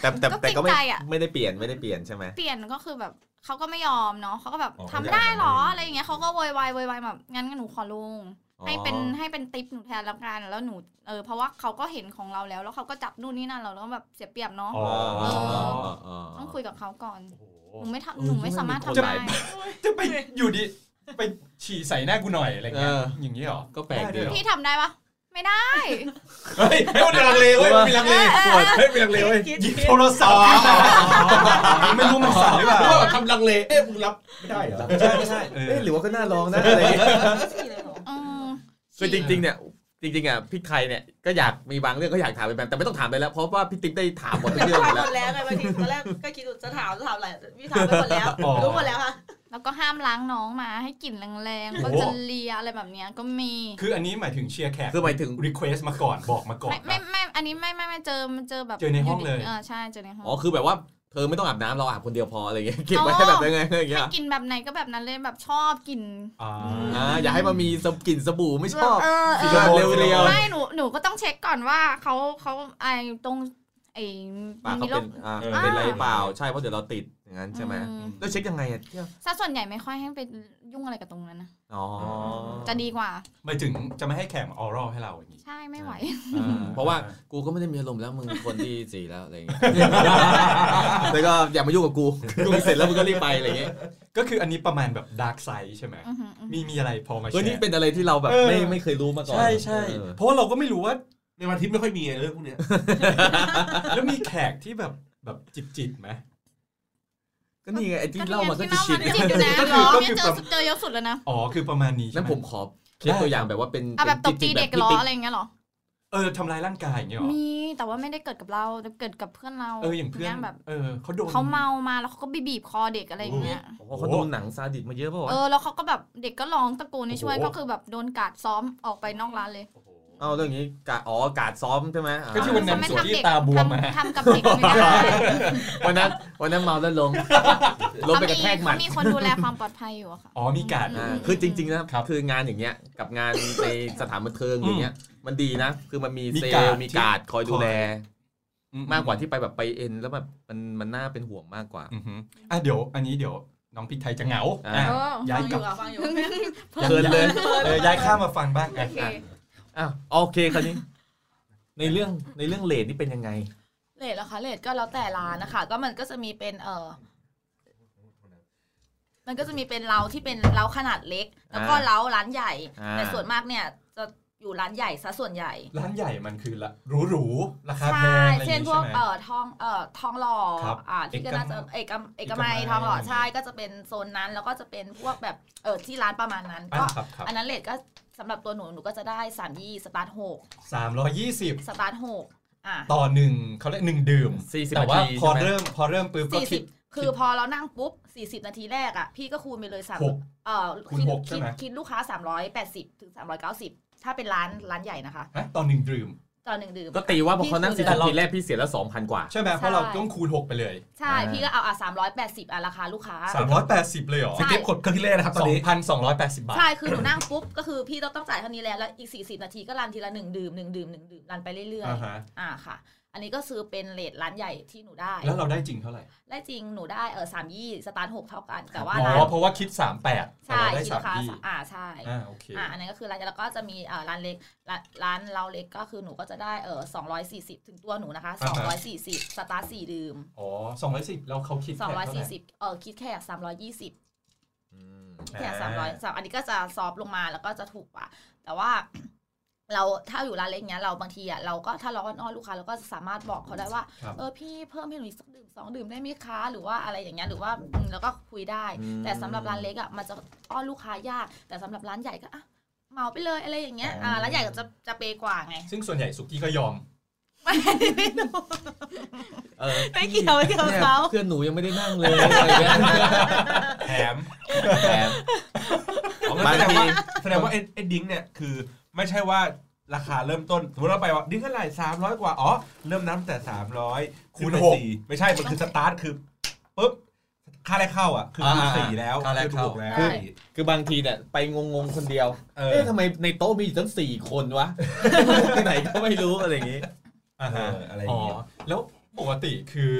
[SPEAKER 2] แต่แต่แต่ก็ไม่
[SPEAKER 4] ก็เกรงใจอะ
[SPEAKER 2] ไม่ได้เปลี่ยนไม่ได้เปลี่ยนใช่ไหม
[SPEAKER 4] เปลี่ยนก็คือแบบเขาก็ไม่ยอมเนาะเขาก็แบบ
[SPEAKER 3] อ๋อ
[SPEAKER 4] ทำไม่ได้
[SPEAKER 3] ไม่ได้
[SPEAKER 4] หรออะไรอย่างเงี้ยเขาก็โวยวายโวยวายแบบงั้นหนูขอลง
[SPEAKER 2] อ๋อ
[SPEAKER 4] ให้เป็นให้เป็นติปหนูแทนแล้วกันแล้วหนูเออเพราะว่าเขาก็เห็นของเราแล้ว แล้วเขาก็จับนู่นนี่นั่นเราแล้วแบบเสียเปรียบเนาะ
[SPEAKER 1] อ๋อ
[SPEAKER 4] เออ
[SPEAKER 2] อ๋อ
[SPEAKER 4] ต้องคุยกับเขาก่อน
[SPEAKER 1] โอ้โห
[SPEAKER 4] หนูไม่ทำ
[SPEAKER 2] เออ
[SPEAKER 4] หนูไม่สามารถทำ
[SPEAKER 2] จะ
[SPEAKER 4] ได้
[SPEAKER 1] จะไปอยู่ดิไปฉี่ใส่หน้ากูหน่อยอะไรเงี้ย
[SPEAKER 2] เออ
[SPEAKER 1] อย่างนี้เหรอ
[SPEAKER 2] ก็แปลกดี
[SPEAKER 1] ไวยเหรอ
[SPEAKER 4] พี่ทำได้ปะไม่ได้
[SPEAKER 1] เฮ้ยเฮ้ยมันลังเลเว้ยมันลังเลเฮ้ยมันลังเลเว้ย
[SPEAKER 6] คิด
[SPEAKER 1] หยิบ
[SPEAKER 6] คิด
[SPEAKER 1] โทรศัพท์ไม่รู้มันสั่นหรือเปล่า
[SPEAKER 3] ว่าทำลังเลเอ๊ะมึงรับไม่ได้เหรอ
[SPEAKER 1] ใช่ไม่ใช่เออ
[SPEAKER 2] เอ๊ะหรือว่าก็น่าลองนะอะไรอย่างเงี้ย
[SPEAKER 6] ฉี่เลยเหรอ
[SPEAKER 4] อืม
[SPEAKER 2] คือจริงๆเนี่ยจริงๆอ่ะพี่ใครเนี่ยก็อยากมีบางเรื่องก็อยากถามเป็นแบบแต่ไม่ต้องถามไปแล้วเพราะว่าพี่ติ๊บได้ถามหมดทุกเรื่องหม
[SPEAKER 6] ถาม
[SPEAKER 2] ด
[SPEAKER 6] หม
[SPEAKER 2] แล้ว
[SPEAKER 6] ดแล้วไงบางทีตอนแรกก็คิดว่าจะถามจะถามอะไรพี่ถามไปหมดแล้วรู้หมดแล้วค่ะ
[SPEAKER 4] แล้วก็ห้ามล้างน้องมาให้กลิ่นแรงๆก็จะเลียอะไรแบบเนี้ยก็มี
[SPEAKER 1] คืออันนี้หมายถึงเชียร์แขก
[SPEAKER 2] คือหมายถึง
[SPEAKER 1] รีเควสมาก่อนบอกมาก่อน
[SPEAKER 4] ไม่ไม่
[SPEAKER 1] นะ
[SPEAKER 4] ไม่อันนี้ไม่ไม่ไม่เจอมันเจอแบบ
[SPEAKER 1] เจอในห้องเลย
[SPEAKER 4] เออใช่เจอในห้อง
[SPEAKER 2] อ๋อ คือแบบว่าเธอไม่ต้องอาบน้ำเราอาบคนเดียวพออะไรเงี้ยเก็บไว้ให้แบบยังไงอย่างเงี้ย
[SPEAKER 4] ให้กินแบบไหนก็แบบนั้นเลยแบบชอบกิน
[SPEAKER 1] อ่า
[SPEAKER 2] อ่าอย่าให้มันมีสบกลิ่นสบู่ไม่ชอบ
[SPEAKER 4] เออเอ
[SPEAKER 2] สี
[SPEAKER 4] อ
[SPEAKER 2] เรียว
[SPEAKER 4] ไม่หนูหนูก็ต้องเช็คก่อนว่าเขาเขาไอตรงไอ
[SPEAKER 2] ปาก
[SPEAKER 4] มี
[SPEAKER 2] เขา
[SPEAKER 4] โร
[SPEAKER 2] เป็
[SPEAKER 4] คน
[SPEAKER 2] อ่าเป็นไรเปล่าใช่เพราะเดี๋ยวเราติดอย่างนั้นใช่ไหม
[SPEAKER 4] อื
[SPEAKER 2] แล้วเช็คยังไงอ่ะ
[SPEAKER 4] ซะส่วนใหญ่ไม่ค่อยให้ไปยุ่งอะไรกับตรงนั้นนะ
[SPEAKER 2] อ๋อ
[SPEAKER 4] จะดีกว่า
[SPEAKER 1] หมายถึงจะไม่ให้แขกมาออรัลให้เราอย่างนี้
[SPEAKER 4] ใช่ไม่ไหว
[SPEAKER 2] เพราะว่ากูก็ไม่ได้มีอารมณ์แล้วมึงคนที่สี่แล้วอะไรเงี้ย แล้วก็อย่ามายุ่งกับกู กูเสร็จแล้วมึงก็รีบไปอะไรเงี้ย
[SPEAKER 1] ก็คืออันนี้ประมาณแบบดาร์กไซด์ใช่ไหม
[SPEAKER 4] อือหืออือหือ
[SPEAKER 1] มีมีอะไรพอมาแช
[SPEAKER 2] เออนี่
[SPEAKER 1] ร์
[SPEAKER 2] เป็นอะไรที่เราแบบไม่ไม่เคยรู้มาก่อน
[SPEAKER 1] ใช่ใช่เพราะว่าเราก็ไม่รู้ว่า
[SPEAKER 3] ในวันอาทิตย์ไม่ค่อยมีเรื่องพวกเนี้ย
[SPEAKER 1] แล้วมีแขกที่แบบแบบจิบจิบๆไหม
[SPEAKER 2] ก็นี่ไงไอ้ที่เล่ามาก็
[SPEAKER 4] ที่
[SPEAKER 2] จะชิน
[SPEAKER 4] เล่ามาจิตอยู่นะ
[SPEAKER 1] ก็คือก็
[SPEAKER 4] เนี่
[SPEAKER 1] คือป
[SPEAKER 4] ยเจอ
[SPEAKER 1] ระ
[SPEAKER 4] เจอเยอะสุดแล้วนะ
[SPEAKER 1] อ๋อคือประมาณนี้
[SPEAKER 2] นั้นผมขอเคสตัวอย่างแบบว่าเป็น
[SPEAKER 4] อ่ะแบบตบตี
[SPEAKER 2] ป็
[SPEAKER 4] เด็
[SPEAKER 2] น
[SPEAKER 4] ก
[SPEAKER 2] จิ๊ๆแบ
[SPEAKER 4] เหรอ
[SPEAKER 2] บ
[SPEAKER 4] อะไรอย่างเงี้ยเหรอ
[SPEAKER 1] เออทำร้ายร่างกายอย่างเงี้ยเหรอ
[SPEAKER 4] มีแต่ว่าไม่ได้เกิดกับเราแต่เกิดกับเพื่อนเรา
[SPEAKER 1] เอออย่างเพื่อน
[SPEAKER 4] แบบ
[SPEAKER 1] เออเขาโดน
[SPEAKER 4] เขาเมามาแล้วเขาก็ไปบีบคอเด็กอะไรอย่างเงี้ย
[SPEAKER 2] พี่ติ๊กโอ้โหเขาโดนหนังซาดิสมาเยอะเปล่าวะ
[SPEAKER 4] เออแล้วเขาก็แบบเด็กก็ร้องตะโกนให้ช่วย
[SPEAKER 1] โอ้โห
[SPEAKER 4] ก็คือแบบโดนกาดซ้อมออกไปนอกร้านเลย
[SPEAKER 1] โอ้โห
[SPEAKER 2] เอาเรื่องนี้กาอ๋อกาดซ้อมใช่ไหมอ่า
[SPEAKER 1] ก็ที่วันนั้น
[SPEAKER 4] ไม่
[SPEAKER 1] สวยที่
[SPEAKER 4] ทำเด็ก
[SPEAKER 1] ตาบวมอะ
[SPEAKER 4] ทำทำกับเด็กไม่ได้
[SPEAKER 2] วันนั้นวันนั้นเมาแล้วลงลงไปกระแทกหมัด
[SPEAKER 4] เขามีคนดูแลความปลอดภัยอยู่อะค่ะ
[SPEAKER 1] อ๋อมีการด
[SPEAKER 2] อ่าคือจริงๆนะครับ คืองานอย่างเงี้ยกับงานในสถานบันเทิงอย่างเงี้ยมันดีนะ คือมันมี
[SPEAKER 1] มี
[SPEAKER 2] เซล
[SPEAKER 1] กาด
[SPEAKER 2] ล์มีการ์ดคอยดู
[SPEAKER 1] คอย
[SPEAKER 2] แล
[SPEAKER 1] อื
[SPEAKER 2] มากกว่าที่ไปแบบไปเอ็น แล้วแบบมันมันน่าเป็นห่วงมากกว่า
[SPEAKER 1] อือฮึอ่ะเดี๋ยวอันนี้เดี๋ยวน้องพริกไทยจะเหงา
[SPEAKER 2] อ่า
[SPEAKER 1] อ่ะ
[SPEAKER 4] เออ
[SPEAKER 1] ย้าย
[SPEAKER 6] ฟังอก
[SPEAKER 1] ลับ
[SPEAKER 6] ยู่อะฟังอยู่
[SPEAKER 2] เพลินเลย
[SPEAKER 1] เออย้ายข้ามมาฟังบ้าง
[SPEAKER 4] โอ
[SPEAKER 1] อ่ะ
[SPEAKER 4] เค
[SPEAKER 2] อ่ะโอเคคราวนี้ ในเรื่องในเรื่องเลทนี่เป็นยังไง
[SPEAKER 6] เลทเหรอคะเลทก็แล้วแต่ร้านนะคะ ก็มันก็จะมีเป็นเออมันก็จะมีเป็นเราที่เป็นเราขนาดเล็ก แล้วก็
[SPEAKER 2] อ่า
[SPEAKER 6] เราร้านใหญ่
[SPEAKER 2] อ่า
[SPEAKER 6] แต่ส่วนมากเนี่ยจะอยู่ร้านใหญ่ซะส่วนใหญ่
[SPEAKER 1] ร้านใหญ่มันคือละหรูๆราคาแพ
[SPEAKER 6] ใช่
[SPEAKER 1] งอะไรอ
[SPEAKER 6] เช่น
[SPEAKER 1] ย่าง
[SPEAKER 6] พ
[SPEAKER 1] งี้
[SPEAKER 6] ว
[SPEAKER 1] ใช่
[SPEAKER 6] ก
[SPEAKER 1] ไหม
[SPEAKER 6] เอ่อทองเอ่อทองหล่อ
[SPEAKER 1] ครับ
[SPEAKER 6] อ่าที่ก็น่าจะเอกมเอกมัย
[SPEAKER 1] เอกมัย
[SPEAKER 6] ทองหล่อใช่ก็จะเป็นโซนนั้น แล้วก็จะเป็นพวกแบบเออที่ร้านประมาณนั้น
[SPEAKER 1] อ่ะ
[SPEAKER 6] ก็
[SPEAKER 1] ครับครับ
[SPEAKER 6] อันนั้นเลทก็สำหรับตัวหนูหนูก็จะได้สามยี่สตาร์ทหก
[SPEAKER 1] สามร้อยยี่สิบ
[SPEAKER 6] สตาร์ทหกอ่ะ
[SPEAKER 1] ต่อหนึ่งเขาเรียกหนึ่งดื่ม
[SPEAKER 2] สี่สิบ
[SPEAKER 1] แต่
[SPEAKER 2] นา
[SPEAKER 1] ว่า
[SPEAKER 2] ที
[SPEAKER 1] พอ
[SPEAKER 2] ใช่ไหม
[SPEAKER 1] เริ่มพอเริ่มปุ๊บก็
[SPEAKER 6] สี่
[SPEAKER 1] คิ
[SPEAKER 6] สิ
[SPEAKER 1] ด
[SPEAKER 6] บคือพอเรานั่งปุ๊บสี่สิบนาทีแรกอ่ะพี่ก็คูณไปเลยสาม
[SPEAKER 1] หก
[SPEAKER 6] เอ่อ
[SPEAKER 1] คูณหกใช่ไหม
[SPEAKER 6] คิดคิดลูกค้าสามร้อยแปดสิบถึงสามร้อยเก้าสิบถ้าเป็นร้านร้านใหญ่นะคะ
[SPEAKER 1] ฮะต่อหนึ่งดื่ม
[SPEAKER 6] ต่อหนึ่งดื่ม
[SPEAKER 2] ก็ตีว่าพอเขานั่ง
[SPEAKER 6] พี่
[SPEAKER 2] สี่
[SPEAKER 6] เคย
[SPEAKER 2] สิบนาทีแรกพี่เสียแล้วสองพันกว่า
[SPEAKER 1] ใช่ไหมเพราะเราต้องคูณ 6 ไปเลย
[SPEAKER 6] ใช่พี่ก็เอาอ่ะสามร้อยแปดสิบอ่ะราคาลูกค้า
[SPEAKER 1] 380 เลยเหรอ
[SPEAKER 6] ใช่
[SPEAKER 3] เก็บกดเครื่องที่เล่นะครับตอนนี้
[SPEAKER 1] 2,280 บาท
[SPEAKER 6] ใช่ คือหนูนั่งปุ๊บ ก็คือพี่ต้องต้องจ่ายเท่านี้แล้ว แล้วอีก 40 นาทีก็รันทีละหนึ่งดื่มหนึ่งดื่มหนึ่งดื่มรันไปเรื่อย
[SPEAKER 1] อ่าฮะ
[SPEAKER 6] ๆ อ่าค่ะ อันนี้ก็ซื้อเป็นเลทร้านใหญ่ที่หนูได้
[SPEAKER 1] แล้วเราได้จริงเท่าไหร่
[SPEAKER 6] ได้จริงหนูได้เออสามยี่สตาร์ทหกเท่ากัน แต่ว่า
[SPEAKER 1] อ๋
[SPEAKER 6] ร้าน
[SPEAKER 1] อเพราะว่าคิด 38แต่
[SPEAKER 6] ใช่
[SPEAKER 1] เราได้
[SPEAKER 6] คิด
[SPEAKER 1] สา
[SPEAKER 6] ราคาม
[SPEAKER 1] ยี่
[SPEAKER 6] อ่าใช่
[SPEAKER 1] อ่าโอเค
[SPEAKER 6] อ่าอันนั้นก็คือร้านใหญ่แล้วก็จะมีเออร้านเล็กร้านร้านเราเล็กก็คือหนูก็จะได้เออ240 ถึงตัวหนูนะคะ
[SPEAKER 1] อ่าฮะ
[SPEAKER 6] 240สตาร์ทสี่ดื่ม
[SPEAKER 1] อ๋อ 210แล้วเขาคิดแค่เท่าไหร่
[SPEAKER 6] 240เออคิดแค่320
[SPEAKER 1] อ่
[SPEAKER 6] เนี่ยสามร้อยสามอันนี้ก็จะซอฟต์ลงมาแล้วก็จะถูกกว่า แต่ว่า เราถ้าอยู่ร้านเล็กเนี้ยเราบางทีอ่ะเราก็ถ้าเราอ้อนๆลูกค้าเราก็สามารถบอกเขาได้ว่า
[SPEAKER 1] ครับ
[SPEAKER 6] เออพี่เพิ่มให้หนูอีกสักดื่มสองดื่มได้ไหมคะหรือว่าอะไรอย่างเงี้ยหรือว่าอืมแล้วก็คุยได้
[SPEAKER 2] อืม
[SPEAKER 6] แต่สำหรับร้านเล็กอ่ะมันจะอ้อนลูกค้ายาก แต่สำหรับร้านใหญ่ก็อ่ะเหมาไปเลยอะไรอย่างเงี้ยอ่าร้านใหญ่ก็จะจะเปย์กว่าไง
[SPEAKER 1] ซึ่งส่วนใหญ่สุกี้ก็ยอม
[SPEAKER 6] ไม่
[SPEAKER 2] เออ
[SPEAKER 6] ไม่เกี่ยวไม่เกี่ยวกับ
[SPEAKER 2] เนี่ย
[SPEAKER 6] เขา
[SPEAKER 2] เพื่อนหนูยังไม่ได้นั่งเลยอะไรเงี้ย
[SPEAKER 3] แถม
[SPEAKER 2] แถมบาง
[SPEAKER 3] แสดง
[SPEAKER 2] ที
[SPEAKER 3] ว่าแสดงว่าไอ้ไอ้ดิ้งเนี่ยคือไม่ใช่ว่าราคาเริ่มต้นสมมติเราไปว่าดิ้งเท่าไหร่สามร้อยกว่าอ๋อเริ่มนับแต่สามร้อย
[SPEAKER 1] คูณ
[SPEAKER 3] ไป
[SPEAKER 1] หก
[SPEAKER 3] สี่ไม่ใช่มันคือสตาร์ทคือปุ๊บค่าแรกเข้าอ่ะคืออาคูณสี่แล้ว
[SPEAKER 1] ค่าแรกเข้า
[SPEAKER 3] อถูแล้ว
[SPEAKER 6] ได้
[SPEAKER 2] คือบางทีเนี่ยไปงงๆคนเดียว
[SPEAKER 3] เออ
[SPEAKER 2] เอ๊ะทำไมในโต๊ะมีอยู่ตั้งสี่คนวะ ที่ไหนก็ไม่รู้อะไรอย่างงี้
[SPEAKER 3] อ่าฮะอะไรอ
[SPEAKER 1] อ๋
[SPEAKER 3] ย่า
[SPEAKER 1] อ
[SPEAKER 3] งงี้
[SPEAKER 1] แล้วปกติคือ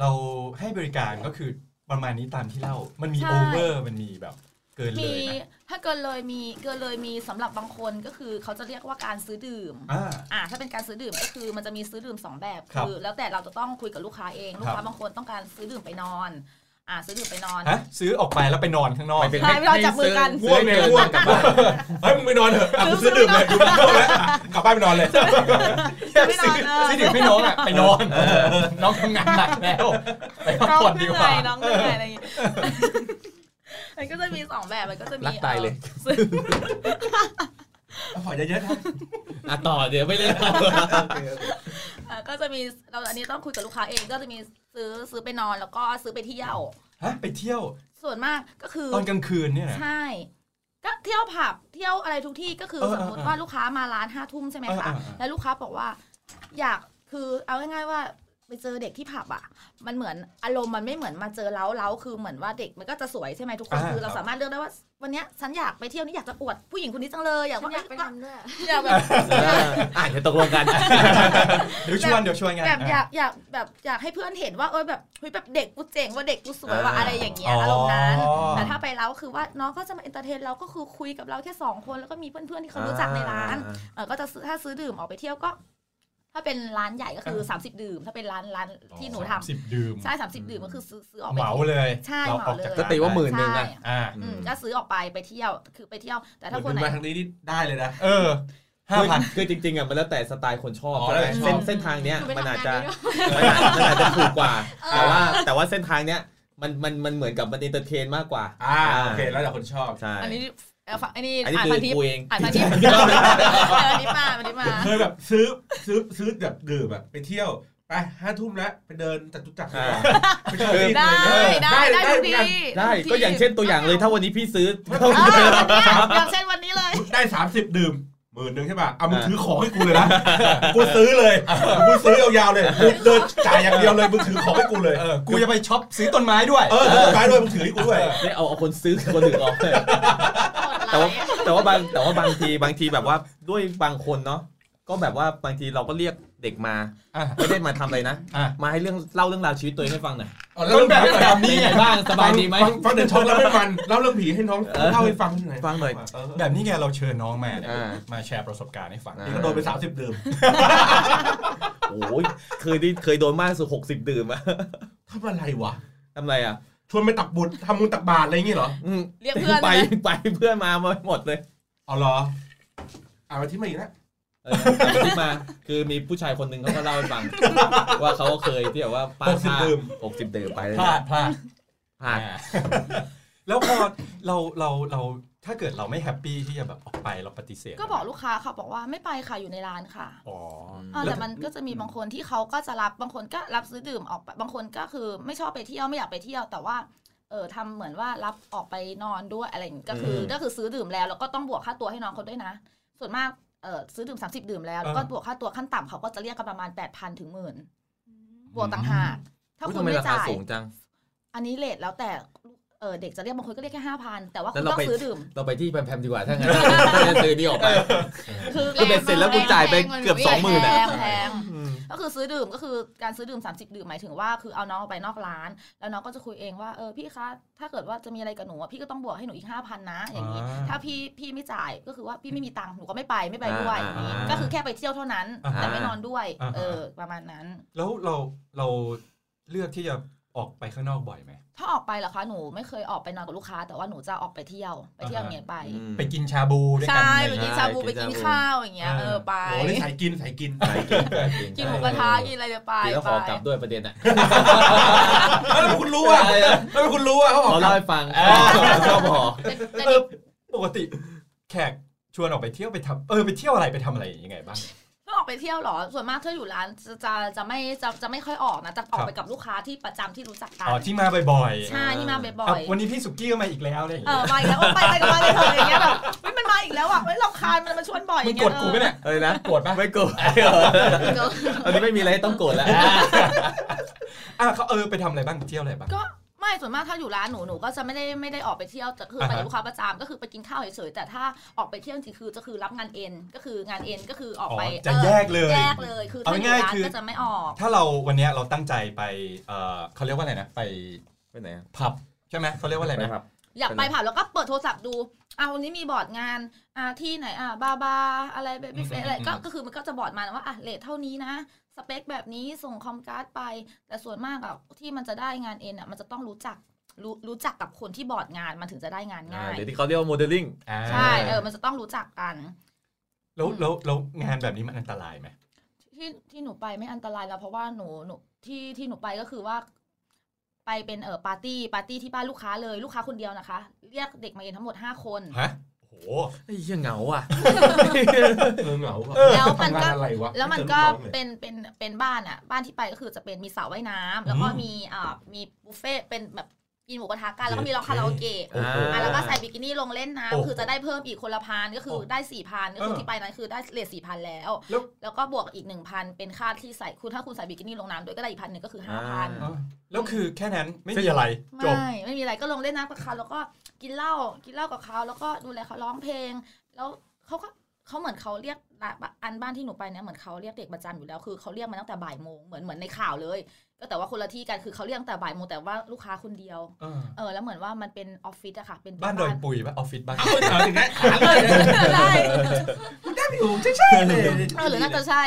[SPEAKER 1] เราให้บริการก็คือประมาณนี้ตามที่เล่า มันมีโอเวอร์มันมีแบบเกินเล
[SPEAKER 6] มี
[SPEAKER 1] ยนะ
[SPEAKER 6] ถ้าเกินเลยมีเกินเลยมีสำหรับบางคนก็คือเขาจะเรียกว่าการซื้อดื่ม
[SPEAKER 1] อ่า
[SPEAKER 6] อ่าถ้าเป็นการซื้อดื่มก็คือมันจะมีซื้อดื่ม 2 แบบ
[SPEAKER 1] ครับ
[SPEAKER 6] คือแล้วแต่เราจะต้องคุยกับลูกค้าเองลูก
[SPEAKER 1] ครั
[SPEAKER 6] ค้า
[SPEAKER 1] บ
[SPEAKER 6] บางคนต้องการซื้อดื่มไปนอน อ่าซื้อดื่มไปนอน
[SPEAKER 1] ฮะซื้อออกไปแล้วไปนอนข้างนอก
[SPEAKER 2] ไปเป็น
[SPEAKER 6] ใช่เราจับมือกัน
[SPEAKER 3] ง่วงไงง่วงกลับบ้านเฮ้ยมึงไปนอนเถอะอ่ะกูซื้อดื่มเลยกูง่ วงแล้วอ่ะกลับบ้านไปนอนเลย
[SPEAKER 1] ซื้อ
[SPEAKER 6] ไม่นอนเออ
[SPEAKER 1] ซื้อถึงให้น้องอ่ะ ไปนอน น้องทำงานหนักแล้วไปพัก
[SPEAKER 6] น้อง
[SPEAKER 1] ผ่อน
[SPEAKER 6] เห
[SPEAKER 1] ดี
[SPEAKER 6] นื่
[SPEAKER 1] กว่า
[SPEAKER 6] อยน้องเหนื่อยอะไรอย่างเงี้ย มันก็จะมีสองแบบมันก็จะมี
[SPEAKER 2] รักตายเลย
[SPEAKER 6] ออซื้อ
[SPEAKER 3] ขอเยอะๆครับ
[SPEAKER 2] อ่ะต่อเดี๋ยวไม่เล่นแล้ว
[SPEAKER 6] อ่าก็จะมีเราอันนี้ต้องคุยกับลูกค้าเองก็จะมีซื้อซื้อไปนอนแล้วก็ซื้อไปเที่ยว
[SPEAKER 1] ฮะไปเที่ยว
[SPEAKER 6] ส่วนมากก็คือ
[SPEAKER 1] ตอนกลางคืนเนี่ยนะ
[SPEAKER 6] ใช่ ก็เที่ยวผับเที่ยวอะไรทุกที่ก็คือ
[SPEAKER 1] เออ
[SPEAKER 6] สมมติว่าลูกค้ามาร้านห้าทุ่มใช่ไหมคะ
[SPEAKER 1] เออเออเออ
[SPEAKER 6] แล้วลูกค้าบอกว่า อยากคือเอาง่ายๆว่าไปเจอเด็กที่ผับอ่ะ มันเหมือนอารมณ์มันไม่เหมือนมาเจอเล้าเล้าคือเหมือนว่าเด็กมันก็จะสวยใช่ไหมทุกคนคือเราสามารถเลือกได้ว่าวันเนี้ยฉันอยากไปเที่ยวนี่อยากจะอวดผู้หญิงคนนี้จังเลยอยาก
[SPEAKER 4] ฉัน
[SPEAKER 6] ว่า
[SPEAKER 4] อยากไปทำด้วย
[SPEAKER 6] อยากแบบ
[SPEAKER 2] อ่ะเดี๋ยวตกลงกัน
[SPEAKER 1] เดี๋ยวชวนเดี๋ยวชวนงาน
[SPEAKER 6] แบบอยา
[SPEAKER 1] อ่ะ
[SPEAKER 6] กอยากแบบอยากให้เพื่อนเห็นว่าเออแบบเฮ้ยแบบเด็กกูเจ๋งว่าเด็กกูสวยว่า
[SPEAKER 2] อ่า
[SPEAKER 6] อะไรอย่างเงี้ย
[SPEAKER 1] อ๋ออ
[SPEAKER 6] อารมณ์นั้น แต่ถ้าไปเล้าคือว่าน้องก็จะมาเอนเตอร์เทนเราก็คือคุยกับเราแค่สองคนแล้วก็มีเพื่อนๆที่เขารู้จักในร้าน
[SPEAKER 2] อ่
[SPEAKER 6] เออก็จะซื้อถ้าซื้อดื่มออกไปเที่ยวก็ ถ้าเป็นร้านใหญ่ก็คือ 30 ดื่ม ถ้าเป็นร้านร้านที่หนูทำ
[SPEAKER 1] สิบดื่ม
[SPEAKER 6] ใช่30 ดื่มก็คือซื้อซื้อออกไป
[SPEAKER 1] เหมา
[SPEAKER 6] เที่ยว
[SPEAKER 1] เลย
[SPEAKER 6] ใช่
[SPEAKER 1] ร
[SPEAKER 6] เหมา
[SPEAKER 1] ออกจก
[SPEAKER 6] เลย
[SPEAKER 2] ก็ตีว่าหมื่นหนึ่งอ่ะ
[SPEAKER 6] ใช่
[SPEAKER 1] อ่า
[SPEAKER 6] อืมก็ซื้อออกไปไปเที่ยวคือไปเที่ยว แต่ถ้าคนไหน
[SPEAKER 3] มาทางนี้นี่ได้เลยนะ
[SPEAKER 1] เออห้า
[SPEAKER 2] คือ
[SPEAKER 1] พัน
[SPEAKER 2] คือจริงๆอ่ะมันแล้วแต่สไตล์คนชอบ
[SPEAKER 1] อ๋อ
[SPEAKER 2] ใช่ไหม
[SPEAKER 1] แล้วแต่ชอ
[SPEAKER 2] เส้น
[SPEAKER 1] บ
[SPEAKER 2] เส้นทางเนี้ย
[SPEAKER 4] หนูไป
[SPEAKER 2] มันอาจ
[SPEAKER 4] ทำ
[SPEAKER 2] จะ
[SPEAKER 4] งานด้วย
[SPEAKER 2] มันอาจมันอาจจะถูกกว่า แต่ว่าแต่ว่าเส้นทางเนี้ย มันมันมันเหมือนกับมันเอนเตอร์เทนมากกว่า
[SPEAKER 3] อ่าโอเคแล้วแต่คนชอบ
[SPEAKER 2] ใช่
[SPEAKER 6] อันนี้เอ่อฝอันนี้
[SPEAKER 2] อันนี้
[SPEAKER 6] อ่าน
[SPEAKER 2] คื
[SPEAKER 6] พั
[SPEAKER 2] อน
[SPEAKER 6] ทิป
[SPEAKER 2] กูเอง
[SPEAKER 6] อ่านพันทิปอ่านพันทิปมาพันทิปมา
[SPEAKER 3] เคยแบบซื้อซื้อซื้อแบบดื่มแบบไปเที่ยวไปห้าทุ่มแล้วไปเดินจัตุจักรดีกว่าไปเที่ยวที่
[SPEAKER 6] ได้
[SPEAKER 3] เออ
[SPEAKER 6] ได้ได้ทุกที
[SPEAKER 3] เหมือนกัน
[SPEAKER 2] ได้ก็อย่างเช่นตัวอย่างเลยถ้าวันนี้พี่ซื้อ
[SPEAKER 6] เออวันเนี้ยอย่างเช่นวันนี้เลย
[SPEAKER 3] ได้สามสิบดื่มหมื่นหนึ่งใช่ป่ะเอามึงถือของให้กูเลยนะกูซื้อเลยกูซื้อยาวๆเลยกูเดินจ่ายอย่างเดียวเลยมึงถือของให้กูเลย
[SPEAKER 1] เออกูจะไปช็อปซื้อต้นไม้ด้วย
[SPEAKER 3] เออถือไปด้วยมึงถือให้กูด้วย
[SPEAKER 2] ไม่เอาเอาคนซื้อ กับคนถือออกเลยแต่ว่าแต่ว่าบางแต่ว่าบางทีบางทีแบบว่าด้วยบางคนเนาะก็แบบว่าบางทีเราก็เรียกเด็กมา
[SPEAKER 1] อ่ะ
[SPEAKER 2] ไม่ได้มาทำอะไรนะ
[SPEAKER 1] อ่ะ
[SPEAKER 2] มาให้เรื่องเล่าเรื่องราวชีวิตตัวเองให้ฟังหน่อย
[SPEAKER 1] ต้นแบบแบบ
[SPEAKER 2] มี
[SPEAKER 1] นี้
[SPEAKER 2] ไง
[SPEAKER 1] ไง
[SPEAKER 2] บ้างสบายดีไหม
[SPEAKER 3] ฟังฟังเดินช็อกแล้วไม่มันเล่าเรื่องผีให้น้อง
[SPEAKER 2] เออ
[SPEAKER 3] เล่าให้ฟังหน่อย
[SPEAKER 2] ฟังหน่อย
[SPEAKER 3] เออ
[SPEAKER 1] แบบนี้ไงเราเชิญน้องมา
[SPEAKER 2] อ่า
[SPEAKER 1] มาแชร์ประสบการณ์ให้ฟัง
[SPEAKER 2] อ่า
[SPEAKER 3] นี่ก็โดนไปสามสิบดื่ม
[SPEAKER 2] โอ้ยเคยได้เคยโดนมากสุดหกสิบดื่มอะ
[SPEAKER 3] ทำอะไรวะ
[SPEAKER 2] ทำไรอะ
[SPEAKER 3] ชวนไปตักบุญทำมุญตักบาตรอะไรอย่างงี้เหรอ
[SPEAKER 2] อืม
[SPEAKER 6] เรียกเพื่อน
[SPEAKER 2] ไป
[SPEAKER 6] ใช่ไหม
[SPEAKER 2] ไปเพื่อนมามาหมดเลย
[SPEAKER 3] เอาเหรออ่ามาที่มาอีกแล้ว
[SPEAKER 2] เออที่มา คือมีผู้ชายคนหนึ่งเขาก็เล่าให้ฟัง ว่าเขาก็เคยที่แบบว่า
[SPEAKER 3] หกสิบดื่ม
[SPEAKER 2] หกสิบดื่มไปเลย
[SPEAKER 1] พลาดพลาด
[SPEAKER 2] พลาด
[SPEAKER 1] อ่าแล้วพอเราเราเราถ้าเกิดเราไม่แฮปปี้ที่จะแบบออกไปเราปฏิเสธ
[SPEAKER 6] ก็บอกลูกค้าค่ะบอกว่าไม่ไปค่ะอยู่ในร้านค่ะ
[SPEAKER 1] อ๋อ
[SPEAKER 6] อ่าแต่มันก็จะมีบางคนที่เขาก็จะรับบางคนก็รับซื้อดื่มออกไปบางคนก็คือไม่ชอบไปเที่ยวไม่อยากไปเที่ยว แต่ว่าเออทำเหมือนว่ารับออกไปนอนด้วยอะไรอย่างงี้ก็คืออ
[SPEAKER 2] ม
[SPEAKER 6] ก็คือซื้อดื่มแล้วแล้วก็ต้องบวกค่าตัวให้น้องเขาด้วยนะ ส่วนมากเออซื้อดื่ม 30 ดื่มแล้วแล้วก็บวกค่าตัวขั้นต่ำเขาก็จะเรียกกันประมาณ 8,000ถึงหมื่นบวกต่างหากถ้า
[SPEAKER 2] อุ๊ย
[SPEAKER 6] คุ
[SPEAKER 2] ทำ
[SPEAKER 6] ณ
[SPEAKER 2] ไม
[SPEAKER 6] ไม่
[SPEAKER 2] ราคา
[SPEAKER 6] จ่าย
[SPEAKER 2] สูงจัง
[SPEAKER 6] อันนี้เลทแล้วแต่เออเด็กจะเรียกบางคนก็เรียกแค่ห้าพันแต่ว่า
[SPEAKER 2] แล้วเรา
[SPEAKER 6] คุณต้อง
[SPEAKER 2] ไป
[SPEAKER 6] ซื้อ ดื่ม
[SPEAKER 2] เราไปที่แพมๆดีกว่าถ้างั้น ถ้าจะซื้อนี่ออกไป
[SPEAKER 6] คือ
[SPEAKER 2] คือเบ็ดเสร็จแล้วคุณจ่ายไปเกือบสองหมื่นอะ
[SPEAKER 6] แพงก็คือซื้อดื่มก็คือการซื้อดื่ม 30 ดื่มหมายถึงว่าคือเอาน้องออกไปนอกร้าน แล้วน้องก็จะคุยเองว่าเออพี่คะถ้าเกิดว่าจะมีอะไรกับหนูอะพี่ก็ต้องบวกให้หนูอีก5,000นะอย่างนี้ ถ้าพี่พี่ไม่จ่ายก็คือว่าพี่ไม่มีตังค์หนูก็ไม่ไปไม่ไปด้วยอย่างนี้
[SPEAKER 2] อ่า
[SPEAKER 6] ก็คือแค่ไปเที่ยวเท่านั้น แต่ไม่นอนด้วยเออประมาณนั้น
[SPEAKER 1] แล้วเราเราเลือกที่จะออกไปข้างนอกบ่อยไหม
[SPEAKER 6] ถ้าออกไปเหรอคะหนูไม่เคยออกไปนอนกับลูกค้า แต่ว่าหนูจะออกไปเที่ยวไปเที่ยวอย่างเงี้ยไป
[SPEAKER 1] ไปกินชาบูด้วยกัน
[SPEAKER 6] ใช่
[SPEAKER 1] อะ
[SPEAKER 6] ไป
[SPEAKER 1] ไร
[SPEAKER 6] กิน
[SPEAKER 1] เงี้ย
[SPEAKER 6] ชาบู
[SPEAKER 2] ไป
[SPEAKER 6] ไป
[SPEAKER 2] กิ
[SPEAKER 6] กิ
[SPEAKER 2] นชา
[SPEAKER 6] น
[SPEAKER 2] บู
[SPEAKER 6] ข้าวอย่างเงี้ย
[SPEAKER 1] เอ
[SPEAKER 6] เอ
[SPEAKER 1] อ
[SPEAKER 6] อไป
[SPEAKER 3] โอ้นี่สายกินสายกิน
[SPEAKER 6] กินหมูกระทะกินอะไรเดี๋ยวไป
[SPEAKER 2] กินแล้วข
[SPEAKER 6] ไป
[SPEAKER 2] อกลับด้วยประเด็นอ่ะ
[SPEAKER 3] แล้วทำไมคุณรู้อ่ะแล้วทำไมคุณรู้อ่ะเขาบอก
[SPEAKER 2] เรา
[SPEAKER 3] กลั
[SPEAKER 2] เล่า
[SPEAKER 3] บ
[SPEAKER 2] ให้ฟังชอบพอ
[SPEAKER 6] แต่
[SPEAKER 1] เอ
[SPEAKER 6] นี่
[SPEAKER 1] อปกติแขกชวนออกไปเที่ยวไปทำเออไปเที่ยวอะไรไปทำอะไรยังไงบ้าง
[SPEAKER 6] ถ้าออกไปเที่ยวเหรอ ส่วนมากถ้าอยู่ร้านจะจะจะไม่จะจะไม่ค่อยออกนะ จะออกไปกับลูกค้าที่ประจำที่รู้จักกั
[SPEAKER 1] อ๋อที่มาบ่อยๆ
[SPEAKER 6] ใช่ที่มาบ่
[SPEAKER 1] ครับ
[SPEAKER 6] อย
[SPEAKER 1] วันนี้พี่สุกี้ก็มาอีกแล้วอะไรอย่าง
[SPEAKER 6] ๆเอ
[SPEAKER 1] เงี้
[SPEAKER 6] อย มาอีกแล้วโอ้ไปไปกับมาเลยเถอะอย่างเงี้ยแบบเฮ้ยมันมาอีกแล้วอ่ะเฮ้ยเราคานมันมาชวนบ่อยอ
[SPEAKER 1] มึง
[SPEAKER 6] ย่าง
[SPEAKER 1] ก
[SPEAKER 6] เงี้
[SPEAKER 1] ด
[SPEAKER 6] ย
[SPEAKER 1] กูไหมเนี่ย
[SPEAKER 2] เอ้ยนะ
[SPEAKER 1] กดปะ
[SPEAKER 2] ไม่โกรธ
[SPEAKER 6] เออ
[SPEAKER 2] ตอนนี้ไม่มีอะไรให้ต้องโกรธแล้ว
[SPEAKER 1] อ่ะเขาเออไปทำอะไรบ้างไปเที่ยวอะไรบ้าง
[SPEAKER 6] ก็ไม่ส่วนมากถ้าอยู่ร้านหนูหนูก็จะไม่ได้ไม่ได้ออกไปเที่ยวแต่คือไปกับลูกค้าประจำก็คือไปกินข้าวเฉยๆแต่ถ้าออกไปเที่ยวจริงๆคือจะคือรับงานเอ็นก็คืองานเอ็นก็คือออกไป
[SPEAKER 1] อ๋อจะ
[SPEAKER 6] เออ
[SPEAKER 1] แยกเลย
[SPEAKER 6] แยกเลยคือถ้าอยู่
[SPEAKER 1] เอาง่าย
[SPEAKER 6] ร้า
[SPEAKER 1] ๆ
[SPEAKER 6] น
[SPEAKER 1] คือ
[SPEAKER 6] ก็จะไม่ออก
[SPEAKER 1] ถ้าเราวันเนี้ยเราตั้งใจไปเออเขาเรียกว่าอะไรนะไป
[SPEAKER 2] ไปไหนอะ
[SPEAKER 1] ผับใช่ไหมเขาเรียกว่าอะไร
[SPEAKER 2] ไป
[SPEAKER 1] นะ
[SPEAKER 2] ครับ
[SPEAKER 6] อยากไปผับแล้วก็เปิดโทรศัพท์ดูเอาวันนี้มีบอร์ดงานอ่าที่ไหนอ่าบาบาอะไรเบบี้เฟ
[SPEAKER 1] อืม
[SPEAKER 6] อะไรก็
[SPEAKER 1] อืม
[SPEAKER 6] ก็คือมันก็จะบอร์ดมาว่าอ่ะเลทเท่านี้นะ สเปคแบบนี้ส่งคอมการ์ดไป แต่ส่วนมากอะที่มันจะได้งานเอ็นอะมันจะต้องรู้จักรู้รู้จักกับคนที่บอร์ดงานมันถึงจะได้งานง่าย
[SPEAKER 2] หรือที่เขาเรียกว่าโมเดลลิ่ง
[SPEAKER 1] อ่า
[SPEAKER 6] ใช่เออมันจะต้องรู้จักกัน
[SPEAKER 1] แล้วแล้วแล้วงานแบบนี้มันอันตรายไหม
[SPEAKER 6] ที่ที่หนูไปไม่อันตรายแล้วเพราะว่าหนูหนูที่ที่หนูไปก็คือว่า ไปเป็นเออปาร์ตี้ปาร์ตี้ที่บ้านลูกค้าเลยลูกค้าคนเดียวนะคะ เรียกเด็กมาเอ็นทั้งหมดห้าคน
[SPEAKER 1] ฮะโอ้โห
[SPEAKER 2] ไอ้เหี้ยเหงาอ่ะ
[SPEAKER 3] เออเหงาอะ
[SPEAKER 6] แล้วมันก็
[SPEAKER 3] ทำงาอะไระ
[SPEAKER 6] แล้วมันก็
[SPEAKER 3] ไเจอองเลย
[SPEAKER 6] เป็นเป็นเป็นบ้านอ่ะ บ้านที่ไปก็คือจะเป็นมีสระว่ายน้ำแล้วก็
[SPEAKER 1] อืม
[SPEAKER 6] มีอ่ามีบุฟเฟ่ต์เป็นแบบกินหมูกระทะกันแล้วก็มีร้องคาราโอเกะ
[SPEAKER 2] โอเค
[SPEAKER 6] อ่ะแล้วก็ใส่บิกินี่ลงเล่น
[SPEAKER 1] โอ้
[SPEAKER 6] น้ำคือจะได้เพิ่มอีกคนละพันก็คือได้สี่พันก็คือ
[SPEAKER 1] เออ
[SPEAKER 6] ที่ไปนั้นคือได้เลทสี่พันแล้ว
[SPEAKER 1] แล้ว
[SPEAKER 6] แล้วก็บวกอีกหนึ่งพันเป็นค่าที่ใส่คุณถ้าคุณใส่บิกินี่ลงน้ำด้วยก็ได้อีกพันหนึ่งก็คือห้าพัน
[SPEAKER 1] เออแล้วคือแค่นั้นไม่มีอะไรจบ
[SPEAKER 6] ไม่ไม่มีอะไรก็ลงเล่นน้ำกับเขาแล้วก็กินเหล้ากินเหล้ากับเขาแล้วก็ดูแลเขาร้องเพลง แล้วเขาก็เขาเหมือนเขาเรียกร้านอันบ้านที่หนูไปเนี่ยเหมือนเขาเรียกเด็กประจำอยู่แล้วคือเขาเรียกมาตั้งแต่บ่ายโมงเหมือนเหมือนในข่าวเลย ก็แต่ว่าคนละที่กันคือเขาเรียกตั้งแต่บ่ายโมงแต่ว่าลูกค้าคนเดียว
[SPEAKER 1] เออ
[SPEAKER 6] เออแล้วเหมือนว่ามันเป็นออฟฟิศอะค่ะ เป็น
[SPEAKER 1] บ้านดอยปุยปะออฟฟิศบ้าน
[SPEAKER 3] เอาถึงได้ถาม
[SPEAKER 6] เออ ใช่
[SPEAKER 3] ได้อยู่ใช่ใช่เลย
[SPEAKER 6] เออหรือน่าจะใช่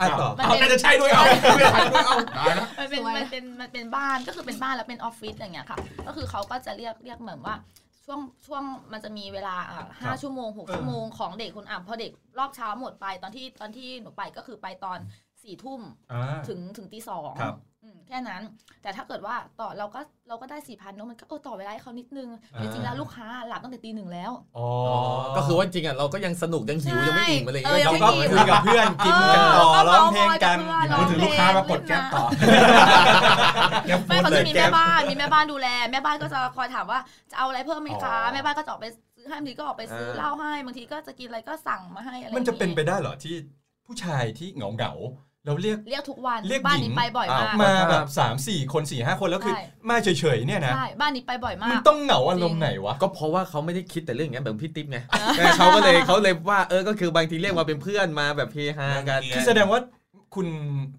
[SPEAKER 1] อ่ะต่อ
[SPEAKER 3] เอาน่าจะใช่ด้วยเอาไม่ใช่ด้วยเอาตายแล้ว
[SPEAKER 6] มันเป็น
[SPEAKER 4] สวย
[SPEAKER 6] มันเป็นมันเป็นบ้านก็คือเป็นบ้านแล้วเป็นออฟฟิศอย่างเงี้ยค่ะ ก็คือเขาก็จะเรียกเรียกเหมือนว่าช่วงช่วงมันจะมีเวลาอ่ะห้าชั่วโมงหกชั่วโมงของเด็กคนอ่ะพอเด็กรอบเช้าหมดไปตอนที่ตอนที่หนูไปก็คือไปตอนสี่ทุ่ม
[SPEAKER 1] อ่า
[SPEAKER 6] ถึงถึงตีสอง
[SPEAKER 1] ครับ
[SPEAKER 6] อืมแค่นั้น แต่ถ้าเกิดว่าต่อเราก็เราก็ได้สี่พันเนอะมันก็เออต่อเวลาให้เขานิดนึงแต่จริงๆแล้วลูกค้าหลับตั้งแต่ตีหนึ่งแล้ว
[SPEAKER 1] อ๋อ
[SPEAKER 2] ก็คือว่าจริงอ่ะเราก็ยังสนุกยังหิวยังไม่อิ่มอะไรอย่างเงี้ย
[SPEAKER 1] เราก็คุยกับเพื่อนกินกันต่อ
[SPEAKER 6] เออ
[SPEAKER 1] ร้องเพลงกัน
[SPEAKER 6] เออ
[SPEAKER 3] มือถือลูกค้ามากดแก๊ปต่อแก๊ปฟู
[SPEAKER 6] ไม่
[SPEAKER 3] ด
[SPEAKER 6] เขา
[SPEAKER 3] เล
[SPEAKER 6] จะ
[SPEAKER 3] ย
[SPEAKER 6] มี
[SPEAKER 3] แก๊
[SPEAKER 6] แม่
[SPEAKER 3] ป
[SPEAKER 6] บ้านมีแม่บ้านดูแล แม่บ้านก็จะคอยถามว่าจะเอาอะไรเพิ่มไหมคะแม่บ้านก็จะออกไปซื้อให้บางทีก็ออกไปซื้อเหล้าให้บางทีก็จะกินอะไรก็สั่งมาให้อะไร
[SPEAKER 1] มันจะเป็นไปได้เหรอที่ผู้ชายที่เหงาเหงาๆเราเรียก
[SPEAKER 6] เรียกทุกวัน
[SPEAKER 1] เรียก
[SPEAKER 6] บ้าน
[SPEAKER 1] หญิ
[SPEAKER 6] นี้
[SPEAKER 1] ง
[SPEAKER 6] ไปบ่อยมาก
[SPEAKER 1] าวมาแบบสามสี่คนสี่ห้าคนแล้วคือ
[SPEAKER 6] ใช่
[SPEAKER 1] มาเฉยๆเนี่ยนะ
[SPEAKER 6] ใช่บ้านนี้ไปบ่อยมา
[SPEAKER 1] มัน
[SPEAKER 6] ก
[SPEAKER 1] ต้องเหงาอารมณ์ไหนวะ
[SPEAKER 2] ก็เพราะว่าเขาไม่ได้คิดแต่เรื่องอย่างนั้นแบบพี่ติ๊บไง แต่เขาก็เลยเขาเลยว่าเออก็คือบางทีเรียกมาเป็นเพื่อนมาแบบเฮฮากัน
[SPEAKER 1] คือแสดงว่าคุณ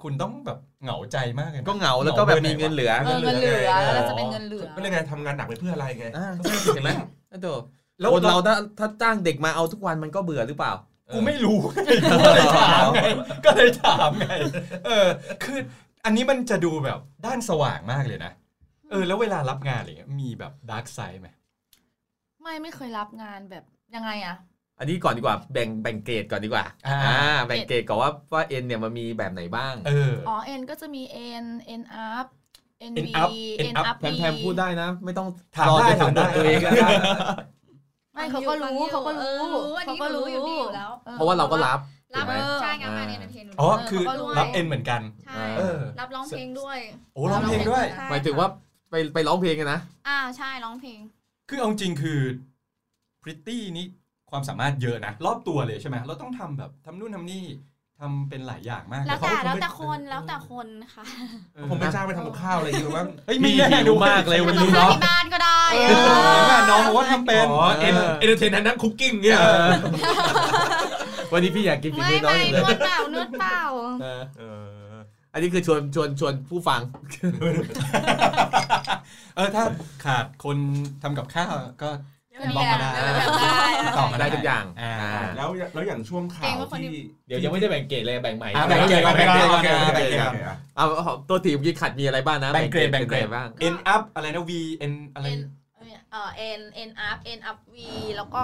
[SPEAKER 1] คุณต้องแบบเหงาใจมากเลยนะ
[SPEAKER 2] ก็เหงาแล้วก็แบบมีเงินเหลือ
[SPEAKER 6] เออเงินเหลือเราจะเป็นเงินเหลือ
[SPEAKER 3] ก็เลยไงทำงานหนักไปเพื่ออะไรไง
[SPEAKER 2] อ่าเห็นไหมนั่นตัว
[SPEAKER 1] แล้ว
[SPEAKER 2] คนเราถ้าถ้าจ้างเด็กมาเอาทุกวันมันก็เบื่อหรือเปล่า
[SPEAKER 1] กูไม่รู้ก็เลยถามไงก็เลยถามไงเออ คืออันนี้มันจะดูแบบด้านสว่างมากเลยนะ เออ แล้วเวลารับงานอะไรเงี้ยมีแบบดาร์กไซด์ไหม
[SPEAKER 6] ไม่ไม่เคยรับงานแบบยังไงอะ
[SPEAKER 2] อันนี้ก่อนดีกว่าแบ่งแบ่งเกรดก่อนดีกว่า
[SPEAKER 1] อ่า
[SPEAKER 2] แบ่งเกรดก่อนว่าว่าเอ็นเนี่ยมันมีแบบไหนบ้าง
[SPEAKER 1] เออ
[SPEAKER 6] อ๋อเอ็นก็จะมีเอ็นเอ็นอัพเอ็น
[SPEAKER 1] N
[SPEAKER 6] บี
[SPEAKER 1] up
[SPEAKER 6] เอ็น
[SPEAKER 1] N
[SPEAKER 6] อัพ
[SPEAKER 2] แพมแพมพูดได้นะ ไม่ต้อง
[SPEAKER 1] ถาม
[SPEAKER 2] รอ
[SPEAKER 1] ได้
[SPEAKER 2] จนถึ
[SPEAKER 1] ถาม
[SPEAKER 2] ง
[SPEAKER 1] ได้
[SPEAKER 2] ตัวเองอะ
[SPEAKER 6] ไม่เขาก็รู้เขาก็รู้
[SPEAKER 4] เออรู้อันนี้
[SPEAKER 6] เขาก็
[SPEAKER 4] หนูรู้อยู่ดีอยู่แล้ว
[SPEAKER 6] ออ
[SPEAKER 2] เพราะว่าเราก็รับ
[SPEAKER 4] รับ
[SPEAKER 2] ถูกไหม
[SPEAKER 4] ใช่งานงานเอนเตอร์เทน
[SPEAKER 1] อ๋อ
[SPEAKER 4] ด้วย
[SPEAKER 1] คือ
[SPEAKER 6] เขาก็รวย
[SPEAKER 1] รับเอ็นเหมือนกัน
[SPEAKER 4] ใช่
[SPEAKER 1] เออ
[SPEAKER 4] รับร้องเพลงด้วย
[SPEAKER 1] โอ้ร้องเพลงด้วย
[SPEAKER 4] ใช่
[SPEAKER 2] หมายถึงว่าไปไปร้องเพลงกันนะ
[SPEAKER 4] อ่าใช่ร้องเพลง
[SPEAKER 1] คือเอาจริงคือพริตตี้นี่ความสามารถเยอะนะ รอบตัวเลยใช่ไหมเราต้องทำแบบทำนู่นทำนี่ทำเป็นหลายอย่างมาก
[SPEAKER 4] แล้ว
[SPEAKER 1] เขาคง
[SPEAKER 4] แต่แล้ว
[SPEAKER 1] ไม่
[SPEAKER 4] แต่คนแล้วแต่คนค่ะ
[SPEAKER 1] เออ
[SPEAKER 3] ผมไปจ้างไปทำกับข้าวอะไรอยู่บ้าง
[SPEAKER 1] เฮ้ยไม่แน่
[SPEAKER 2] หิวมากเลยวัน
[SPEAKER 4] ทำกั
[SPEAKER 2] นี้
[SPEAKER 4] บข้าว
[SPEAKER 2] เนาะ
[SPEAKER 4] ที่บ้านก็ได้
[SPEAKER 1] เออว่าน้องบอกว่าทำเป็น
[SPEAKER 3] อ๋อเอ็นเอ็นเตอร์เทนนั้นคุกกิ้งเนี่ย
[SPEAKER 2] วันนี้พี่อยากกินฝี
[SPEAKER 4] ไม่
[SPEAKER 2] มือน้อง
[SPEAKER 4] ไม่
[SPEAKER 2] อย่าง
[SPEAKER 4] น
[SPEAKER 2] เลยว
[SPEAKER 4] ดเปล่านวดเปล่า
[SPEAKER 2] เออ
[SPEAKER 3] เออ
[SPEAKER 2] อันนี้คือชวนชวนชวนผู้ฟัง
[SPEAKER 1] เออถ้าขาดคนทำกับข้าวก็ บอกมาได้
[SPEAKER 4] ได้
[SPEAKER 1] ติดต่อมาได้
[SPEAKER 2] ได้ทุกอย่าง
[SPEAKER 1] อ่า
[SPEAKER 2] อ่า
[SPEAKER 3] แล้วแล้วอย่างช่วงข่าวที่
[SPEAKER 2] เดี๋ยวยังไม่ได้แบ่งเกรดเลยแบ่งใหม่
[SPEAKER 1] อ่ะแบ่งเกรดก่อนแบ่งเกรดก่อนนะแบ่งเกรดก่อน
[SPEAKER 2] เอาเอาตัวทีมกี้ขัดมีอะไรบ้างนะ
[SPEAKER 1] แบ่งเกรดแบ่งเกรด
[SPEAKER 2] ป็นบ้าง
[SPEAKER 1] เอ็นอัพอะไรนะ V N อะไร
[SPEAKER 6] เอ็นเอ่อ N N up N up V แล้วก็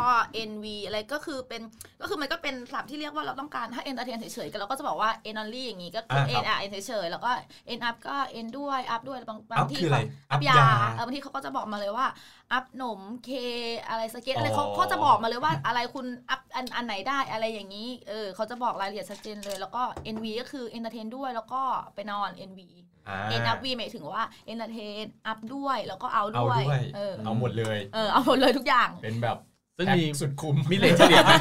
[SPEAKER 6] N V อะไรก็คือเป็นก็คือมันก็เป็นศัพท์ที่เรียกว่าเราต้องการถ้า N entertain เฉยๆก็เราก็จะบอกว่า N only อย่างนี้ก็คือ
[SPEAKER 1] อ่า
[SPEAKER 6] N
[SPEAKER 1] ครับ
[SPEAKER 6] R N เฉยๆแล้วก็ N up ก็ N ด้วย up ด้วยบางบา
[SPEAKER 1] อัพ
[SPEAKER 6] งที่
[SPEAKER 1] คืออะไร
[SPEAKER 6] อัพยาเออบางทีเขาก็จะบอกมาเลยว่า อัพหนมเคอะไรสเก็ตอะไรเขา
[SPEAKER 1] อ๋อ
[SPEAKER 6] เขาจะบอกมาเลย ว่าอะไรคุณอัพอันอันไหนได้อะไรอย่างนี้เออเขาจะบอกรายละเอียดชัดเจนเลย แล้วก็ N V ก็คือ entertain ด้วยแล้วก็ไปนอน N V
[SPEAKER 1] อ่า
[SPEAKER 6] เอ็นอัพวีหมายถึงว่าเอนเตอร์เทนอัพด้วยแล้วก็เอา
[SPEAKER 1] เอา
[SPEAKER 6] ด้วย
[SPEAKER 1] ด้วย
[SPEAKER 6] เออ
[SPEAKER 1] เอาหมดเลย
[SPEAKER 6] เออเอาหมดเลยทุกอย่าง
[SPEAKER 1] เป็นแบบ
[SPEAKER 2] ซึ่ง
[SPEAKER 1] แพ็ค
[SPEAKER 2] มี
[SPEAKER 1] สุดคุ้ม
[SPEAKER 2] มีเลทเฉลี่ยไหม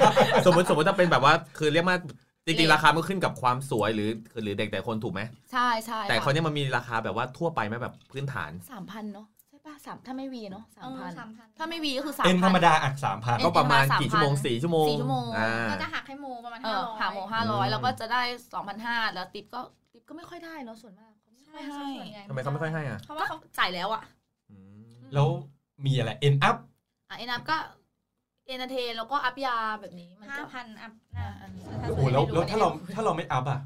[SPEAKER 2] สมมติสมมติถ้าเป็นแบบว่าคือเรียกว่าจริง
[SPEAKER 6] เรท
[SPEAKER 2] ๆ ราคามันขึ้นกับความสวยหรือหรือเด็กแต่คนถูกไหม
[SPEAKER 6] ใช่ใช่
[SPEAKER 2] แต่เขาวเนี่ยมันมีราคาแบบว่าทั่วไปไหมแบบพื้นฐาน
[SPEAKER 6] สามพันเนาะใช่ป่ะสามถ้าไม่วีเนาะสามพัน
[SPEAKER 4] สามพัน
[SPEAKER 6] ถ้าไม่วีก็คือสาม
[SPEAKER 1] เอ็นธ
[SPEAKER 6] พั
[SPEAKER 1] ร
[SPEAKER 6] น
[SPEAKER 1] รมดาอัดสามพัน
[SPEAKER 6] เอ็
[SPEAKER 2] ก็ประมาณ
[SPEAKER 6] ประมาณ
[SPEAKER 2] กี่ชั่วโมง
[SPEAKER 6] 3,000
[SPEAKER 2] สี่ชั่วโมง
[SPEAKER 6] สี่ชั่วโมง
[SPEAKER 2] อ่า
[SPEAKER 4] ก็จะหักให้โมประมาณ
[SPEAKER 6] เอ
[SPEAKER 4] ห้า
[SPEAKER 6] อ
[SPEAKER 4] ร้อย
[SPEAKER 6] หาโมห้าร้อย
[SPEAKER 2] อืม
[SPEAKER 6] แล้วก็จะได้สองพันห้าแล้วติปก็ติปก็ไม่ค่อยได้เนาะส่วนมากเขาไม่ค่
[SPEAKER 4] ใช่
[SPEAKER 6] อย
[SPEAKER 4] ใช่
[SPEAKER 6] ให้
[SPEAKER 4] ส่วนใหญ่
[SPEAKER 2] ทำไมเขาไม่ค่อยให้อ่ะ
[SPEAKER 6] เพราะว่าเขาจ่ายแล้วอ่ะ
[SPEAKER 1] แล้วมีอะไร เอ็นอัพ
[SPEAKER 6] อ่ะเอ็นอัพก็เอนเตอร์เทนแล้วก็อัพยาแบบนี้มัน
[SPEAKER 4] ห้า
[SPEAKER 6] ก็
[SPEAKER 4] พันอัพ
[SPEAKER 6] อ่า
[SPEAKER 4] นะ
[SPEAKER 6] อัน
[SPEAKER 1] โอ้โหแล้วแล้วถ้าเราถ้าเราไม่อัพอ่ะ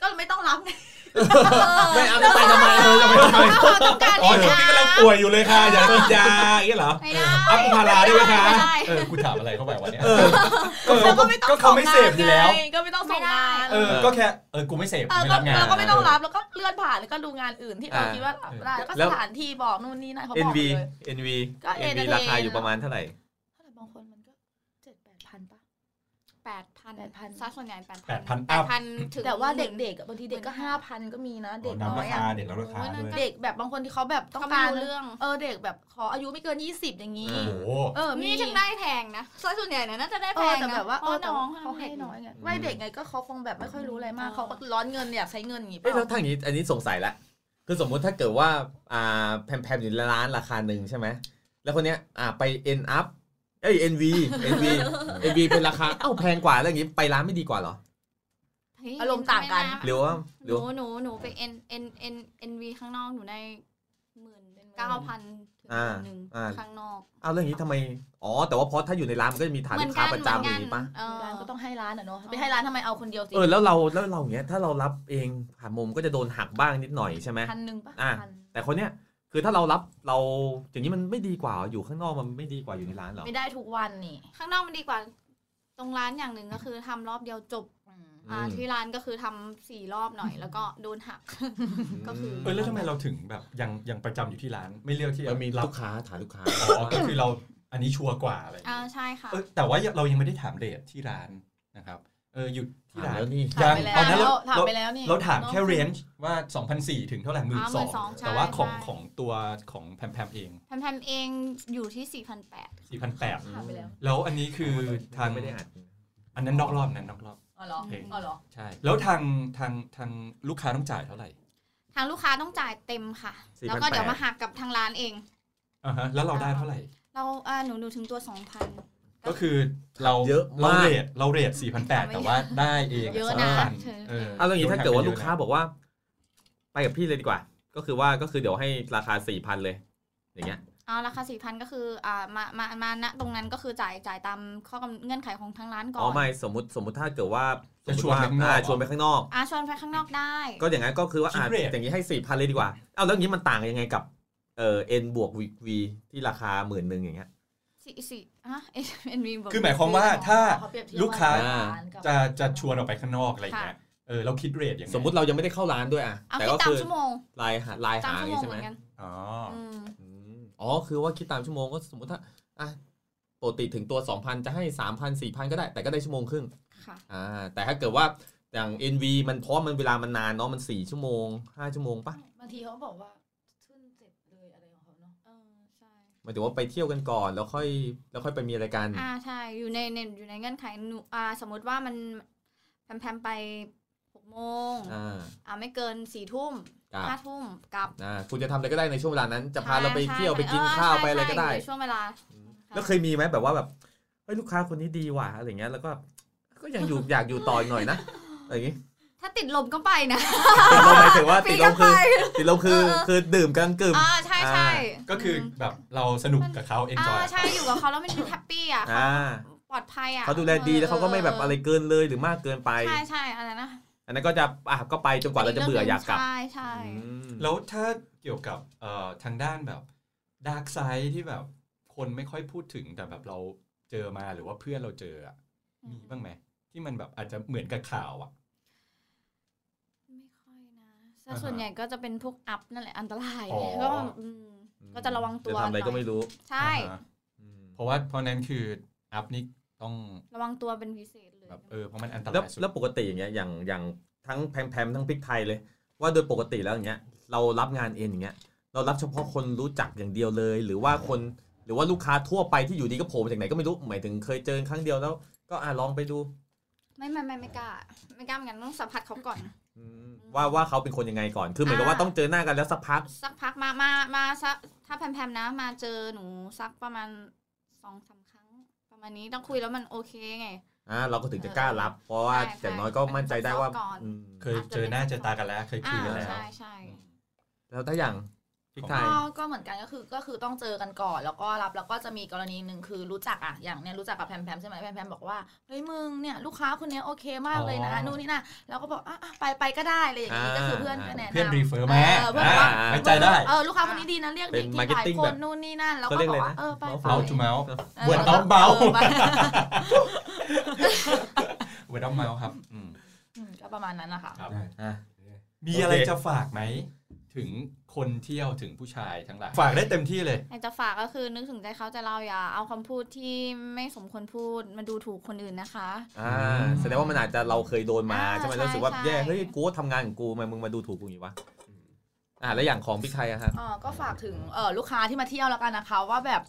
[SPEAKER 6] ก็ไม่ต้องรับไง
[SPEAKER 2] ไม่เอาไม่ไปทำไมเออจะไปทำไม
[SPEAKER 6] เขาต้องการ
[SPEAKER 3] อ๋อช่วงนี้กำลังป่วยอยู่เลยค่ะ อย่ากินยาอย่างเงี้ยเหรอ
[SPEAKER 4] ไม่ได้
[SPEAKER 3] อัพพาราได้ไหมคะ
[SPEAKER 6] ไม่ได้
[SPEAKER 1] เออ กูถามอะไรเข้าไปวะเนี่ย
[SPEAKER 6] แล้วก็ไม่ต้อง
[SPEAKER 1] ก็เขาไม่เสพอยู่แล้ว
[SPEAKER 6] ส่งงานไงก็ไม่ต้องส่งงาน
[SPEAKER 1] เออ ก็แค่ เออ กูไม่เสพ
[SPEAKER 6] เอ
[SPEAKER 1] กูไม่
[SPEAKER 6] อก็
[SPEAKER 1] รับงาน
[SPEAKER 6] เราก็ไม่ต้องรับแล้วก็เลื่อนผ่านแล้วก็ดูงานอื่นที่เราคิดว่าได้แล้วก็สถานที่บอกนู่นนี่นั่นเขา
[SPEAKER 2] เอ็
[SPEAKER 6] บ
[SPEAKER 2] น
[SPEAKER 6] อก
[SPEAKER 2] วี
[SPEAKER 6] เลย
[SPEAKER 2] เอ็นวี
[SPEAKER 6] ก็
[SPEAKER 2] เอ็นวี
[SPEAKER 6] entertain
[SPEAKER 2] ราคาอยู่ประมาณเท่าไหร่
[SPEAKER 6] เท่าไหร่บางคนมันก็เจ็ดแปดพันป่ะ
[SPEAKER 4] แปดพัน
[SPEAKER 6] 8,000
[SPEAKER 4] ซะส่วนใหญ่แปดพั
[SPEAKER 1] แป
[SPEAKER 4] น
[SPEAKER 1] ดพัน
[SPEAKER 4] แป
[SPEAKER 1] อั
[SPEAKER 4] ด
[SPEAKER 1] พ
[SPEAKER 4] พันถึง
[SPEAKER 6] แต่ว่าเด็กๆอะบางทีเด็กก็
[SPEAKER 4] หมื่น
[SPEAKER 6] ห้า
[SPEAKER 4] ห้า
[SPEAKER 6] พันก็มีนะ เด็ก
[SPEAKER 3] น้ำ
[SPEAKER 6] น้อ
[SPEAKER 3] ราย คา
[SPEAKER 6] อ่ะ
[SPEAKER 3] เด็กน้ำราคาด้วย
[SPEAKER 6] เด็กแบบบางคนที่เขาแบบต้
[SPEAKER 4] ก็
[SPEAKER 6] อง
[SPEAKER 4] ไม่
[SPEAKER 6] การ
[SPEAKER 4] รู้เรื่อง
[SPEAKER 6] เออเด็กแบบขออายุไม่เกินยี่สิบอย่างนี้
[SPEAKER 2] อื
[SPEAKER 1] โอ้
[SPEAKER 2] ม
[SPEAKER 1] โห
[SPEAKER 6] เออมี
[SPEAKER 4] นี่ถึงได้แพงนะซะส่วนใหญ่นะน่าจะได้
[SPEAKER 6] เอ
[SPEAKER 4] แพ
[SPEAKER 6] อง แต่
[SPEAKER 4] นะ
[SPEAKER 6] แบบว่า
[SPEAKER 4] เพ
[SPEAKER 6] เออ
[SPEAKER 4] ราะ
[SPEAKER 6] แต่
[SPEAKER 4] น้อง
[SPEAKER 6] เขาให้น้อยไง
[SPEAKER 2] อืม
[SPEAKER 6] ไม่เด็กไงก็เขาคงแบบไม่ค่อยรู้อะไรมากเขาก็ร้อนเงินเนี่ยใช้เงินอย่างนี้เป
[SPEAKER 2] เอ้ยแล้ว
[SPEAKER 6] ล่า
[SPEAKER 2] ทางนี้อันนี้สงสัยละคือสมมุติถ้าเกิดว่าอ่าแพมแพมอยู่ร้านราคาหนึ่งใช่ไหมแล้วคนเนี้ยอ่าไปเอ็นอัพเอ้ยเอ็นวีเอ็นวีเอ็นวีเป็นราคาเอ้าแพงกว่าแล้วอย่างงี้ไปร้านไม่ดีกว่าเหรอ
[SPEAKER 4] เฮ้ย
[SPEAKER 6] อารมณ์ต่างกัน
[SPEAKER 4] ไม่ะ
[SPEAKER 2] หรือว่าห
[SPEAKER 4] ห
[SPEAKER 2] รือ
[SPEAKER 4] นู
[SPEAKER 2] ว่า
[SPEAKER 4] หนูหนูไปเอ็นเอ็นเอ็นเอ็นวีข้างนอกหนูได้หมื่นเก้าพันถึง
[SPEAKER 2] อ่า
[SPEAKER 4] หนึ่ง
[SPEAKER 2] อ่า
[SPEAKER 4] ข้างนอก
[SPEAKER 2] เอาเรื่องนี้ทำไม อ๋อ แต่ว่าเพราะถ้าอยู่ในร้านมันก็จะมีฐาน
[SPEAKER 4] เหมื
[SPEAKER 2] ลู
[SPEAKER 4] น
[SPEAKER 2] ก
[SPEAKER 4] กั
[SPEAKER 2] ค้าประจำ
[SPEAKER 4] เห
[SPEAKER 2] อ
[SPEAKER 4] มื
[SPEAKER 2] ย่าน งนี้ปะ
[SPEAKER 4] เออ
[SPEAKER 6] ร้านก็ต้องให้ร้านอ่ะเนาะไปให้ร้านทำไมเอาคนเดียวสิ
[SPEAKER 2] เออแล้วเราแล้วเราอย่างเงี้ยถ้าเรารับเองผ่านมุมก็จะโดนหักบ้างนิดหน่อยใช่ไหม
[SPEAKER 6] พันหนึ่งป่ะ
[SPEAKER 2] อ่ะ
[SPEAKER 6] พัน
[SPEAKER 2] แต่คนเนี้ยคือถ้าเรารับเราอย่างนี้มันไม่ดีกว่าอยู่ข้างนอกมันไม่ดีกว่าอยู่ในร้านเหรอ
[SPEAKER 6] ไม่ได้ทุกวันนี่
[SPEAKER 4] ข้างนอกมันดีกว่า ตรงร้านอย่างหนึ่งก็คือทำรอบเดียวจบ
[SPEAKER 6] อืม
[SPEAKER 2] อ
[SPEAKER 4] อ่าที่ร้านก็คือทำสี่รอบหน่อย แล้วก็โดนหัก ก็คือ
[SPEAKER 1] เออแล้วทำไมเราถึงแบบยังยังประจำอยู่ที่ร้านไม่เลือกที่
[SPEAKER 2] มันมี
[SPEAKER 1] รั
[SPEAKER 2] ลูกค้าฐานลูกค้า
[SPEAKER 1] อ๋อก็คือเราอันนี้ชัวร์กว่าอะไรอย่าง
[SPEAKER 4] อ่า
[SPEAKER 1] เงี้ย
[SPEAKER 4] ใช่ค่ะ
[SPEAKER 1] เออแต่ว่าเรายังไม่ได้ถามเดทที่ร้านนะครับเอออยู่ที่
[SPEAKER 2] ถาม
[SPEAKER 1] ร้าน
[SPEAKER 2] แล้วนี่
[SPEAKER 6] ถามไป
[SPEAKER 1] ยังตอนนั้
[SPEAKER 6] แล้
[SPEAKER 1] น
[SPEAKER 6] ว
[SPEAKER 1] เรา
[SPEAKER 6] ถามไปแล้วนี่
[SPEAKER 1] เราถามแค่
[SPEAKER 6] นอะ
[SPEAKER 1] เรนจ์ว่า 2,004 ถึงเท่าไหร่หมื่น
[SPEAKER 4] อ่า
[SPEAKER 1] สอง
[SPEAKER 4] 12,000ใช่
[SPEAKER 1] แต่ว่าของ
[SPEAKER 4] ใช่
[SPEAKER 1] ของตัวของแพมแพมเอง
[SPEAKER 4] แพมๆเองอยู่ที่ 4,800
[SPEAKER 1] 4,800
[SPEAKER 6] ถามไปแล้ว
[SPEAKER 1] แล้วอันนี้คือทาง
[SPEAKER 2] ไม่ได้อัด
[SPEAKER 1] อันนั้นนอกรอบอันนั้นนอกรอบ
[SPEAKER 6] อ๋อเหรอ
[SPEAKER 1] โอเค
[SPEAKER 6] อ๋อเหรอ
[SPEAKER 1] ใช่ แล้วทางทางทางลูกค้าต้องจ่ายเท่าไหร่
[SPEAKER 4] ทางลูกค้าต้องจ่ายเต็มค่ะ
[SPEAKER 2] 4,800
[SPEAKER 4] แล้วก็เดี๋ยวมาหักกับทางร้านเอง
[SPEAKER 1] อ่าฮะแล้วเราได้เท่าไหร่
[SPEAKER 4] เราอ่าหนูหนูถึงตัว 2,000
[SPEAKER 1] ก็คือเรา
[SPEAKER 2] เยอะ
[SPEAKER 1] เรา
[SPEAKER 2] มาก
[SPEAKER 1] เรทเราเรท4,800 แต่ว่าได้เอง
[SPEAKER 4] เยอะ
[SPEAKER 1] สามพั
[SPEAKER 4] นะเธอ
[SPEAKER 2] เอาอย่างนี้ถ้าเกิดว่าลูกค้า
[SPEAKER 1] โดนหั
[SPEAKER 2] บอกว่า ไปกับพี่เลยดีกว่า ก็คือว่าก็คือเดี๋ยวให้ราคาสี่พันเลย อย่างเงี้ย
[SPEAKER 4] เอาราคา 4,000 ก็คืออ่ามามามาณตรงนั้นก็คือจ่ายจ่ายตามข้อกำหนดเงื่อนไขของทางร้านก่อ
[SPEAKER 2] อ๋อน ไม่สมมติสมมติถ้าเกิดว่า
[SPEAKER 1] ไปอยู่ด้วยนะจะชวนไป
[SPEAKER 2] อ่าก ชวนไป
[SPEAKER 1] ข้างนอ
[SPEAKER 2] ข้างนอก
[SPEAKER 4] อ่าชวนไปข้างนอกได้
[SPEAKER 2] ก็อย่างนั้นก็คือว่าอ่า
[SPEAKER 1] คิดเรท
[SPEAKER 2] อย่างนี้ให้สี่พันเลยดีกว่าเอาแล้วอย่างนี้มันต่างยังไงกับเอ่อ n บวก v ที่ราคาหมื่นหนึ่งอย่างเงี้ย
[SPEAKER 4] สี่สี่ฮะเอ็นวีบอก
[SPEAKER 1] คือหมายความว่าถ้า
[SPEAKER 6] เขเปรียบเทียบ
[SPEAKER 1] ลูกค้า
[SPEAKER 6] ว่ร้นกับ
[SPEAKER 1] จะจะชวนออกไปข้างนอกอะไรอย่างเงี้ยเออเราคิดเรทอย่างไง
[SPEAKER 2] สมมติเรายังไม่ได้เข้าร้านด้วยอ่ะ
[SPEAKER 4] เอา
[SPEAKER 2] แต่
[SPEAKER 4] คิด
[SPEAKER 2] ก็
[SPEAKER 4] ตาม
[SPEAKER 2] คือ
[SPEAKER 4] ชั่วโมง
[SPEAKER 2] ลายหาลาย
[SPEAKER 4] ตาม
[SPEAKER 2] หาอย่าวง
[SPEAKER 4] ชั่โม
[SPEAKER 2] งี้
[SPEAKER 4] ง
[SPEAKER 2] ใช่ไหม
[SPEAKER 4] เหมือนกัน
[SPEAKER 1] อ๋อ
[SPEAKER 4] อืม
[SPEAKER 2] อืมอ๋อคือว่าคิดตามชั่วโมงก็สมมติถ้าอ่ะปกติถึงตัว 2,000 จะให้ 3,000 4,000 ก็ได้แต่ก็ได้ชั่วโมงครึ่ง
[SPEAKER 4] ค่ะ
[SPEAKER 2] อ่าแต่ถ้าเกิดว่าอย่าง NV มันเพราะมันเวลามันนานเนาะมัน4ชั่วโมง 5 ชั่วโมงปะ
[SPEAKER 6] บางทีเขาบอกว่าขึ้นเจ็บเลยอะไรของเขาเนาะ
[SPEAKER 4] เออใช่
[SPEAKER 2] หมายถึงว่าไปเที่ยวกันก่อนแล้วค่อยแล้วค่อยไปมีอะไรกัน
[SPEAKER 4] อ่าใช่อยู่ในในอยู่ในเงื่อนไขหนูอ่าสมมติว่ามันแพมแพมไปหกโมง
[SPEAKER 2] อ่า
[SPEAKER 4] อ่าไม่เกินสี่ทุ่ม
[SPEAKER 2] กลับ
[SPEAKER 4] ห้าทุ่มกลับ
[SPEAKER 2] อ่าคุณจะทำอะไรก็ได้ในช่วงเวลานั้น จะพาเราไป
[SPEAKER 4] ใช่
[SPEAKER 2] เที่ยว
[SPEAKER 4] ใช่
[SPEAKER 2] ไปกินข้าว
[SPEAKER 4] เใช่
[SPEAKER 2] ไปอะไร
[SPEAKER 4] ใช่
[SPEAKER 2] ก็ได้
[SPEAKER 4] ยู่ในช่วงเวลา ช่
[SPEAKER 2] แล้วเคยมีไหมแบบว่าแบบเฮ้ยลูกค้าคนนี้ดีว่ะอะไรเงี้ยแล้วก็ก็ยังอยู่ อยากอยู่ต่ออีกหน่อยนะอะไร อย่างงี้
[SPEAKER 4] ถ้าติดลมก็ไปนะ
[SPEAKER 2] ติดลมหมายถึงว่าติดลม
[SPEAKER 4] ปีก็
[SPEAKER 2] คือ
[SPEAKER 4] ไป
[SPEAKER 2] ติดลมคือคือดื่มกลางกึ่ม
[SPEAKER 4] อ่าใช่ใช่
[SPEAKER 1] ก็คือ
[SPEAKER 4] ม
[SPEAKER 1] แบบเราสนุกกับเขาเอน
[SPEAKER 4] อ่า
[SPEAKER 1] จอย
[SPEAKER 4] ใช่อยู่กับเขาแล้วมันแฮปปี้อ่ะ
[SPEAKER 2] อ่า
[SPEAKER 4] ปลอดภัยอ่ะ
[SPEAKER 2] เขาดูแลดีแล้วเขาก็ไม่แบบอะไรเกินเลยหรือมากเกินไป
[SPEAKER 4] ใช่ใช่อะไรนะ
[SPEAKER 2] อันนั้นก็จะอ่ะก็ไปจนกว่าเราจะเบื่ออยากกลับ
[SPEAKER 4] ใช่ใช่
[SPEAKER 2] อืม
[SPEAKER 1] แล้วถ้าเกี่ยวกับเอ่อทางด้านแบบดาร์กไซด์ที่แบบคนไม่ค่อยพูดถึงแต่แบบเราเจอมาหรือว่าเพื่อนเราเจออะ
[SPEAKER 4] อืม
[SPEAKER 1] มีบ้างไหมที่มันแบบอาจจะเหมือนกับข่าวอ่ะ
[SPEAKER 4] ไม่ค่อยนะ
[SPEAKER 1] อ่า
[SPEAKER 4] แต่
[SPEAKER 1] ฮะ
[SPEAKER 4] ส่วนใหญ่ก็จะเป็นพวกอัพนั่นแหละอันตราย
[SPEAKER 1] อ๋อ
[SPEAKER 4] ก็อืมก็จะระวังตัว
[SPEAKER 2] จะทำอะไรก็ไม่รู้
[SPEAKER 4] ใช่
[SPEAKER 1] อ่าฮะเพราะว่าเพราะนั้นคืออัพนี่ต้อง
[SPEAKER 4] ระวังตัวเป็นพิเศษเลย
[SPEAKER 1] แบบเออเพราะมันอันต
[SPEAKER 2] แล้
[SPEAKER 1] รา
[SPEAKER 2] วย
[SPEAKER 1] สุด
[SPEAKER 2] แล้วปกติอย่างเงี้ยอย่างอย่างทั้งแพมๆทั้งพริกไทยเลย ว่าโดยปกติแล้วอย่างเงี้ยเรารับงานเองอย่างเงี้ยเรารับเฉพาะคนรู้จักอย่างเดียวเลย หรือว่าคนหรือว่าลูกค้าทั่วไปที่อยู่ดีก็โผล่มาจากไหนก็ไม่รู้หมายถึงเคยเจอครั้งเดียวแล้ว ก็อ่ะลองไปดู
[SPEAKER 4] ไม่ไม่ไม่ไม่กล้าไม่กล้าเหมือนกันต้องสัมผัสเขาก่อน
[SPEAKER 2] อืมว่าว่าเขาเป็นคนยังไงก่อนคือเหมือนกับว่า
[SPEAKER 4] อ่า
[SPEAKER 2] ต้องเจอหน้ากันแล้วสักพัก
[SPEAKER 4] สักพักมามามาสักถ้าแพมๆนะ มาเจอหนูสักประมาณสองสามครั้ง ประมาณนี้ต้องคุยแล้วมันโอเคไง
[SPEAKER 2] อ่า เราก็ถึงจะกล้ารับ เพราะว่า
[SPEAKER 4] ใช่
[SPEAKER 2] อย่างน้อยก็มั่นใจได้ว่า
[SPEAKER 4] ใช่ก่อน
[SPEAKER 2] อืม
[SPEAKER 1] เคยเจอหน้าเจอตากันแล้วเคยคุ
[SPEAKER 4] อ่าย
[SPEAKER 1] กันแล้ว
[SPEAKER 4] ใช่ใช่
[SPEAKER 2] แล้วถ้าอย่างพริกไทย
[SPEAKER 6] ก็ก็เหมือนกันก็คือก็คือต้องเจอกันก่อน แล้วก็รับแล้วก็จะมีกรณีหนึ่งคือรู้จักอ่ะอย่างเนี่ยรู้จักกับแพมแพมใช่ไหมแพมแพมบอกว่าเฮ้ยมึงเนี่ยลูกค้าคนเนี้ยโอเคมากเลยนะ
[SPEAKER 1] อ๋อ
[SPEAKER 6] นู่นนี่นะแล้วก็บอกอ่ะอ่ะไปไปก็ได้เลยอย่างนี้
[SPEAKER 2] อ่า
[SPEAKER 6] ก็คือเพื่อนก็แนะ
[SPEAKER 1] เพื่อน
[SPEAKER 6] นำ
[SPEAKER 1] รีเฟอร์มา
[SPEAKER 6] เออเพื่อนบอกว่า
[SPEAKER 1] อ่าไว้ใจได้
[SPEAKER 6] เออลูกค้าคนนี้ดีนะเรียก
[SPEAKER 2] เป็
[SPEAKER 6] เด็
[SPEAKER 2] น
[SPEAKER 6] กที่หลาย
[SPEAKER 2] marketing
[SPEAKER 6] ค
[SPEAKER 2] แบบ
[SPEAKER 6] นนู่นนี่นั่นแล้วก็
[SPEAKER 2] เขาเรียก
[SPEAKER 6] บอกว่า
[SPEAKER 2] อะไรนะ
[SPEAKER 6] เออไปไป
[SPEAKER 1] เมาจูเมา
[SPEAKER 6] ออ
[SPEAKER 1] เวิร์ดเอาเมา
[SPEAKER 6] ออไป
[SPEAKER 1] เวิร์ดเอาเมาครับอืม
[SPEAKER 6] อืมก็ประมาณนั้นนะคะ
[SPEAKER 1] ครับ
[SPEAKER 2] อ่ะ
[SPEAKER 1] มีอะไร
[SPEAKER 2] โอเค
[SPEAKER 1] จะฝากไหม ถึงคนเที่ยวถึงผู้ชายทั้งหลายฝากได้เต็มที่เลย
[SPEAKER 4] อยากจะฝากก็คือนึกถึงใจเขาใจเราอย่าเอาคำพูดที่ไม่สมควรพูดมาดูถูกคนอื่นนะคะ
[SPEAKER 2] อ่า
[SPEAKER 1] อืม
[SPEAKER 2] แสดงว่ามันอาจจะเราเคยโดนมา
[SPEAKER 4] อ่า
[SPEAKER 2] ใช่ไหม
[SPEAKER 4] ใช่
[SPEAKER 2] แล้วรู้สึกว่า
[SPEAKER 4] ใช่
[SPEAKER 2] แย่เฮ้ยกูก็ทำงานของกูทำไมมึงมาดูถูกกูอย่างงี้วะอ่าแล้วอย่างของพี่ไทยอะฮะ
[SPEAKER 6] เออก็ฝากถึงเออลูกค้าที่มาเที่ยวแล้วกันนะคะ ว่าแบบ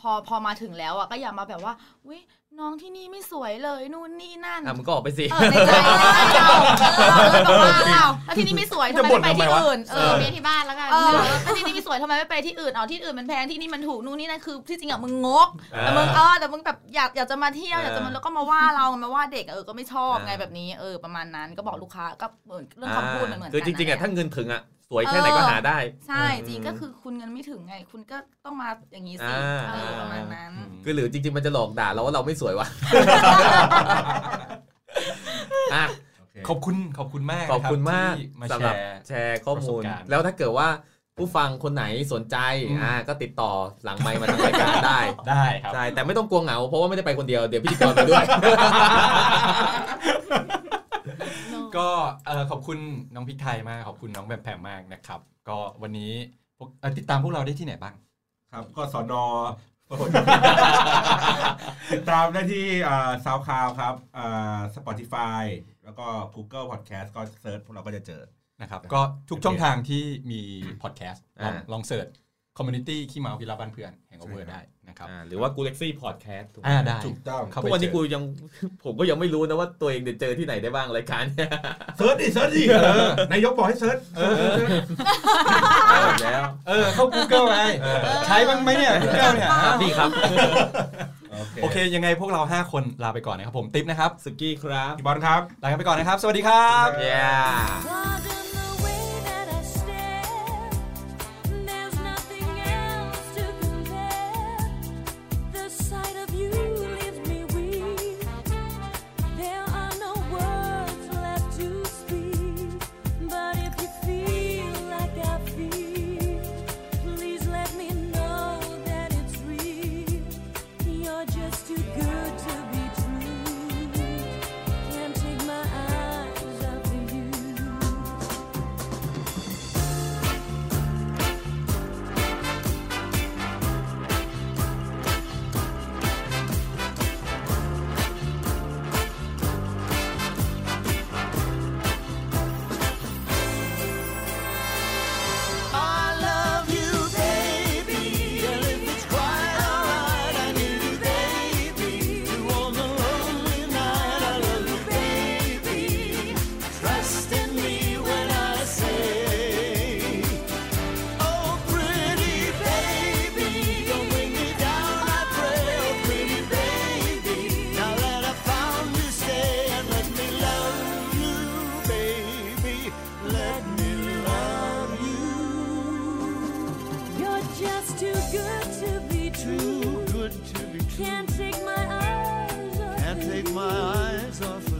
[SPEAKER 6] พอพอมาถึงแล้วอ่ะก็อย่ามาแบบว่าอุ้ยน้องที่นี่ไม่สวยเลยนู่นนี่นั่น
[SPEAKER 2] อ่ะมึงก็ออกไปสิ
[SPEAKER 6] เออในใจในใจเราเออเราแบบว่าอ้าวแล้วที่นี่ไม่สวยทำไมไม่ไปที่อื่น
[SPEAKER 4] เอ
[SPEAKER 6] เอ
[SPEAKER 4] อ
[SPEAKER 6] อ
[SPEAKER 4] เมียที่บ้านแล้วกัน
[SPEAKER 6] เออแล้วที่นี่ไม่สวยทำไมไม่ไปที่อื่นเอาที่อื่นมันแพงที่นี่มันถูกนู่นนี่นั่นคือที่จริงอ่ะมึงงก
[SPEAKER 2] เออ
[SPEAKER 6] แต่มึงเออแต่มึงแบบอยากอยากจะมาเที่ยว
[SPEAKER 2] เอออ
[SPEAKER 6] อยากจะมาแล้วก็มาว่าเรามาว่าเด็กเออก็ไม่ชอบไง
[SPEAKER 2] เออ
[SPEAKER 6] แบบนี้เออประมาณนั้นก็บอกลูกค้าก็เหมือนเรื่องคำพูดมันเหมือนกัน
[SPEAKER 2] คือจริงๆอะ
[SPEAKER 6] น
[SPEAKER 2] ถ้าเงินถึงอะสวยแค่ไหนก็หาได้
[SPEAKER 6] ใช่จริงก็คือคุณเงินไม่ถึงไง คุณก็ต้องมาอย่างนี้สิ
[SPEAKER 2] อ่า
[SPEAKER 6] เออประมาณนั้น
[SPEAKER 2] คือหรือจริง ๆ มันจะหลอกด่าเราว่าเราไม่สวยวะ อ่ะ
[SPEAKER 1] ขอบคุณขอบคุณมากนะ
[SPEAKER 2] ขอบคุณมาก
[SPEAKER 1] ที่มา
[SPEAKER 2] สำ
[SPEAKER 1] แช
[SPEAKER 2] หรับ
[SPEAKER 1] ร์
[SPEAKER 2] แชร์ข้อมูล
[SPEAKER 1] ประสบการณ์
[SPEAKER 2] แล้วถ้าเกิดว่าผู้ฟังคนไหนสนใจ
[SPEAKER 1] อืม
[SPEAKER 2] อ่าก็ติดต่อหลังไมค์มาทางรายการได้
[SPEAKER 1] ได้ครับ
[SPEAKER 2] ใช่แต่ไม่ต้องกลัวเหงาเพราะว่าไม่ได้ไปคนเดียวเดี๋ยวพิธีกรไปด้วย
[SPEAKER 1] ก็เอ่อขอบคุณน้องพริกไทยมาก ขอบคุณน้องแบมแพมมากนะครับ ก็วันนี้พวกเอ่อติดตามพวกเราได้ที่ไหนบ้าง
[SPEAKER 3] ครับ ก็สอนอติดตามได้ที่ซาวคาวครับสปอติฟายแล้วก็ Google Podcast ก็เซิร์ชพวกเราก็จะเจอ
[SPEAKER 1] นะครับ
[SPEAKER 3] ครับ
[SPEAKER 1] ก็ทุกช่องทางที่มีพอดแคสต์ลอง
[SPEAKER 2] อ่า
[SPEAKER 1] ลองเสิร์ชคอมมูนิตี้ขี้เมากีฬาบ้านเพื่อนแห่งเวอร์ได้นะครับ
[SPEAKER 2] อ่าหรือว่ากูเล็กซี่พอดแคสต์
[SPEAKER 1] อ่าได้
[SPEAKER 3] ถูกต้อง
[SPEAKER 1] เข้าไป
[SPEAKER 2] ทุกวันนี้
[SPEAKER 1] เจอ
[SPEAKER 2] กูยัง ผมก็ยังไม่รู้นะว่าตัวเองเดี๋ยวเจอที่ไหนได้บ้างรายการเนี่ย
[SPEAKER 3] เซิร์ชดิเซิร์ชดินายกบอกให้เซิร์ช
[SPEAKER 2] เอาอีกแล้ว
[SPEAKER 1] เออเข้า Google ไงใช้บ้างไหมเนี่ย Google เนี่ย
[SPEAKER 2] ครับพี่ครับ
[SPEAKER 1] โอเค ยังไงพวกเรา 5 คนลาไปก่อนนะครับผมติ๊บนะครับ
[SPEAKER 2] สกี้ครับ
[SPEAKER 3] พี่บอลครับ
[SPEAKER 1] ลากันไปก่อนนะครับ สวัสดีครับ
[SPEAKER 2] เย้
[SPEAKER 7] Loving the way that I stare. There's nothing else to compare. The sight of you leaves me weak. There are no words left to speak. But if you feel like I feel, please let me know that it's real. You're just too good to be true. Can't take my eyes off of you.
[SPEAKER 8] I love you, baby. And if it's quite alright, I need you, baby. Through all the lonely night, I love you, baby. Trust in me when I say, Oh, pretty baby, don't bring me down, I pray. Oh, pretty baby, now that I found you, stay and let me love you, baby. Let me love you.
[SPEAKER 7] You're just too good to be
[SPEAKER 8] Too
[SPEAKER 7] true.
[SPEAKER 8] good to be true.
[SPEAKER 7] Can't take my eyes off
[SPEAKER 8] Can't
[SPEAKER 7] of
[SPEAKER 8] take
[SPEAKER 7] you.
[SPEAKER 8] my eyes off of "Oh,